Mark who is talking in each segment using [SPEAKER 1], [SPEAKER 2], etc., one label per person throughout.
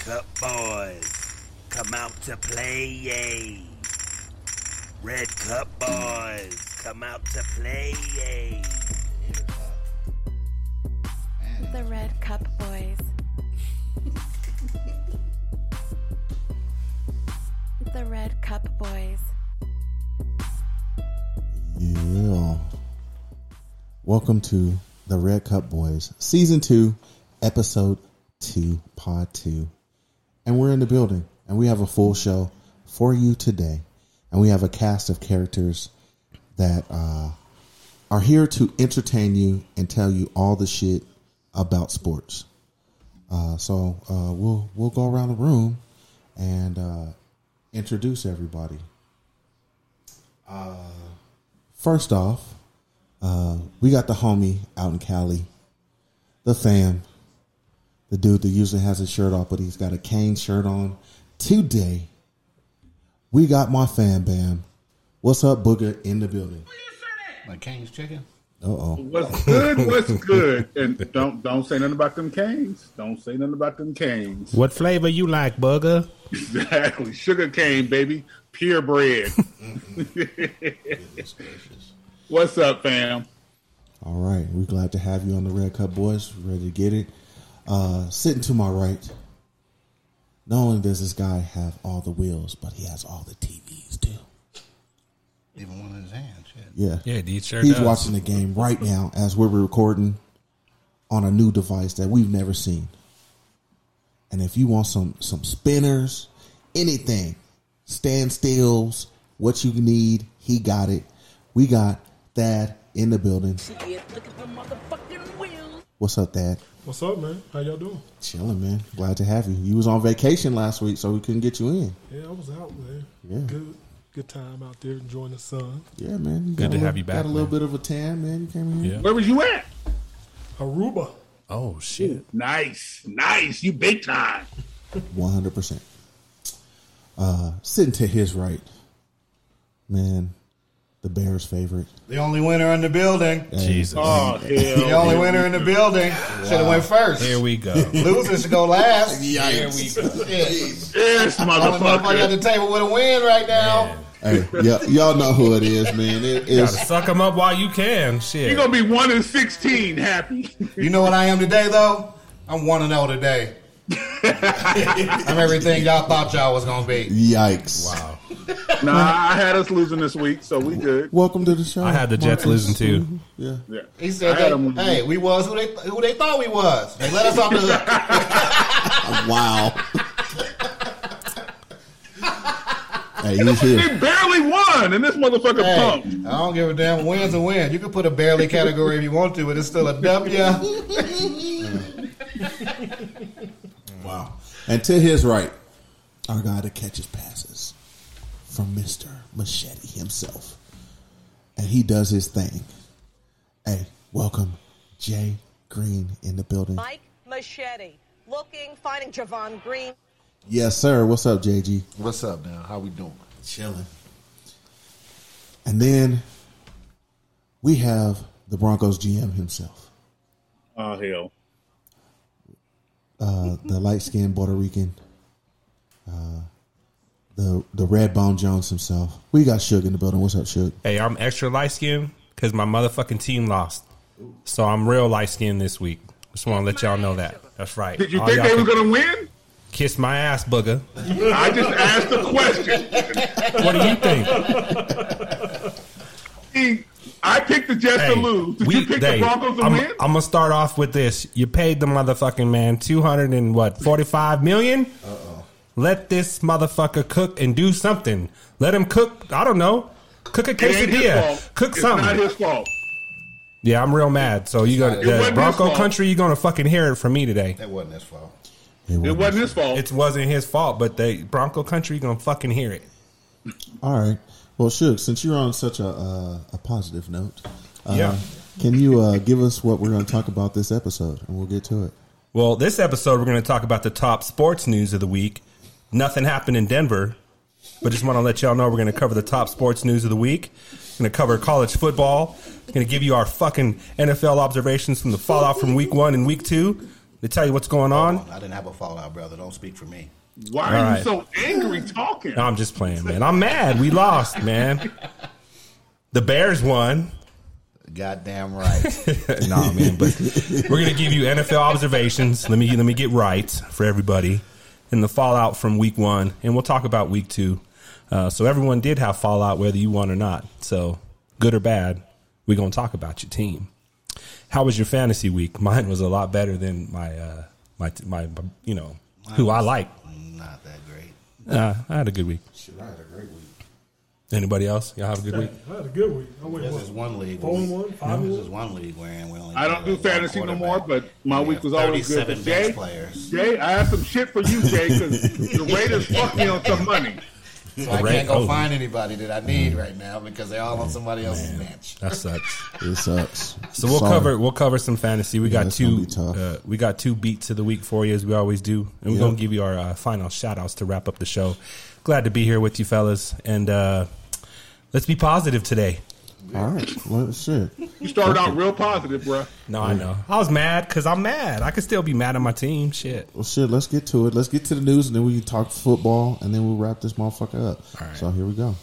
[SPEAKER 1] Cup boys, come out to play, yay. Red Cup boys, come out to play, yay.
[SPEAKER 2] The Red Cup Boys. the Red Cup Boys.
[SPEAKER 3] Yeah. Welcome to the Red Cup Boys, Season 2, Episode 2, Pod 2. And we're in the building, and we have a full show for you today. And we have a cast of characters that uh, are here to entertain you and tell you all the shit about sports. Uh, so uh, we'll we'll go around the room and uh, introduce everybody. First off, uh, we got the homie out in Cali, the fam, the dude that usually has his shirt off, but he's got a cane shirt on today. We got my fam, Bam. What's up, Booger, in the building?
[SPEAKER 4] Like King's chicken?
[SPEAKER 3] Uh oh.
[SPEAKER 5] What's good? What's good? And don't don't say nothing about them canes. Don't say nothing about them canes.
[SPEAKER 4] What flavor you like, bugger?
[SPEAKER 5] Exactly. Sugar cane, baby. Pure bread.
[SPEAKER 6] Mm-hmm.
[SPEAKER 5] What's up, fam?
[SPEAKER 3] All right. We're glad to have you on the Red Cup, boys. Ready to get it. Uh, sitting to my right, not only does this guy have all the wheels, but he has all the TVs, too.
[SPEAKER 4] Even one in his hand. Shit.
[SPEAKER 3] Yeah.
[SPEAKER 7] Yeah, dude, sure
[SPEAKER 3] He's
[SPEAKER 7] does.
[SPEAKER 3] watching the game right now as we're recording on a new device that we've never seen. And if you want some some spinners, anything, standstills, what you need, he got it. We got Thad in the building. What's up, Thad?
[SPEAKER 8] What's up, man? How y'all doing?
[SPEAKER 3] Chilling, man. Glad to have you. You was on vacation last week, so we couldn't get you in.
[SPEAKER 8] Yeah, I was out, man.
[SPEAKER 3] Yeah.
[SPEAKER 8] Good, good time out there enjoying the sun.
[SPEAKER 3] Yeah, man. You got
[SPEAKER 7] Good
[SPEAKER 3] a
[SPEAKER 7] to
[SPEAKER 3] little-
[SPEAKER 7] have you back,
[SPEAKER 3] Got a little
[SPEAKER 7] man.
[SPEAKER 3] bit of a tan, man. You came in. here.
[SPEAKER 7] Yeah.
[SPEAKER 5] Where was you at?
[SPEAKER 8] Aruba.
[SPEAKER 7] Oh shit.
[SPEAKER 5] Nice, nice. You big time.
[SPEAKER 3] One hundred percent. Uh sitting to his right. Man, the Bears favorite.
[SPEAKER 6] The only winner in the building.
[SPEAKER 7] Jesus.
[SPEAKER 5] Oh
[SPEAKER 6] The
[SPEAKER 5] hell.
[SPEAKER 6] only winner in the building should have went first.
[SPEAKER 7] Here we go.
[SPEAKER 6] Losers should go last.
[SPEAKER 7] Here we go.
[SPEAKER 6] Shit.
[SPEAKER 5] Yes,
[SPEAKER 6] Only motherfucker at the
[SPEAKER 5] motherfucker.
[SPEAKER 6] table with a win right now.
[SPEAKER 3] Hey, y- y'all know who it is, man. It
[SPEAKER 7] Gotta
[SPEAKER 3] is
[SPEAKER 7] suck him up while you can.
[SPEAKER 5] You're
[SPEAKER 7] Shit.
[SPEAKER 5] gonna be one in sixteen. Happy.
[SPEAKER 6] You know what I am today, though? I'm 1 0 today. I'm everything y'all thought y'all was going to be.
[SPEAKER 3] yikes.
[SPEAKER 7] Wow.
[SPEAKER 5] Nah, I had us losing this week, so we good.
[SPEAKER 3] Welcome to the show.
[SPEAKER 7] I had the Jets
[SPEAKER 3] Marcus.
[SPEAKER 7] losing too.
[SPEAKER 3] Yeah.
[SPEAKER 5] Yeah.
[SPEAKER 6] He said,
[SPEAKER 5] I had him.
[SPEAKER 6] that, hey, we was who they, who they thought we was. They let us off the hook.
[SPEAKER 3] Wow. hey, he's here.
[SPEAKER 5] They barely won, and this motherfucker
[SPEAKER 6] Hey, I
[SPEAKER 5] pumped.
[SPEAKER 6] don't give a damn. Win's a win. You can put a barely category if you want to, but it's still a W.
[SPEAKER 3] Wow. And to his right, our guy that catches passes from Mr. Machete himself. And he does his thing. Hey, welcome Jay Green in the building.
[SPEAKER 9] Mike Machete looking, finding Javon Green.
[SPEAKER 3] Yes, sir. What's up, JG?
[SPEAKER 10] What's up now? How we doing?
[SPEAKER 3] Chilling. And then we have the Broncos GM himself,
[SPEAKER 5] Oh hell.
[SPEAKER 3] uh, the light skinned Puerto Rican, uh, the the red bone Jones himself. We got Suge in the building. What's up, Suge?
[SPEAKER 7] Hey, I'm extra light skinned because my motherfucking team lost. So I'm real light skinned this week. Just want to let y'all know that. That's right.
[SPEAKER 5] Did you
[SPEAKER 7] All
[SPEAKER 5] think
[SPEAKER 7] y'all
[SPEAKER 5] they were
[SPEAKER 7] can
[SPEAKER 5] gonna win?
[SPEAKER 7] kiss my ass, booger?
[SPEAKER 5] I just asked a question.
[SPEAKER 7] What do you think?
[SPEAKER 5] He- I picked the Jets to lose. Did you pick the
[SPEAKER 7] they-
[SPEAKER 5] Broncos to
[SPEAKER 7] I'm,
[SPEAKER 5] win?
[SPEAKER 7] I'm gonna start off with this. You paid the motherfucking man two hundred and what forty five million. Let this motherfucker cook and do something. Let him cook. I don't know. Cook a
[SPEAKER 5] It ain't his
[SPEAKER 7] quesadilla.
[SPEAKER 5] fault.
[SPEAKER 7] Cook
[SPEAKER 5] it's Not
[SPEAKER 7] something.
[SPEAKER 5] his fault.
[SPEAKER 7] Yeah, I'm real mad. So you gonna
[SPEAKER 5] wasn't
[SPEAKER 7] the
[SPEAKER 5] his
[SPEAKER 7] Bronco
[SPEAKER 5] fault.
[SPEAKER 7] country? You gonna fucking hear it from me today?
[SPEAKER 6] That wasn't his fault.
[SPEAKER 5] It wasn't his fault.
[SPEAKER 7] It wasn't his fault, but the Bronco country you gonna fucking hear it.
[SPEAKER 3] All right. Well, Suge, since you're on such a uh, a positive note, uh,
[SPEAKER 7] Yeah.
[SPEAKER 3] can you uh, give us what we're going to talk about this episode, and we'll get to it.
[SPEAKER 7] Well, this episode we're going to talk about the top sports news of the week. Nothing happened in Denver, but just want to let y'all know we're going to cover the top sports news of the week. Going to cover college football. Going to give you our fucking NFL observations from the fallout from week one and week two. They tell you what's going on.
[SPEAKER 6] I didn't have a fallout, brother. Don't speak for me.
[SPEAKER 5] Why are you
[SPEAKER 7] Alright.
[SPEAKER 5] so angry talking?
[SPEAKER 7] No, I'm just playing, man. I'm mad. We lost, man. The Bears won.
[SPEAKER 6] Goddamn right.
[SPEAKER 7] nah, man. But we're gonna give you NFL observations. Let me let me get right for everybody, and the fallout from Week One, and we'll talk about Week Two. Uh, so everyone did have fallout, whether you won or not. So good or bad, we're gonna talk about your team. How was your fantasy week? Mine was a lot better than my uh, my my you know who I like.
[SPEAKER 6] Not that great.
[SPEAKER 7] Uh, I had a good week.
[SPEAKER 6] Shit, I had a great week.
[SPEAKER 7] Anybody else? Y'all have a good week.
[SPEAKER 8] I had a good week. I went
[SPEAKER 6] This
[SPEAKER 8] what?
[SPEAKER 6] is one league.
[SPEAKER 8] Four
[SPEAKER 6] where
[SPEAKER 8] and
[SPEAKER 6] we-
[SPEAKER 8] one, five and
[SPEAKER 6] This
[SPEAKER 8] one.
[SPEAKER 6] is one league where we only.
[SPEAKER 5] I don't
[SPEAKER 6] got
[SPEAKER 5] do
[SPEAKER 6] one
[SPEAKER 5] fantasy no more,
[SPEAKER 6] quarterback.
[SPEAKER 5] but my
[SPEAKER 6] We
[SPEAKER 5] week
[SPEAKER 6] have
[SPEAKER 5] was always good.
[SPEAKER 6] 37
[SPEAKER 5] But
[SPEAKER 6] bench
[SPEAKER 5] Jay,
[SPEAKER 6] players.
[SPEAKER 5] Jay, I have some shit for you, Jay, because the Raiders fucked me on some money.
[SPEAKER 6] So I
[SPEAKER 7] Right.
[SPEAKER 6] can't go
[SPEAKER 7] Oh.
[SPEAKER 6] find anybody that I need right now because they're all on
[SPEAKER 7] Mm.
[SPEAKER 6] somebody else's bench.
[SPEAKER 7] That sucks.
[SPEAKER 3] It sucks.
[SPEAKER 7] So we'll
[SPEAKER 3] Sorry.
[SPEAKER 7] cover we'll cover some fantasy. We got
[SPEAKER 3] it's gonna
[SPEAKER 7] two
[SPEAKER 3] be tough.
[SPEAKER 7] uh, we got two beats of the week for you as we always do, and we're
[SPEAKER 3] Yep.
[SPEAKER 7] gonna give you our uh, final shout outs to wrap up the show. Glad to be here with you fellas, and uh, let's be positive today.
[SPEAKER 3] All right. Well, shit.
[SPEAKER 5] You started out real positive, bruh.
[SPEAKER 7] No, I know I was mad because I'm mad. I could still be mad at my team. Shit.
[SPEAKER 3] Well, shit. Let's get to it. Let's get to the news, and then we can talk football, and then we'll wrap this motherfucker up.
[SPEAKER 7] All right.
[SPEAKER 3] So here we go.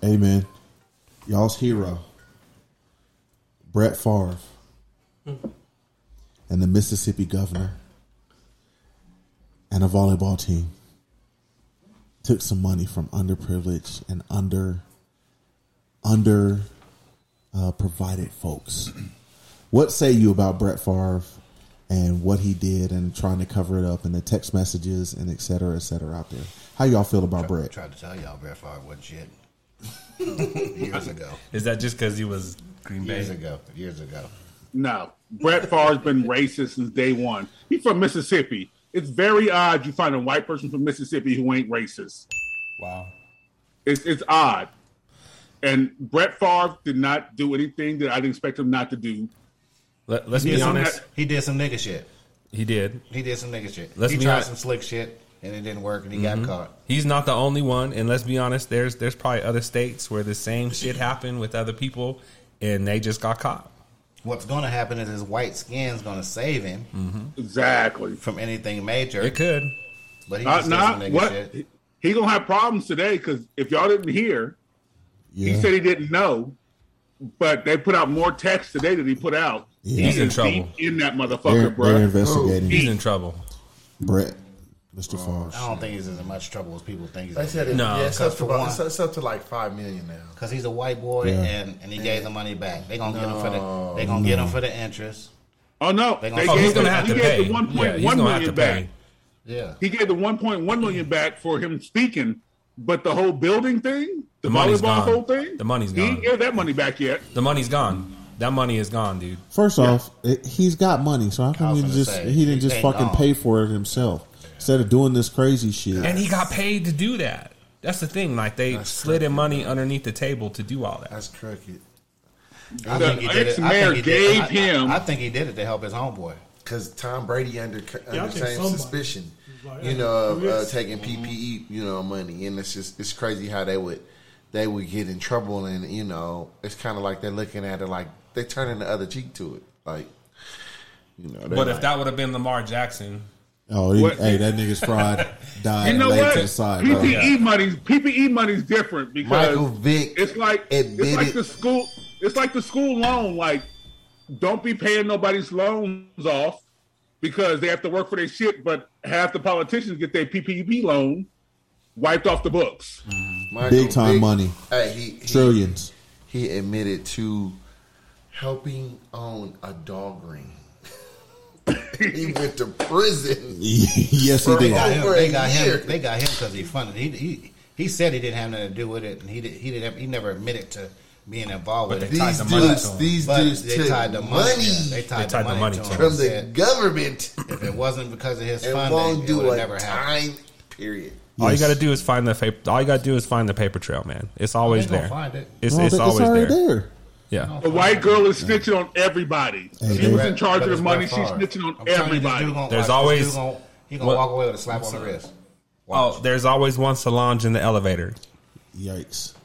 [SPEAKER 3] Hey, man. Y'all's hero, Brett Favre, and the Mississippi governor, and a volleyball team took some money from underprivileged and under under uh, provided folks. What say you about Brett Favre and what he did and trying to cover it up and the text messages and et cetera, et cetera out there? How y'all feel about Brett?
[SPEAKER 6] Tried to tell y'all Brett Favre wasn't shit. years ago.
[SPEAKER 7] Is that just because he was Green
[SPEAKER 6] Years ago. Years ago.
[SPEAKER 5] No, Brett Favre's been racist since day one. He's from Mississippi. It's very odd you find a white person from Mississippi who ain't racist.
[SPEAKER 7] Wow.
[SPEAKER 5] It's it's odd. And Brett Favre did not do anything that I didn't expect him not to do.
[SPEAKER 7] Let, us
[SPEAKER 5] He
[SPEAKER 7] be
[SPEAKER 5] is
[SPEAKER 7] honest.
[SPEAKER 6] He did some nigga shit.
[SPEAKER 7] He did.
[SPEAKER 6] He did some nigga shit.
[SPEAKER 7] Let's
[SPEAKER 6] he
[SPEAKER 7] be
[SPEAKER 6] tried
[SPEAKER 7] honest. Mm-hmm.
[SPEAKER 6] some slick shit and it didn't work and he got caught.
[SPEAKER 7] He's not the only one, and let's be honest. There's there's probably other states where the same shit happened with other people, and they just got caught.
[SPEAKER 6] What's going to happen is his white skin's going to save him
[SPEAKER 5] Exactly.
[SPEAKER 6] from anything major.
[SPEAKER 7] It could.
[SPEAKER 6] but he
[SPEAKER 5] Not
[SPEAKER 6] just did some
[SPEAKER 5] not
[SPEAKER 6] nigga
[SPEAKER 5] Uh, what
[SPEAKER 6] shit.
[SPEAKER 5] he, he gonna have problems today because if y'all didn't hear,
[SPEAKER 3] Yeah.
[SPEAKER 5] he said he didn't know, but they put out more text today than he put out.
[SPEAKER 3] Yeah.
[SPEAKER 7] He's
[SPEAKER 5] He
[SPEAKER 7] in
[SPEAKER 5] is
[SPEAKER 7] trouble.
[SPEAKER 5] deep in that
[SPEAKER 3] they're,
[SPEAKER 5] motherfucker,
[SPEAKER 3] they're
[SPEAKER 5] bro.
[SPEAKER 3] investigating
[SPEAKER 7] He's in trouble.
[SPEAKER 3] Brett, Mr. Favre.
[SPEAKER 6] I don't think he's in as much trouble as people think he's
[SPEAKER 10] They said it,
[SPEAKER 7] No,
[SPEAKER 10] yeah, it's
[SPEAKER 6] cause
[SPEAKER 10] up,
[SPEAKER 6] for
[SPEAKER 10] to about,
[SPEAKER 6] one-
[SPEAKER 10] it's, it's up to like five million now.
[SPEAKER 6] Because he's a white boy
[SPEAKER 3] Yeah.
[SPEAKER 6] and, and he gave the money back. They're going to get him for the they gonna get him for the interest.
[SPEAKER 5] Oh no,
[SPEAKER 6] They
[SPEAKER 5] they
[SPEAKER 6] gonna-
[SPEAKER 5] gave
[SPEAKER 6] Oh,
[SPEAKER 7] Oh, he's
[SPEAKER 5] the-
[SPEAKER 7] gonna have
[SPEAKER 5] he
[SPEAKER 7] to
[SPEAKER 5] gave
[SPEAKER 7] pay.
[SPEAKER 5] the one
[SPEAKER 7] yeah,
[SPEAKER 5] point
[SPEAKER 7] he's
[SPEAKER 5] one
[SPEAKER 7] gonna have to
[SPEAKER 5] million back.
[SPEAKER 7] pay.
[SPEAKER 6] Yeah.
[SPEAKER 5] He gave the 1.1 million back for him speaking, but the whole building thing, the,
[SPEAKER 7] The money's
[SPEAKER 5] volleyball
[SPEAKER 7] gone.
[SPEAKER 5] whole thing,
[SPEAKER 7] The money's
[SPEAKER 5] He
[SPEAKER 7] gone.
[SPEAKER 5] didn't give that money back yet.
[SPEAKER 7] The money's gone. That money is gone, dude.
[SPEAKER 3] First off, it, he's got money, so how
[SPEAKER 6] I
[SPEAKER 3] come
[SPEAKER 6] was
[SPEAKER 3] he
[SPEAKER 6] gonna
[SPEAKER 3] just
[SPEAKER 6] say,
[SPEAKER 3] he didn't
[SPEAKER 6] he
[SPEAKER 3] just
[SPEAKER 6] paid
[SPEAKER 3] fucking
[SPEAKER 6] off.
[SPEAKER 3] pay for it himself instead of doing this crazy shit?
[SPEAKER 7] And he got paid to do that. That's the thing. Like they slid him money underneath the table to do all that.
[SPEAKER 10] That's crooked.
[SPEAKER 6] I
[SPEAKER 5] The
[SPEAKER 6] think he did it. I
[SPEAKER 5] ex-mayor
[SPEAKER 6] think he did it. I-
[SPEAKER 5] gave him-
[SPEAKER 6] I, I think he did it to help his homeboy.
[SPEAKER 10] Because Tom Brady under
[SPEAKER 8] I
[SPEAKER 10] under
[SPEAKER 8] think
[SPEAKER 10] same
[SPEAKER 8] somebody-
[SPEAKER 10] suspicion,
[SPEAKER 8] Like,
[SPEAKER 10] you know, of
[SPEAKER 8] yeah.
[SPEAKER 10] uh, taking PPE,
[SPEAKER 8] Mm-hmm.
[SPEAKER 10] you know, money, and it's just it's crazy how they would they would get in trouble, and you know, it's kind of like they're looking at it like they turning the other cheek to it, like you know. they're
[SPEAKER 7] But if
[SPEAKER 10] like-
[SPEAKER 7] that would have been Lamar Jackson,
[SPEAKER 3] Oh, he-
[SPEAKER 5] What-
[SPEAKER 3] hey, that nigga's fried, died,
[SPEAKER 5] You know
[SPEAKER 3] laid
[SPEAKER 5] what?
[SPEAKER 3] to the side, bro.
[SPEAKER 5] PPE money's PPE money's different because
[SPEAKER 10] Michael Vick
[SPEAKER 5] it's like it's like
[SPEAKER 10] admitted-
[SPEAKER 5] the school it's like the school loan. Like, don't be paying nobody's loans off because they have to work for their shit. But half the politicians get their PPP loan wiped off the books.
[SPEAKER 10] Michael
[SPEAKER 3] Big time
[SPEAKER 10] Vick-
[SPEAKER 3] money.
[SPEAKER 10] Hey, he, he-
[SPEAKER 3] Trillions.
[SPEAKER 10] He admitted to helping own a dog ring. he went to prison.
[SPEAKER 3] yes, he did.
[SPEAKER 10] For all-
[SPEAKER 6] They got him-
[SPEAKER 10] Over
[SPEAKER 6] they
[SPEAKER 10] a
[SPEAKER 6] got him.
[SPEAKER 10] year.
[SPEAKER 6] They got him because he funded. He, he he said he didn't have nothing to do with it, and he did, he didn't. He never admitted to being involved with it.
[SPEAKER 7] Tied
[SPEAKER 10] These
[SPEAKER 7] the money to
[SPEAKER 10] dudes,
[SPEAKER 7] him.
[SPEAKER 10] these
[SPEAKER 6] But
[SPEAKER 10] dudes
[SPEAKER 6] they
[SPEAKER 10] took
[SPEAKER 6] tied the money.
[SPEAKER 10] money
[SPEAKER 6] yeah, They tied, the, money to him.
[SPEAKER 10] from the
[SPEAKER 6] Said
[SPEAKER 10] government
[SPEAKER 6] if it wasn't because of his
[SPEAKER 10] and
[SPEAKER 6] funding,
[SPEAKER 10] won't
[SPEAKER 6] it
[SPEAKER 10] do
[SPEAKER 6] would
[SPEAKER 10] a
[SPEAKER 6] never happened.
[SPEAKER 10] time period.
[SPEAKER 7] all you
[SPEAKER 3] Yes.
[SPEAKER 7] got to do is find the paper. All you got to do is find the paper trail, man. It's always
[SPEAKER 6] They gonna
[SPEAKER 7] there.
[SPEAKER 6] find it.
[SPEAKER 7] It's,
[SPEAKER 3] I don't
[SPEAKER 7] it's
[SPEAKER 3] think
[SPEAKER 7] always
[SPEAKER 3] already
[SPEAKER 7] there.
[SPEAKER 3] there.
[SPEAKER 7] Yeah.
[SPEAKER 5] The white girl is snitching on everybody.
[SPEAKER 3] Hey,
[SPEAKER 5] she was
[SPEAKER 3] they-
[SPEAKER 5] in charge
[SPEAKER 6] But
[SPEAKER 5] of
[SPEAKER 6] it's
[SPEAKER 5] the money.
[SPEAKER 6] Brett
[SPEAKER 5] She's
[SPEAKER 6] Favre.
[SPEAKER 5] snitching on
[SPEAKER 6] I'm telling you, this
[SPEAKER 5] everybody.
[SPEAKER 6] dude gonna-
[SPEAKER 7] There's
[SPEAKER 6] this
[SPEAKER 7] always-
[SPEAKER 6] dude gonna- he gonna
[SPEAKER 7] What-
[SPEAKER 6] walk away with a slap on the wrist.
[SPEAKER 7] Oh, there's always one Solange in the elevator.
[SPEAKER 3] Yikes.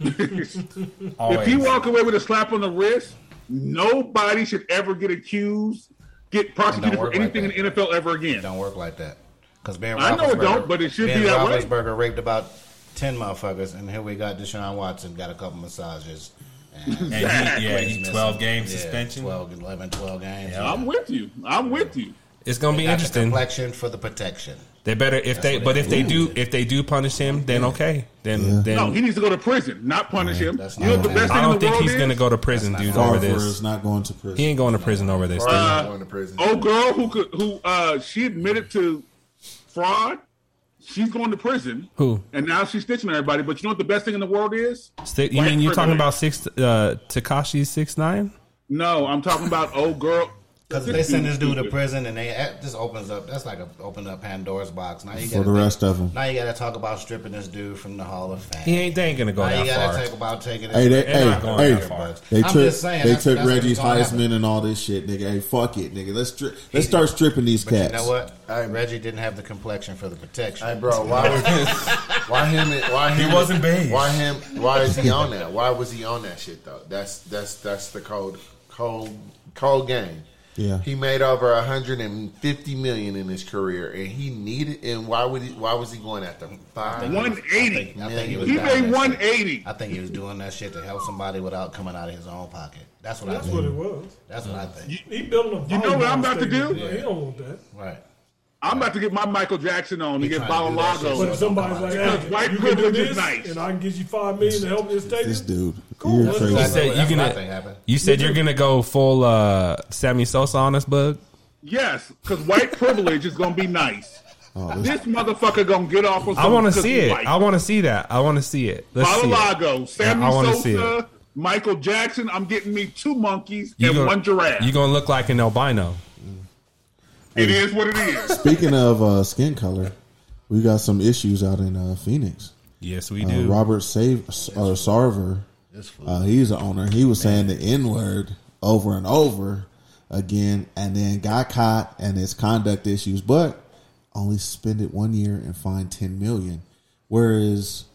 [SPEAKER 5] If he walk away with a slap on the wrist, nobody should ever get accused, get prosecuted for
[SPEAKER 6] work like
[SPEAKER 5] anything in the NFL ever again.
[SPEAKER 6] Don't work like that. Because Ben
[SPEAKER 5] I know it
[SPEAKER 6] Roethlisberger-
[SPEAKER 5] don't, but it should
[SPEAKER 6] ben
[SPEAKER 5] be that way.
[SPEAKER 6] Roethlisberger raped about ten motherfuckers, and here we got Deshaun Watson got a couple massages. And,
[SPEAKER 7] And he- yeah, he
[SPEAKER 6] missing-
[SPEAKER 7] 12 game
[SPEAKER 6] yeah,
[SPEAKER 7] suspension.
[SPEAKER 6] 12, 11, 12 games.
[SPEAKER 7] Yeah.
[SPEAKER 5] I'm with you. I'm with you.
[SPEAKER 7] It's gonna be
[SPEAKER 6] Got the
[SPEAKER 7] interesting.
[SPEAKER 6] complexion for the protection.
[SPEAKER 7] They better if they,
[SPEAKER 6] what
[SPEAKER 7] but
[SPEAKER 6] they
[SPEAKER 7] if they
[SPEAKER 6] do.
[SPEAKER 7] do, if they do punish him, then okay, then then
[SPEAKER 5] No, he needs to go to prison, not punish him.
[SPEAKER 6] that's
[SPEAKER 5] You know
[SPEAKER 6] not
[SPEAKER 5] what the
[SPEAKER 6] fair.
[SPEAKER 5] best
[SPEAKER 7] I
[SPEAKER 5] thing in
[SPEAKER 7] don't
[SPEAKER 5] the
[SPEAKER 7] think
[SPEAKER 5] world
[SPEAKER 7] he's going to
[SPEAKER 5] is?
[SPEAKER 7] go to prison due to over
[SPEAKER 3] Barber
[SPEAKER 7] this.
[SPEAKER 3] is not going to prison.
[SPEAKER 7] He ain't going to prison over this.
[SPEAKER 10] Barber
[SPEAKER 7] Steve.
[SPEAKER 10] not going to prison.
[SPEAKER 5] Old girl who could who uh she admitted to fraud. She's going to prison.
[SPEAKER 7] Who?
[SPEAKER 5] And now she's stitching everybody. But you know what the best thing in the world is?
[SPEAKER 7] Sti- you
[SPEAKER 5] White
[SPEAKER 7] mean you're talking
[SPEAKER 5] privilege.
[SPEAKER 7] about six uh, Takashi six nine?
[SPEAKER 5] No, I'm talking about old girl.
[SPEAKER 6] Because if they send this dude to prison and they that just opens up, that's like a open up Pandora's box. Now you
[SPEAKER 3] For
[SPEAKER 6] got
[SPEAKER 3] the rest of them.
[SPEAKER 6] Now you got to talk about stripping this dude from the Hall of Fame.
[SPEAKER 7] He ain't. They ain't going to go
[SPEAKER 6] Now you
[SPEAKER 7] that
[SPEAKER 6] got to
[SPEAKER 7] far.
[SPEAKER 6] talk about taking.
[SPEAKER 3] Hey, they,
[SPEAKER 6] this-
[SPEAKER 7] They're
[SPEAKER 3] hey,
[SPEAKER 7] not going
[SPEAKER 3] hey,
[SPEAKER 7] that far.
[SPEAKER 3] they
[SPEAKER 6] I'm
[SPEAKER 3] took
[SPEAKER 6] just saying,
[SPEAKER 3] they
[SPEAKER 6] that's-
[SPEAKER 3] took
[SPEAKER 6] that's what's
[SPEAKER 3] Reggie's
[SPEAKER 6] gonna
[SPEAKER 3] Heisman
[SPEAKER 6] happen.
[SPEAKER 3] and all this shit, nigga. Hey, fuck it, nigga. Let's stri- let's start stripping these
[SPEAKER 6] But you
[SPEAKER 3] cats.
[SPEAKER 6] know what? Reggie didn't have the complexion for the protection.
[SPEAKER 10] Hey, bro, why was why him? Why him?
[SPEAKER 7] He wasn't beige.
[SPEAKER 10] Why him? Why is he on that? Why was he on that shit though? That's that's that's the cold cold cold game.
[SPEAKER 3] Yeah.
[SPEAKER 10] he made over hundred and fifty million in his career, and he needed. And why would he? Why was he going after five?
[SPEAKER 5] One eighty.
[SPEAKER 6] I think he was
[SPEAKER 5] He
[SPEAKER 6] down
[SPEAKER 5] made
[SPEAKER 6] there.
[SPEAKER 5] one eighty.
[SPEAKER 6] I think he was doing that shit to help somebody without coming out of his own pocket. That's what
[SPEAKER 8] That's
[SPEAKER 6] I
[SPEAKER 8] what it
[SPEAKER 6] think.
[SPEAKER 8] was.
[SPEAKER 6] That's what I think.
[SPEAKER 8] He building a.
[SPEAKER 5] You know what I'm about to
[SPEAKER 8] volleyball
[SPEAKER 5] do?
[SPEAKER 8] stadium. He don't want that.
[SPEAKER 6] Right.
[SPEAKER 5] I'm about to get my Michael Jackson on to get
[SPEAKER 6] trying to do that shit
[SPEAKER 8] But
[SPEAKER 6] So
[SPEAKER 5] Balalago.
[SPEAKER 8] if somebody's like, hey,
[SPEAKER 5] White
[SPEAKER 8] you can do
[SPEAKER 5] privilege is
[SPEAKER 8] this,
[SPEAKER 5] nice.
[SPEAKER 8] and I can give you five million to help this
[SPEAKER 3] This
[SPEAKER 8] stadium.
[SPEAKER 3] dude,
[SPEAKER 8] Cool.
[SPEAKER 3] you're crazy.
[SPEAKER 7] He
[SPEAKER 6] That's
[SPEAKER 7] said
[SPEAKER 6] what-
[SPEAKER 7] you're
[SPEAKER 6] that's what I
[SPEAKER 7] gonna.
[SPEAKER 6] think happened.
[SPEAKER 7] You said you're gonna go full uh, Sammy Sosa on us, bug.
[SPEAKER 5] Yes, because white privilege is gonna be nice.
[SPEAKER 3] Oh, this-
[SPEAKER 5] This motherfucker gonna get off on.
[SPEAKER 7] I want
[SPEAKER 5] something
[SPEAKER 7] to
[SPEAKER 5] 'cause
[SPEAKER 7] see
[SPEAKER 5] he's
[SPEAKER 7] it.
[SPEAKER 5] white.
[SPEAKER 7] I want to see that. I want to see it. Let's see it.
[SPEAKER 5] Balalago, Sammy
[SPEAKER 7] I wanna see it.
[SPEAKER 5] Sosa, Michael Jackson. I'm getting me two monkeys
[SPEAKER 7] You
[SPEAKER 5] and
[SPEAKER 7] gonna-
[SPEAKER 5] one giraffe.
[SPEAKER 7] You gonna look like an albino.
[SPEAKER 5] it is what it is.
[SPEAKER 3] Speaking of uh, skin color, we got some issues out in uh, Phoenix.
[SPEAKER 7] Yes, we
[SPEAKER 3] Uh,
[SPEAKER 7] do.
[SPEAKER 3] Robert Save uh, Sarver, uh, he's the owner. He was saying the N word over and over again, and then got caught and his conduct issues, but only suspended one year and fined ten million. Whereas,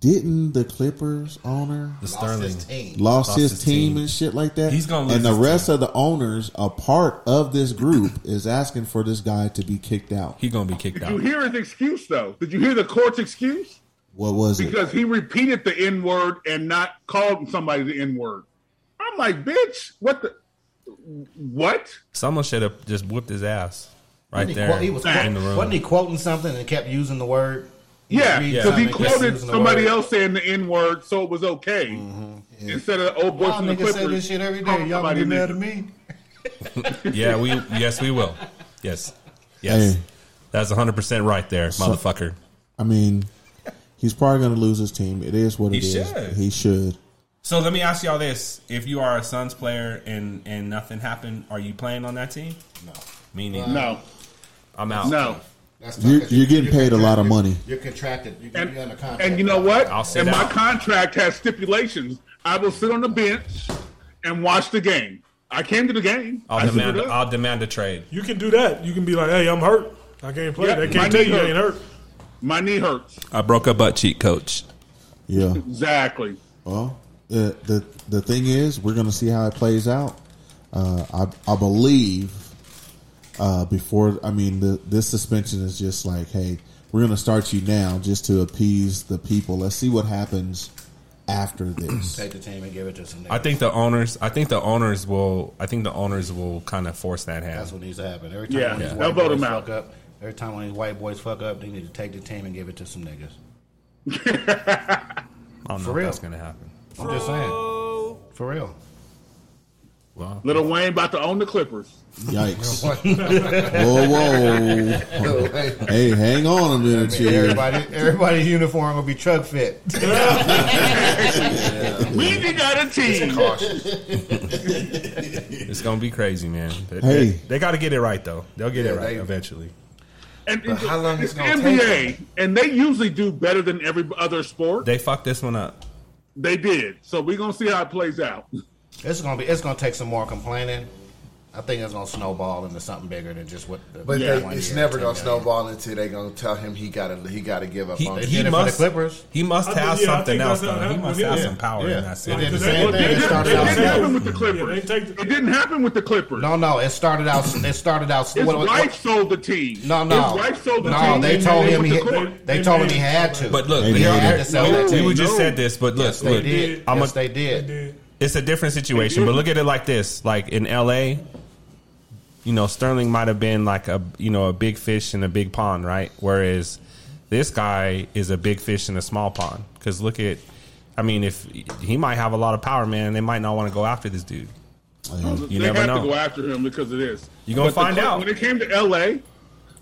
[SPEAKER 3] didn't the Clippers owner
[SPEAKER 7] the
[SPEAKER 6] Lost
[SPEAKER 7] Sterling.
[SPEAKER 6] his team.
[SPEAKER 3] lost,
[SPEAKER 7] Lost
[SPEAKER 3] his,
[SPEAKER 7] his
[SPEAKER 3] team,
[SPEAKER 7] team.
[SPEAKER 3] and shit like that.
[SPEAKER 7] He's gonna lose
[SPEAKER 3] and the
[SPEAKER 7] his
[SPEAKER 3] rest of the owners, a part of this group, is asking for this guy to be kicked out.
[SPEAKER 7] He gonna be kicked
[SPEAKER 5] Did you
[SPEAKER 7] out.
[SPEAKER 5] hear his excuse though? Did you hear the court's excuse?
[SPEAKER 3] What was it?
[SPEAKER 5] Because he repeated the N word and not called somebody the N word. I'm like, bitch, what the what?
[SPEAKER 7] Someone should have just whooped his ass right
[SPEAKER 6] Wasn't he,
[SPEAKER 7] there
[SPEAKER 6] quote- he was
[SPEAKER 7] in
[SPEAKER 6] quoting,
[SPEAKER 7] the room.
[SPEAKER 6] wasn't he quoting something and kept using the word? He
[SPEAKER 5] Yeah,
[SPEAKER 6] would read
[SPEAKER 5] because he
[SPEAKER 6] something and kept
[SPEAKER 5] quoted
[SPEAKER 6] using the
[SPEAKER 5] somebody
[SPEAKER 6] word.
[SPEAKER 5] else saying the N word, so it was okay.
[SPEAKER 7] Mm-hmm.
[SPEAKER 5] Instead of old boy
[SPEAKER 6] Y'all
[SPEAKER 5] from the
[SPEAKER 6] niggas
[SPEAKER 5] Clippers.
[SPEAKER 6] say this shit every day.
[SPEAKER 5] calling
[SPEAKER 6] Y'all gonna
[SPEAKER 5] somebody
[SPEAKER 6] be
[SPEAKER 5] a
[SPEAKER 6] mad at
[SPEAKER 5] nigga.
[SPEAKER 6] me?
[SPEAKER 7] Yeah, we yes we will. Yes. Yes.
[SPEAKER 3] Hey.
[SPEAKER 7] That's hundred percent right there, motherfucker.
[SPEAKER 3] I mean, he's probably going to lose his team. It is what
[SPEAKER 7] He
[SPEAKER 3] it is.
[SPEAKER 7] should.
[SPEAKER 3] He should.
[SPEAKER 7] So let me ask y'all this. If you are a Suns player and and nothing happened, are you playing on that team?
[SPEAKER 6] No.
[SPEAKER 7] Meaning
[SPEAKER 5] No,
[SPEAKER 7] I'm out.
[SPEAKER 5] no.
[SPEAKER 6] That's
[SPEAKER 3] You-
[SPEAKER 6] not-
[SPEAKER 3] you're getting paid a lot of money.
[SPEAKER 6] You're contracted. You're
[SPEAKER 5] And,
[SPEAKER 6] gonna be under contract.
[SPEAKER 5] and you know what?
[SPEAKER 7] I'll sit
[SPEAKER 5] And my
[SPEAKER 7] out.
[SPEAKER 5] contract has stipulations. I will sit on the bench and watch the game. I came to the game.
[SPEAKER 7] I'll
[SPEAKER 5] I stood
[SPEAKER 7] demand
[SPEAKER 5] up.
[SPEAKER 7] I'll demand a trade.
[SPEAKER 8] You can do that. You can be like, hey, I'm hurt. I can't play.
[SPEAKER 5] Yeah,
[SPEAKER 8] they
[SPEAKER 5] my
[SPEAKER 8] can't tell
[SPEAKER 5] knee
[SPEAKER 8] you I
[SPEAKER 5] hurt.
[SPEAKER 8] ain't hurt.
[SPEAKER 5] My knee hurts.
[SPEAKER 7] I broke a butt cheek, coach.
[SPEAKER 3] Yeah.
[SPEAKER 5] Exactly.
[SPEAKER 3] Well, the the the thing is, we're going to see how it plays out. Uh, I I believe uh, before. I mean, the, this suspension is just like, hey, we're going to start you now just to appease the people. Let's see what happens after this.
[SPEAKER 6] Take the team and give it to some.
[SPEAKER 7] I
[SPEAKER 6] Niggas.
[SPEAKER 7] think the owners I think the owners will I think the owners will kind of force that hand.
[SPEAKER 6] That's what needs to happen. Every time
[SPEAKER 5] Yeah.
[SPEAKER 6] one of these
[SPEAKER 5] Yeah.
[SPEAKER 6] white
[SPEAKER 5] They'll vote
[SPEAKER 6] boys
[SPEAKER 5] him out.
[SPEAKER 6] fuck up, every time one of these white boys fuck up, they need to take the team and give it to some niggas.
[SPEAKER 7] I don't know
[SPEAKER 6] For
[SPEAKER 7] if
[SPEAKER 6] real.
[SPEAKER 7] that's gonna happen.
[SPEAKER 6] I'm just saying. For real.
[SPEAKER 7] Well
[SPEAKER 5] Little Wayne about to own the Clippers.
[SPEAKER 3] Yikes! whoa, whoa! Hey, hang on a minute, here.
[SPEAKER 6] Everybody, everybody's uniform will be truck fit.
[SPEAKER 5] We got a team.
[SPEAKER 10] Cautious.
[SPEAKER 7] it's gonna be crazy, man. They,
[SPEAKER 3] Hey.
[SPEAKER 7] they, they gotta get it right though. They'll get it
[SPEAKER 10] Yeah,
[SPEAKER 7] right
[SPEAKER 10] they-
[SPEAKER 7] eventually.
[SPEAKER 5] And
[SPEAKER 10] But how long
[SPEAKER 5] it's
[SPEAKER 10] is it gonna
[SPEAKER 5] NBA,
[SPEAKER 10] take
[SPEAKER 5] and they usually do better than every other sport. They,
[SPEAKER 7] They fucked this one up.
[SPEAKER 5] did. So we're gonna see how it plays out.
[SPEAKER 6] It's gonna be. It's gonna take some more complaining. I think it's gonna snowball into something bigger than just what. The
[SPEAKER 10] But
[SPEAKER 6] the
[SPEAKER 10] they,
[SPEAKER 6] one
[SPEAKER 10] it's
[SPEAKER 6] year,
[SPEAKER 10] never
[SPEAKER 6] 10
[SPEAKER 10] gonna
[SPEAKER 6] million.
[SPEAKER 10] snowball until they gonna tell him he gotta he gotta give up
[SPEAKER 7] He,
[SPEAKER 10] on
[SPEAKER 7] he
[SPEAKER 10] it.
[SPEAKER 7] must.
[SPEAKER 6] Clippers.
[SPEAKER 7] He must
[SPEAKER 8] I think-
[SPEAKER 7] have
[SPEAKER 8] yeah, I
[SPEAKER 7] something
[SPEAKER 8] think
[SPEAKER 7] else.
[SPEAKER 8] that's
[SPEAKER 7] Though.
[SPEAKER 8] how
[SPEAKER 7] He
[SPEAKER 8] it
[SPEAKER 7] must
[SPEAKER 8] happened.
[SPEAKER 7] have
[SPEAKER 8] Yeah.
[SPEAKER 7] some power
[SPEAKER 6] Yeah.
[SPEAKER 7] in that
[SPEAKER 6] They did the
[SPEAKER 7] city.
[SPEAKER 6] same
[SPEAKER 5] Well, it
[SPEAKER 6] thing. It
[SPEAKER 5] didn't, it
[SPEAKER 6] started out
[SPEAKER 5] didn't happen
[SPEAKER 6] slow.
[SPEAKER 5] with the
[SPEAKER 8] They
[SPEAKER 5] Clippers.
[SPEAKER 8] take the,
[SPEAKER 5] It didn't happen with the Clippers.
[SPEAKER 6] No, no, it started out. It started out.
[SPEAKER 5] His
[SPEAKER 6] what- what-
[SPEAKER 5] wife sold the team.
[SPEAKER 6] no, no,
[SPEAKER 5] His wife sold the
[SPEAKER 6] no.
[SPEAKER 5] team.
[SPEAKER 6] They
[SPEAKER 5] and
[SPEAKER 6] told
[SPEAKER 5] they
[SPEAKER 6] him.
[SPEAKER 5] went
[SPEAKER 6] He,
[SPEAKER 5] to court.
[SPEAKER 6] they
[SPEAKER 8] They
[SPEAKER 6] told him
[SPEAKER 8] made
[SPEAKER 6] he
[SPEAKER 8] it.
[SPEAKER 6] had to.
[SPEAKER 7] But look,
[SPEAKER 3] They
[SPEAKER 7] here-
[SPEAKER 3] did.
[SPEAKER 6] Had to sell
[SPEAKER 7] we-
[SPEAKER 6] that
[SPEAKER 7] we,
[SPEAKER 6] team.
[SPEAKER 7] just
[SPEAKER 5] No.
[SPEAKER 7] said this, but look,
[SPEAKER 6] yes, they
[SPEAKER 7] look,
[SPEAKER 6] did.
[SPEAKER 7] I'm a-
[SPEAKER 6] yes, they did.
[SPEAKER 7] it's a different situation. But look at it like this: like in L.A., you know, Sterling might have been like a you know a big fish in a big pond, right? Whereas this guy is a big fish in a small pond. Because look at, I mean, if he might have a lot of power, man, they might not want to go after this dude. You
[SPEAKER 5] they
[SPEAKER 7] never
[SPEAKER 5] have
[SPEAKER 7] know.
[SPEAKER 5] to go after him because of this.
[SPEAKER 7] You gonna
[SPEAKER 5] But the
[SPEAKER 7] find
[SPEAKER 5] Clip-
[SPEAKER 7] out.
[SPEAKER 5] When it came to L.A.,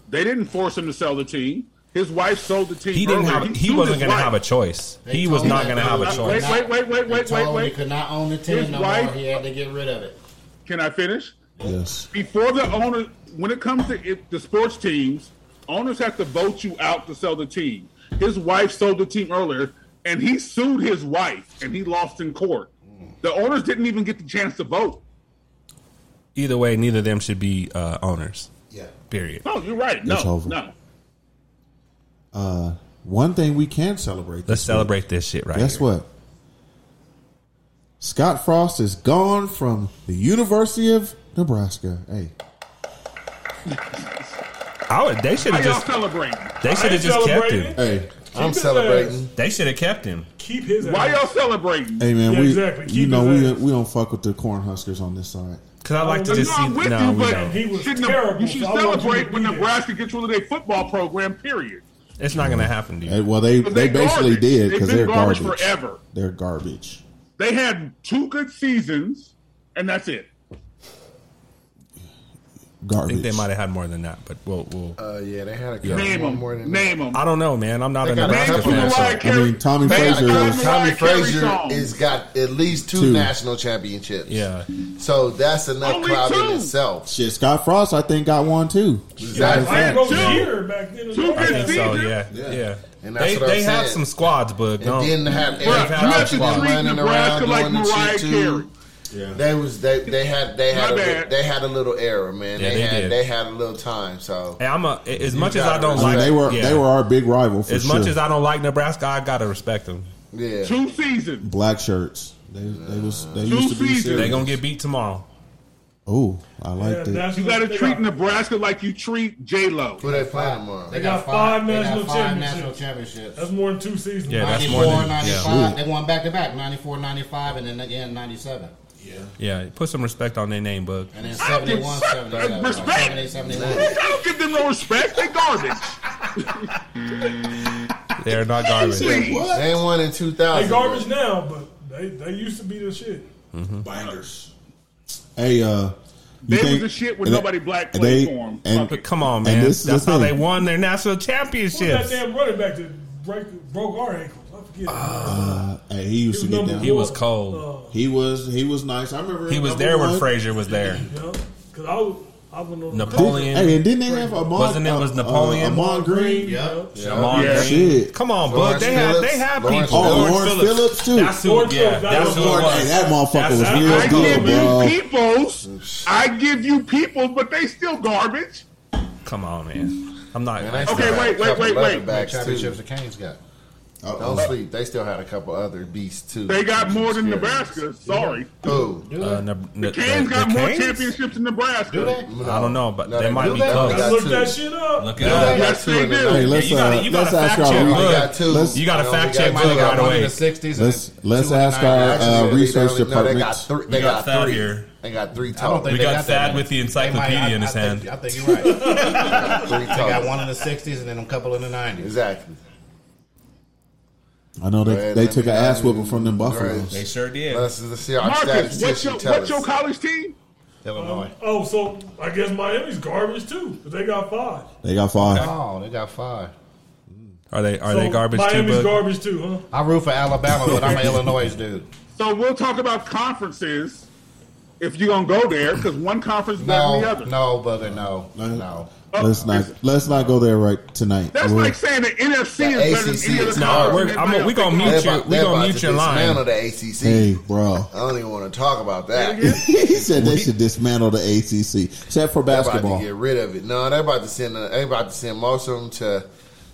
[SPEAKER 5] they didn't force him to sell the team. His wife sold the team.
[SPEAKER 7] He didn't
[SPEAKER 5] earlier.
[SPEAKER 7] have. He,
[SPEAKER 5] sued
[SPEAKER 7] wasn't
[SPEAKER 5] his
[SPEAKER 7] going to
[SPEAKER 5] wife.
[SPEAKER 7] have a choice.
[SPEAKER 6] They
[SPEAKER 7] He was
[SPEAKER 6] told
[SPEAKER 7] not
[SPEAKER 6] him
[SPEAKER 7] going to
[SPEAKER 6] that
[SPEAKER 7] have
[SPEAKER 6] they
[SPEAKER 7] a
[SPEAKER 6] was not-
[SPEAKER 5] Uh,
[SPEAKER 7] choice.
[SPEAKER 5] Wait, wait, wait, wait,
[SPEAKER 6] They
[SPEAKER 5] wait,
[SPEAKER 6] told
[SPEAKER 5] wait,
[SPEAKER 6] him He
[SPEAKER 5] wait.
[SPEAKER 6] could not own the
[SPEAKER 5] His
[SPEAKER 6] team no
[SPEAKER 5] wife-
[SPEAKER 6] more. He had to get rid of it.
[SPEAKER 5] Can I finish?
[SPEAKER 3] Yes.
[SPEAKER 5] Before the owner, when it comes to it, the sports teams, owners have to vote you out to sell the team. His wife sold the team earlier, and he sued his wife, and he lost in court. The owners didn't even get the chance to vote.
[SPEAKER 7] Either way, neither of them should be uh, owners.
[SPEAKER 6] Yeah.
[SPEAKER 7] Period.
[SPEAKER 5] No, you're right. No,
[SPEAKER 3] It's over.
[SPEAKER 5] no.
[SPEAKER 3] Uh, One thing we can celebrate.
[SPEAKER 7] Let's
[SPEAKER 3] this
[SPEAKER 7] celebrate this shit right.
[SPEAKER 3] Week, guess
[SPEAKER 7] here.
[SPEAKER 3] what? Scott Frost is gone from the University of Nebraska. Hey,
[SPEAKER 7] I would, they should
[SPEAKER 5] How
[SPEAKER 7] have
[SPEAKER 5] y'all
[SPEAKER 7] just.
[SPEAKER 5] celebrating?
[SPEAKER 7] They should have
[SPEAKER 8] ain't
[SPEAKER 7] just kept
[SPEAKER 8] celebrating.
[SPEAKER 7] him.
[SPEAKER 3] hey,
[SPEAKER 10] I'm
[SPEAKER 8] his
[SPEAKER 10] celebrating.
[SPEAKER 7] They should have kept him.
[SPEAKER 8] keep his.
[SPEAKER 5] Why
[SPEAKER 8] ass.
[SPEAKER 5] y'all celebrating?
[SPEAKER 3] hey, man.
[SPEAKER 8] Yeah,
[SPEAKER 3] we
[SPEAKER 8] exactly.
[SPEAKER 3] you
[SPEAKER 8] Keep
[SPEAKER 3] know
[SPEAKER 8] his
[SPEAKER 3] we
[SPEAKER 8] ass.
[SPEAKER 3] we don't fuck with the Cornhuskers on this side.
[SPEAKER 7] Because I like to
[SPEAKER 8] Oh,
[SPEAKER 7] just
[SPEAKER 5] no,
[SPEAKER 7] see.
[SPEAKER 5] I'm with
[SPEAKER 7] No,
[SPEAKER 5] you,
[SPEAKER 7] we
[SPEAKER 5] but
[SPEAKER 7] don't.
[SPEAKER 8] He was
[SPEAKER 5] Shouldn't-
[SPEAKER 8] terrible.
[SPEAKER 5] You should
[SPEAKER 8] so I want you to
[SPEAKER 5] celebrate
[SPEAKER 8] be
[SPEAKER 5] when
[SPEAKER 8] there.
[SPEAKER 5] Nebraska gets rid of their football program. Period.
[SPEAKER 7] It's not going to happen to
[SPEAKER 3] Hey,
[SPEAKER 7] you.
[SPEAKER 3] well, they
[SPEAKER 5] But
[SPEAKER 3] they,
[SPEAKER 5] they
[SPEAKER 3] basically
[SPEAKER 5] garbage.
[SPEAKER 3] did
[SPEAKER 5] They've
[SPEAKER 3] because
[SPEAKER 5] been
[SPEAKER 3] they're
[SPEAKER 5] garbage
[SPEAKER 3] garbage.
[SPEAKER 5] forever.
[SPEAKER 3] They're garbage.
[SPEAKER 5] They had two good seasons, and that's it.
[SPEAKER 7] I
[SPEAKER 3] Garbage.
[SPEAKER 7] think they might have had more than that, but we'll. we'll
[SPEAKER 10] Uh, yeah, they had a couple
[SPEAKER 5] Name
[SPEAKER 10] more,
[SPEAKER 5] them.
[SPEAKER 10] more than
[SPEAKER 5] Name them.
[SPEAKER 7] I don't know, man. I'm not a
[SPEAKER 10] got a
[SPEAKER 7] Nebraska
[SPEAKER 10] couple
[SPEAKER 7] fan.
[SPEAKER 10] of
[SPEAKER 7] So.
[SPEAKER 10] like-
[SPEAKER 3] I mean, Tommy
[SPEAKER 10] They
[SPEAKER 3] Frazier
[SPEAKER 10] got-
[SPEAKER 3] is.
[SPEAKER 10] Tommy
[SPEAKER 5] Like Kerry
[SPEAKER 10] Frazier
[SPEAKER 5] Jones.
[SPEAKER 10] has got at least two,
[SPEAKER 3] Two.
[SPEAKER 10] national championships.
[SPEAKER 7] Yeah.
[SPEAKER 10] So that's enough
[SPEAKER 5] Only
[SPEAKER 10] cloud
[SPEAKER 5] two.
[SPEAKER 10] in itself.
[SPEAKER 3] Shit, Scott Frost, I think, got one too.
[SPEAKER 10] Exactly.
[SPEAKER 8] I ain't
[SPEAKER 5] Two.
[SPEAKER 8] gonna cheer back then.
[SPEAKER 5] Two good
[SPEAKER 7] I think so,
[SPEAKER 5] seasons.
[SPEAKER 7] Oh, yeah. Yeah.
[SPEAKER 10] Yeah. And that's
[SPEAKER 7] They,
[SPEAKER 10] what I'm
[SPEAKER 7] they have
[SPEAKER 10] saying.
[SPEAKER 7] some squads, but
[SPEAKER 10] And
[SPEAKER 7] no.
[SPEAKER 10] then to have
[SPEAKER 5] Bruh,
[SPEAKER 10] Eric
[SPEAKER 5] you have to
[SPEAKER 10] Frost
[SPEAKER 5] treat
[SPEAKER 10] running around
[SPEAKER 5] Nebraska like
[SPEAKER 10] doing the
[SPEAKER 5] Mariah
[SPEAKER 10] shit
[SPEAKER 5] Carey.
[SPEAKER 10] too. They was they they had they
[SPEAKER 5] My
[SPEAKER 10] had a
[SPEAKER 5] bad.
[SPEAKER 10] little, they had a little error, man.
[SPEAKER 7] Yeah,
[SPEAKER 10] they,
[SPEAKER 7] they
[SPEAKER 10] had
[SPEAKER 7] did.
[SPEAKER 10] they had a little time. So
[SPEAKER 7] Hey, I'm a, as much as I
[SPEAKER 10] gotta
[SPEAKER 7] don't
[SPEAKER 10] respect-
[SPEAKER 3] I
[SPEAKER 7] like
[SPEAKER 3] mean, they were
[SPEAKER 7] yeah.
[SPEAKER 3] they were our big rival for
[SPEAKER 7] as
[SPEAKER 3] sure.
[SPEAKER 7] much as I don't like Nebraska, I gotta respect them.
[SPEAKER 10] yeah,
[SPEAKER 5] Two seasons.
[SPEAKER 3] Black shirts. They they was they
[SPEAKER 5] Two
[SPEAKER 3] used to be
[SPEAKER 5] seasons.
[SPEAKER 3] serious.
[SPEAKER 7] They gonna get beat tomorrow.
[SPEAKER 3] Oh, I like that.
[SPEAKER 5] You got to treat Nebraska like you treat J Lo.
[SPEAKER 10] who they playing tomorrow?
[SPEAKER 6] They
[SPEAKER 10] They,
[SPEAKER 6] got
[SPEAKER 8] got
[SPEAKER 6] five,
[SPEAKER 8] five
[SPEAKER 6] they
[SPEAKER 8] national
[SPEAKER 6] got five
[SPEAKER 8] championships.
[SPEAKER 6] national championships.
[SPEAKER 8] That's more than two seasons.
[SPEAKER 7] Yeah, that's more
[SPEAKER 6] 94,
[SPEAKER 7] than. Yeah.
[SPEAKER 6] 95. They won back to back 94, 95, and then again 97.
[SPEAKER 7] yeah, put some respect on their name, bug.
[SPEAKER 6] And then
[SPEAKER 5] I don't
[SPEAKER 6] 71,
[SPEAKER 5] give-
[SPEAKER 6] 77.
[SPEAKER 5] Respect.
[SPEAKER 6] 78, 71.
[SPEAKER 5] I don't give them no respect. They garbage.
[SPEAKER 7] They're not garbage.
[SPEAKER 5] Please.
[SPEAKER 10] they won in two thousand.
[SPEAKER 8] They garbage now, but they, they used to be the shit.
[SPEAKER 3] Binders. Hey, uh, you
[SPEAKER 5] They was
[SPEAKER 3] think-
[SPEAKER 5] the shit when
[SPEAKER 3] and
[SPEAKER 5] nobody
[SPEAKER 3] they-
[SPEAKER 5] black
[SPEAKER 3] and
[SPEAKER 5] played
[SPEAKER 3] they-
[SPEAKER 5] for 'em.
[SPEAKER 3] And
[SPEAKER 5] Fuck it.
[SPEAKER 7] Come on, man.
[SPEAKER 3] this is the
[SPEAKER 7] That's how
[SPEAKER 3] thing.
[SPEAKER 7] they won their national
[SPEAKER 8] Who's that
[SPEAKER 7] championships.
[SPEAKER 8] damn running back that break, broke our ankles? I forget.
[SPEAKER 3] hey, he used
[SPEAKER 8] He was
[SPEAKER 3] to get
[SPEAKER 8] number
[SPEAKER 3] down.
[SPEAKER 7] He
[SPEAKER 8] one.
[SPEAKER 7] was cold.
[SPEAKER 3] He was he was nice. I remember
[SPEAKER 7] He
[SPEAKER 3] him
[SPEAKER 7] was
[SPEAKER 3] number
[SPEAKER 7] there
[SPEAKER 3] one.
[SPEAKER 7] when Frazier was there.
[SPEAKER 8] You know? Because I was, I was on
[SPEAKER 7] Napoleon.
[SPEAKER 3] Hey, and didn't they have Amon?
[SPEAKER 7] Wasn't it-
[SPEAKER 3] uh,
[SPEAKER 7] was Napoleon?
[SPEAKER 3] Uh, Amon Green.
[SPEAKER 8] Green. Yeah.
[SPEAKER 7] Lamar
[SPEAKER 5] Yeah.
[SPEAKER 7] Green.
[SPEAKER 3] Shit.
[SPEAKER 7] Come on, bud.
[SPEAKER 10] Lawrence
[SPEAKER 7] They had they
[SPEAKER 10] Phillips.
[SPEAKER 7] had people.
[SPEAKER 10] Lawrence
[SPEAKER 3] Oh,
[SPEAKER 10] Lawrence
[SPEAKER 3] Lawrence Phillips, too.
[SPEAKER 7] That's who.
[SPEAKER 8] Lawrence
[SPEAKER 7] Yeah,
[SPEAKER 8] Phillips. That
[SPEAKER 7] that's
[SPEAKER 8] was
[SPEAKER 7] who it
[SPEAKER 8] Lawrence-
[SPEAKER 3] Hey,
[SPEAKER 7] was.
[SPEAKER 3] that motherfucker
[SPEAKER 7] That's-
[SPEAKER 5] I
[SPEAKER 3] was real good,
[SPEAKER 5] give
[SPEAKER 3] bro.
[SPEAKER 5] you peoples. I give you peoples, but they still garbage.
[SPEAKER 7] Come on, man. I'm not.
[SPEAKER 10] And they
[SPEAKER 5] Okay,
[SPEAKER 10] still had
[SPEAKER 5] wait,
[SPEAKER 10] a
[SPEAKER 5] wait,
[SPEAKER 10] couple
[SPEAKER 5] wait, wait.
[SPEAKER 10] leatherbacks,
[SPEAKER 6] Championships
[SPEAKER 10] too.
[SPEAKER 6] the Canes got.
[SPEAKER 3] Oh,
[SPEAKER 10] Don't sleep. They still had a couple other beasts too.
[SPEAKER 5] They got more than Nebraska. Sorry.
[SPEAKER 10] Who?
[SPEAKER 7] uh, ne- ne- the
[SPEAKER 5] Canes got
[SPEAKER 7] the
[SPEAKER 5] more
[SPEAKER 7] Canes?
[SPEAKER 5] championships than
[SPEAKER 6] Do
[SPEAKER 5] Nebraska.
[SPEAKER 6] they?
[SPEAKER 10] No.
[SPEAKER 7] I don't know, but they
[SPEAKER 10] they
[SPEAKER 7] might
[SPEAKER 10] do.
[SPEAKER 7] be
[SPEAKER 10] They
[SPEAKER 7] close.
[SPEAKER 10] only
[SPEAKER 8] I
[SPEAKER 10] got
[SPEAKER 8] looked
[SPEAKER 10] two.
[SPEAKER 8] that shit up.
[SPEAKER 7] Look
[SPEAKER 10] They
[SPEAKER 7] it
[SPEAKER 10] only
[SPEAKER 7] up.
[SPEAKER 10] got
[SPEAKER 5] Yes,
[SPEAKER 10] two
[SPEAKER 5] they
[SPEAKER 10] in the
[SPEAKER 5] do.
[SPEAKER 10] night.
[SPEAKER 3] Hey,
[SPEAKER 10] They
[SPEAKER 3] let's
[SPEAKER 7] you gotta-
[SPEAKER 3] uh,
[SPEAKER 7] you
[SPEAKER 3] let's
[SPEAKER 7] gotta
[SPEAKER 3] ask
[SPEAKER 7] fact
[SPEAKER 3] our
[SPEAKER 7] check.
[SPEAKER 10] only
[SPEAKER 7] Look.
[SPEAKER 10] got two.
[SPEAKER 3] let's-
[SPEAKER 7] You got to
[SPEAKER 10] They only
[SPEAKER 7] fact
[SPEAKER 10] got
[SPEAKER 7] check
[SPEAKER 10] one-
[SPEAKER 7] Bug
[SPEAKER 10] they got
[SPEAKER 7] right
[SPEAKER 10] one in
[SPEAKER 7] away.
[SPEAKER 10] the 60s and
[SPEAKER 3] let's
[SPEAKER 10] two
[SPEAKER 3] let's
[SPEAKER 10] in the
[SPEAKER 3] ask
[SPEAKER 10] 90s.
[SPEAKER 3] our
[SPEAKER 10] Actually,
[SPEAKER 3] uh,
[SPEAKER 10] they
[SPEAKER 3] research
[SPEAKER 10] only- no,
[SPEAKER 3] department.
[SPEAKER 10] They got three.
[SPEAKER 7] We
[SPEAKER 10] They
[SPEAKER 7] got
[SPEAKER 10] got
[SPEAKER 7] Thad
[SPEAKER 10] three.
[SPEAKER 7] here.
[SPEAKER 10] They got three
[SPEAKER 6] I don't
[SPEAKER 10] total.
[SPEAKER 6] think
[SPEAKER 7] We
[SPEAKER 6] they
[SPEAKER 7] got
[SPEAKER 6] that
[SPEAKER 7] Thad
[SPEAKER 6] many.
[SPEAKER 7] with the
[SPEAKER 6] They might-
[SPEAKER 7] encyclopedia
[SPEAKER 6] I-
[SPEAKER 7] in his
[SPEAKER 6] I
[SPEAKER 7] hand.
[SPEAKER 6] think- I think you're right.
[SPEAKER 10] Three
[SPEAKER 6] They got
[SPEAKER 10] total.
[SPEAKER 6] one in the 60s and then a couple in the 90s.
[SPEAKER 10] Exactly.
[SPEAKER 3] I know they
[SPEAKER 10] Right,
[SPEAKER 3] they
[SPEAKER 10] let
[SPEAKER 3] took
[SPEAKER 10] me
[SPEAKER 3] an
[SPEAKER 10] know.
[SPEAKER 3] ass whooping from them
[SPEAKER 7] They
[SPEAKER 3] Buffaloes.
[SPEAKER 7] sure did.
[SPEAKER 10] Let's just see our
[SPEAKER 5] Marcus, what's
[SPEAKER 10] statistician
[SPEAKER 5] your,
[SPEAKER 10] tell
[SPEAKER 5] what's your
[SPEAKER 10] us.
[SPEAKER 5] college team?
[SPEAKER 6] Illinois.
[SPEAKER 8] Oh, so I guess Miami's garbage too. 'cause they got five.
[SPEAKER 3] They got five.
[SPEAKER 6] Oh, they got five.
[SPEAKER 7] Are they are
[SPEAKER 8] So
[SPEAKER 7] they garbage too?
[SPEAKER 8] Miami's
[SPEAKER 7] Bug?
[SPEAKER 8] garbage too, huh?
[SPEAKER 6] I root for Alabama, but I'm an Illinois dude.
[SPEAKER 5] So we'll talk about conferences if you're gonna go there, because one conference is better than the
[SPEAKER 6] No,
[SPEAKER 5] other.
[SPEAKER 6] no, brother, no, no.
[SPEAKER 3] Let's not let's not go there right tonight.
[SPEAKER 5] That's
[SPEAKER 3] We'll-
[SPEAKER 5] like saying the NFC is better than any other
[SPEAKER 10] No,
[SPEAKER 5] conference.
[SPEAKER 10] Dismantle the ACC.
[SPEAKER 3] Hey, bro.
[SPEAKER 10] I don't even want to talk about that.
[SPEAKER 3] he said they should dismantle the ACC except for
[SPEAKER 10] They're about
[SPEAKER 3] basketball.
[SPEAKER 10] to get rid of it. No, they're about to send. uh they about to send most of them to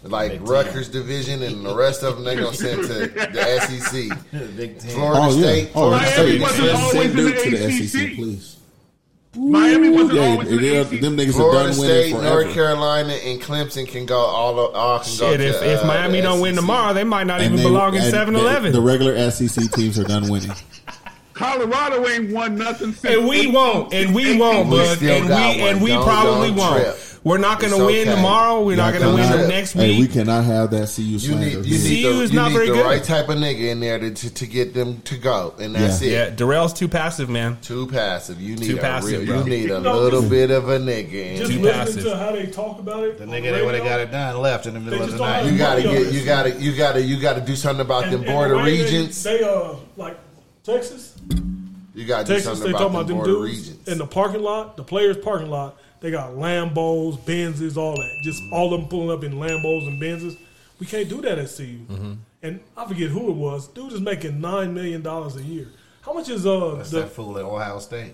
[SPEAKER 10] like Rutgers division, and the rest of them they're gonna send to the SEC. Florida
[SPEAKER 3] Oh, yeah.
[SPEAKER 10] State.
[SPEAKER 3] Oh,
[SPEAKER 10] Florida
[SPEAKER 3] Miami
[SPEAKER 10] State.
[SPEAKER 3] wasn't Send- always send in Duke the to the ACC.
[SPEAKER 10] SEC,
[SPEAKER 3] please.
[SPEAKER 5] Miami wasn't
[SPEAKER 3] Yeah,
[SPEAKER 5] always in
[SPEAKER 3] they-
[SPEAKER 5] the ACC.
[SPEAKER 3] them niggas
[SPEAKER 10] Florida
[SPEAKER 3] are done winning
[SPEAKER 10] State,
[SPEAKER 3] forever.
[SPEAKER 10] North Carolina, and Clemson can go all. all can go
[SPEAKER 7] Shit, if,
[SPEAKER 10] to,
[SPEAKER 7] if
[SPEAKER 10] uh,
[SPEAKER 7] Miami
[SPEAKER 10] the
[SPEAKER 7] don't win
[SPEAKER 10] SEC.
[SPEAKER 7] tomorrow, they might not
[SPEAKER 3] And
[SPEAKER 7] even
[SPEAKER 3] they-
[SPEAKER 7] belong in
[SPEAKER 3] and the-
[SPEAKER 7] 7 Eleven.
[SPEAKER 3] The regular SEC teams are done winning.
[SPEAKER 5] Colorado ain't won nothing since.
[SPEAKER 7] And we won't. And we won't,
[SPEAKER 3] We
[SPEAKER 7] bud.
[SPEAKER 3] still
[SPEAKER 7] And we
[SPEAKER 3] got one.
[SPEAKER 7] and we
[SPEAKER 3] Don't-
[SPEAKER 7] probably
[SPEAKER 3] don't
[SPEAKER 7] won't.
[SPEAKER 3] trip.
[SPEAKER 7] We're not going to
[SPEAKER 3] It's
[SPEAKER 7] win
[SPEAKER 3] okay.
[SPEAKER 7] tomorrow. We're not
[SPEAKER 3] Y'all
[SPEAKER 7] going to win
[SPEAKER 3] cannot-
[SPEAKER 7] them next
[SPEAKER 3] Hey, we
[SPEAKER 7] week.
[SPEAKER 3] cannot have that CU
[SPEAKER 10] You
[SPEAKER 3] slander.
[SPEAKER 10] need you need
[SPEAKER 7] CU
[SPEAKER 10] the,
[SPEAKER 7] is
[SPEAKER 10] you
[SPEAKER 7] not
[SPEAKER 10] need
[SPEAKER 7] very
[SPEAKER 10] the
[SPEAKER 7] good.
[SPEAKER 10] right type of nigga in there to, to, to get them to go, and that's
[SPEAKER 7] yeah.
[SPEAKER 10] it.
[SPEAKER 7] Darrell's too passive, man.
[SPEAKER 10] Too passive. You need
[SPEAKER 7] Too
[SPEAKER 10] a
[SPEAKER 7] passive,
[SPEAKER 10] real,
[SPEAKER 7] bro.
[SPEAKER 10] you need a
[SPEAKER 7] No,
[SPEAKER 10] little
[SPEAKER 7] just-
[SPEAKER 10] bit of a nigga. In
[SPEAKER 8] Just
[SPEAKER 10] you.
[SPEAKER 8] listening to how they talk about it.
[SPEAKER 6] The nigga that would have got it done left in the middle
[SPEAKER 8] They
[SPEAKER 6] of
[SPEAKER 8] just
[SPEAKER 6] the
[SPEAKER 8] don't
[SPEAKER 6] night.
[SPEAKER 8] have
[SPEAKER 10] You
[SPEAKER 8] Nobody
[SPEAKER 10] gotta get. You
[SPEAKER 8] understands.
[SPEAKER 10] gotta. You gotta. You gotta do something about them border regions.
[SPEAKER 8] They, they uh like Texas.
[SPEAKER 10] You gotta do
[SPEAKER 8] Texas,
[SPEAKER 10] something
[SPEAKER 8] they
[SPEAKER 10] about
[SPEAKER 8] talking
[SPEAKER 10] them
[SPEAKER 8] about them
[SPEAKER 10] border
[SPEAKER 8] dudes
[SPEAKER 10] regions.
[SPEAKER 8] in the parking lot, the players' parking lot. They got Lambos, Benzes, all that. Just all of them pulling up in Lambos and Benzes. We can't do that at CU.
[SPEAKER 7] Mm-hmm.
[SPEAKER 8] And I forget who it was. Dude is making nine million dollars a year. How much is uh
[SPEAKER 6] That's
[SPEAKER 8] the?
[SPEAKER 6] that fool at Ohio State.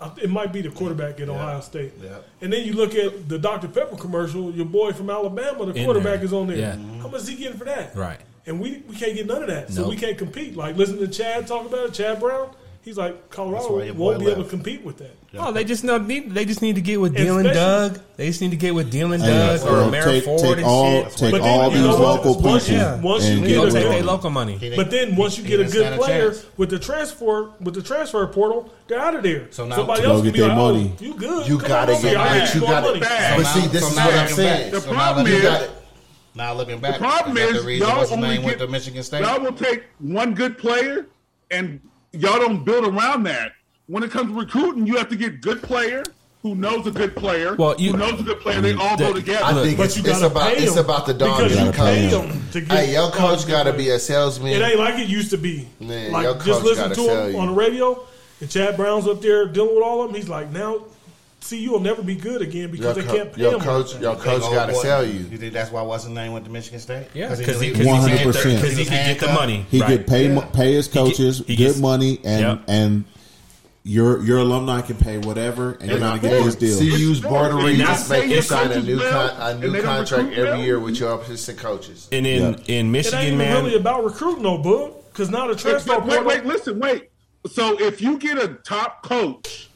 [SPEAKER 8] I- It might be the quarterback at Ohio State.
[SPEAKER 6] Yeah.
[SPEAKER 8] And then you look at the Dr Pepper commercial. Your boy from Alabama, the
[SPEAKER 7] In
[SPEAKER 8] quarterback
[SPEAKER 7] there.
[SPEAKER 8] is on there.
[SPEAKER 7] Yeah.
[SPEAKER 6] Mm-hmm.
[SPEAKER 8] How much is he getting for that?
[SPEAKER 7] Right.
[SPEAKER 8] And we, we can't get none of that. So
[SPEAKER 7] Nope.
[SPEAKER 8] we can't compete. Like, listen to Chad talk about it, Chad Brown. He's like, Colorado
[SPEAKER 6] That's why your boy
[SPEAKER 8] won't be able to
[SPEAKER 6] left.
[SPEAKER 8] compete with that.
[SPEAKER 7] Oh, they just not need. They just need to get with Dylan
[SPEAKER 8] Especially-
[SPEAKER 7] Doug. They just need to get with Dylan Doug
[SPEAKER 3] bro,
[SPEAKER 7] or Mary
[SPEAKER 3] take-
[SPEAKER 7] Ford
[SPEAKER 3] take
[SPEAKER 7] and
[SPEAKER 3] all-
[SPEAKER 7] shit.
[SPEAKER 3] take
[SPEAKER 7] But
[SPEAKER 3] all
[SPEAKER 7] you
[SPEAKER 3] these
[SPEAKER 7] know what?
[SPEAKER 3] local
[SPEAKER 7] Once you-
[SPEAKER 3] people
[SPEAKER 8] once you
[SPEAKER 3] and
[SPEAKER 8] get
[SPEAKER 7] They
[SPEAKER 8] a
[SPEAKER 7] go take
[SPEAKER 8] good-
[SPEAKER 7] their local money.
[SPEAKER 8] But then once you
[SPEAKER 6] He
[SPEAKER 8] get a
[SPEAKER 6] didn't
[SPEAKER 8] good
[SPEAKER 6] stand a
[SPEAKER 8] player
[SPEAKER 6] chance.
[SPEAKER 8] with the transfer with the transfer portal, they're out of there.
[SPEAKER 6] So now
[SPEAKER 8] somebody
[SPEAKER 6] to
[SPEAKER 8] else
[SPEAKER 3] go
[SPEAKER 8] can
[SPEAKER 3] get
[SPEAKER 8] be
[SPEAKER 3] their
[SPEAKER 8] like,
[SPEAKER 3] money.
[SPEAKER 8] Oh, you good?
[SPEAKER 10] You
[SPEAKER 8] Come
[SPEAKER 10] gotta
[SPEAKER 8] on
[SPEAKER 10] get
[SPEAKER 8] over here. I
[SPEAKER 10] money.
[SPEAKER 8] got
[SPEAKER 10] You
[SPEAKER 8] more
[SPEAKER 10] gotta.
[SPEAKER 8] money.
[SPEAKER 5] back.
[SPEAKER 10] But
[SPEAKER 6] So
[SPEAKER 10] see,
[SPEAKER 6] now-
[SPEAKER 10] this
[SPEAKER 6] so
[SPEAKER 10] is
[SPEAKER 6] now
[SPEAKER 10] what I'm
[SPEAKER 6] looking
[SPEAKER 10] saying.
[SPEAKER 6] back-
[SPEAKER 5] The
[SPEAKER 6] so now
[SPEAKER 5] problem
[SPEAKER 6] looking
[SPEAKER 5] is-
[SPEAKER 6] back- now looking back,
[SPEAKER 5] The problem
[SPEAKER 6] is that
[SPEAKER 5] is
[SPEAKER 6] the reason
[SPEAKER 5] y'all
[SPEAKER 6] what's his
[SPEAKER 5] only
[SPEAKER 6] name
[SPEAKER 5] get,
[SPEAKER 6] went to Michigan State.
[SPEAKER 5] Y'all will take one good player, and y'all don't build around that. When it comes to recruiting, you have to get good player who knows a good player.
[SPEAKER 7] Well, you-
[SPEAKER 5] who knows a good player. They all go
[SPEAKER 7] that-
[SPEAKER 5] together.
[SPEAKER 10] I think
[SPEAKER 8] But
[SPEAKER 10] it's,
[SPEAKER 8] you
[SPEAKER 10] it's
[SPEAKER 8] gotta
[SPEAKER 10] about
[SPEAKER 8] pay
[SPEAKER 10] it's
[SPEAKER 8] them
[SPEAKER 10] about the dog
[SPEAKER 8] Because
[SPEAKER 10] you
[SPEAKER 8] you pay
[SPEAKER 10] coach.
[SPEAKER 8] them to get.
[SPEAKER 10] Hey, your coach
[SPEAKER 8] good
[SPEAKER 10] got to
[SPEAKER 8] players.
[SPEAKER 10] be a
[SPEAKER 8] It
[SPEAKER 10] salesman.
[SPEAKER 8] ain't like it used to be.
[SPEAKER 10] Man, your
[SPEAKER 8] like
[SPEAKER 10] coach
[SPEAKER 8] just listen
[SPEAKER 10] gotta
[SPEAKER 8] to
[SPEAKER 10] sell
[SPEAKER 8] him
[SPEAKER 10] you.
[SPEAKER 8] on the radio, and Chad Brown's up there dealing with all of them. He's like, now, see, you'll never be good again
[SPEAKER 10] Your,
[SPEAKER 8] because they
[SPEAKER 10] co-
[SPEAKER 8] can't pay
[SPEAKER 10] your
[SPEAKER 8] him.
[SPEAKER 10] coach, your
[SPEAKER 6] Big
[SPEAKER 10] coach
[SPEAKER 6] old
[SPEAKER 10] got to
[SPEAKER 6] boy.
[SPEAKER 10] sell you.
[SPEAKER 6] You think that's why what's his name went to Michigan State?
[SPEAKER 7] Yeah, because he
[SPEAKER 6] knew
[SPEAKER 7] because he,
[SPEAKER 6] was-
[SPEAKER 7] could get the-
[SPEAKER 3] 100%.
[SPEAKER 7] 'cause he could get the money.
[SPEAKER 3] He
[SPEAKER 7] right.
[SPEAKER 3] could pay mo- pay his
[SPEAKER 7] get-
[SPEAKER 3] coaches
[SPEAKER 7] he
[SPEAKER 3] good
[SPEAKER 7] gets-
[SPEAKER 3] money, and
[SPEAKER 7] Yep.
[SPEAKER 3] and your your alumni can pay whatever, and you're gonna get this deal.
[SPEAKER 10] CU's board of
[SPEAKER 5] And
[SPEAKER 10] regents
[SPEAKER 7] that's-
[SPEAKER 10] make you
[SPEAKER 7] and
[SPEAKER 10] sign a
[SPEAKER 5] coaches
[SPEAKER 10] new
[SPEAKER 5] will,
[SPEAKER 10] con- a
[SPEAKER 5] and
[SPEAKER 10] new
[SPEAKER 5] they don't
[SPEAKER 10] contract
[SPEAKER 5] recruit
[SPEAKER 10] every
[SPEAKER 5] them.
[SPEAKER 10] year with your assistant coaches.
[SPEAKER 7] And in in
[SPEAKER 8] It ain't
[SPEAKER 7] Michigan,
[SPEAKER 8] even
[SPEAKER 7] man,
[SPEAKER 8] really about recruiting no book because now the
[SPEAKER 5] It's
[SPEAKER 8] transfer
[SPEAKER 5] like, wait,
[SPEAKER 8] portal.
[SPEAKER 5] wait, listen, wait. So if you get a top coach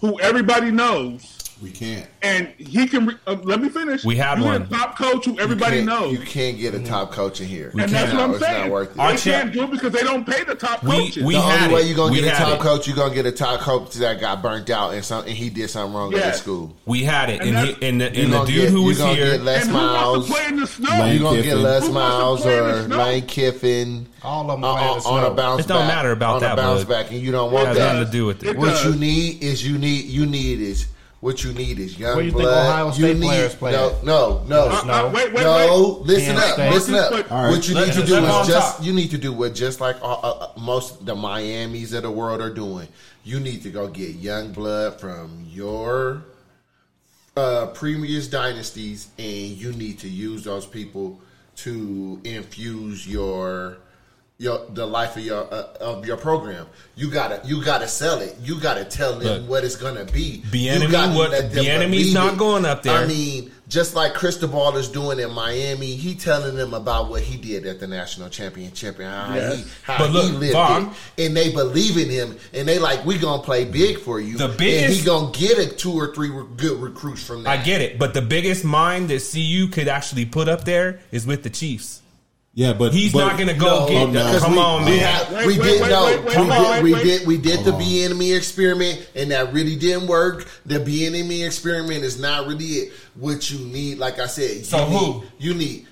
[SPEAKER 5] who everybody knows,
[SPEAKER 3] We can't.
[SPEAKER 5] and he can, re- uh, let me finish.
[SPEAKER 7] We had
[SPEAKER 5] you
[SPEAKER 7] one.
[SPEAKER 5] Get a top coach who everybody
[SPEAKER 10] you can't-
[SPEAKER 5] knows.
[SPEAKER 10] you can't get a top coach in here.
[SPEAKER 5] and that's what
[SPEAKER 10] No,
[SPEAKER 5] I'm
[SPEAKER 10] it's
[SPEAKER 5] saying.
[SPEAKER 10] not worth it.
[SPEAKER 7] Our
[SPEAKER 5] They
[SPEAKER 7] cha-
[SPEAKER 5] can't do it because they don't pay the top
[SPEAKER 7] We-
[SPEAKER 5] coaches.
[SPEAKER 7] we-
[SPEAKER 10] the
[SPEAKER 7] had
[SPEAKER 10] only way
[SPEAKER 7] it.
[SPEAKER 10] you're gonna
[SPEAKER 7] We
[SPEAKER 10] get a
[SPEAKER 7] had
[SPEAKER 10] top
[SPEAKER 7] it.
[SPEAKER 10] coach, you're gonna get a top coach that got burnt out and something he did something wrong at
[SPEAKER 5] Yeah.
[SPEAKER 10] his school.
[SPEAKER 7] we had it,
[SPEAKER 5] And
[SPEAKER 7] and
[SPEAKER 5] that's-
[SPEAKER 7] he, and the,
[SPEAKER 10] You're
[SPEAKER 7] and the
[SPEAKER 10] gonna
[SPEAKER 7] dude
[SPEAKER 10] get-
[SPEAKER 7] who
[SPEAKER 10] you're
[SPEAKER 7] was
[SPEAKER 10] gonna
[SPEAKER 7] here,
[SPEAKER 10] get Les
[SPEAKER 5] and who wants
[SPEAKER 10] Miles.
[SPEAKER 5] to play in the snow?
[SPEAKER 10] You're gonna
[SPEAKER 3] Kiffin.
[SPEAKER 10] get Les
[SPEAKER 5] Who wants
[SPEAKER 10] Miles
[SPEAKER 5] to play in the
[SPEAKER 10] or
[SPEAKER 5] snow?
[SPEAKER 10] Lane Kiffin.
[SPEAKER 6] All of them
[SPEAKER 10] on,
[SPEAKER 6] play in the
[SPEAKER 10] on- on
[SPEAKER 6] snow.
[SPEAKER 10] a bounce
[SPEAKER 7] It don't
[SPEAKER 10] back,
[SPEAKER 7] matter about
[SPEAKER 10] on
[SPEAKER 7] that,
[SPEAKER 10] a bounce
[SPEAKER 7] bud.
[SPEAKER 10] back, and you don't
[SPEAKER 7] It
[SPEAKER 10] want
[SPEAKER 7] has
[SPEAKER 10] that.
[SPEAKER 7] nothing to do with it.
[SPEAKER 5] It
[SPEAKER 10] What
[SPEAKER 5] does.
[SPEAKER 10] you need is you need you need is what you need is young
[SPEAKER 6] Where you think
[SPEAKER 10] blood.
[SPEAKER 6] Ohio
[SPEAKER 10] you
[SPEAKER 6] State
[SPEAKER 10] need
[SPEAKER 6] players play
[SPEAKER 10] no
[SPEAKER 6] at?
[SPEAKER 10] no no
[SPEAKER 6] There's
[SPEAKER 5] Uh, uh, wait, wait,
[SPEAKER 10] no.
[SPEAKER 5] wait.
[SPEAKER 10] Listen
[SPEAKER 6] Kansas
[SPEAKER 10] up,
[SPEAKER 6] State.
[SPEAKER 10] listen up.
[SPEAKER 5] All
[SPEAKER 3] right.
[SPEAKER 10] What you
[SPEAKER 7] Let-
[SPEAKER 10] need to
[SPEAKER 7] let
[SPEAKER 10] do
[SPEAKER 7] Von
[SPEAKER 10] is just
[SPEAKER 7] talk.
[SPEAKER 10] you need to do what just like uh, uh, uh, most the Miami's of the world are doing. You need to go get young blood from your uh, previous dynasties, and you need to use those people to infuse your your the life of your uh, of your program. You gotta you gotta sell it. You gotta tell them
[SPEAKER 7] Look.
[SPEAKER 10] what it's gonna be.
[SPEAKER 7] Bieniemy
[SPEAKER 10] You gotta
[SPEAKER 7] what-
[SPEAKER 10] let them
[SPEAKER 7] Bieniemy's
[SPEAKER 10] believe
[SPEAKER 7] not
[SPEAKER 10] it.
[SPEAKER 7] going up there.
[SPEAKER 10] I mean, just like Cristobal is doing in Miami, he telling them about what he did at the national championship and how
[SPEAKER 5] Yes.
[SPEAKER 10] he how
[SPEAKER 7] But
[SPEAKER 10] he
[SPEAKER 7] look,
[SPEAKER 10] lived
[SPEAKER 7] Von-
[SPEAKER 10] it, and they believe in him, and they like we gonna play big for you.
[SPEAKER 7] The
[SPEAKER 10] and
[SPEAKER 7] biggest-
[SPEAKER 10] he gonna get a two or three re- good recruits from that.
[SPEAKER 7] I get it, but the biggest mind that CU could actually put up there is with the Chiefs.
[SPEAKER 3] Yeah, but
[SPEAKER 7] He's
[SPEAKER 3] but-
[SPEAKER 7] not going to
[SPEAKER 3] No,
[SPEAKER 7] go get.
[SPEAKER 3] no.
[SPEAKER 7] them. Come
[SPEAKER 10] we,
[SPEAKER 7] on,
[SPEAKER 10] we,
[SPEAKER 7] man.
[SPEAKER 10] had-
[SPEAKER 5] Wait,
[SPEAKER 10] we
[SPEAKER 5] wait,
[SPEAKER 10] did
[SPEAKER 5] wait,
[SPEAKER 10] no.
[SPEAKER 5] wait, wait,
[SPEAKER 10] we,
[SPEAKER 5] wait,
[SPEAKER 10] did,
[SPEAKER 5] wait,
[SPEAKER 10] we
[SPEAKER 5] wait.
[SPEAKER 10] did. We did the be enemy E experiment, and that really didn't work. The be enemy E experiment is not really it. What you need, like I said,
[SPEAKER 7] So
[SPEAKER 10] you
[SPEAKER 7] who?
[SPEAKER 10] need, you need?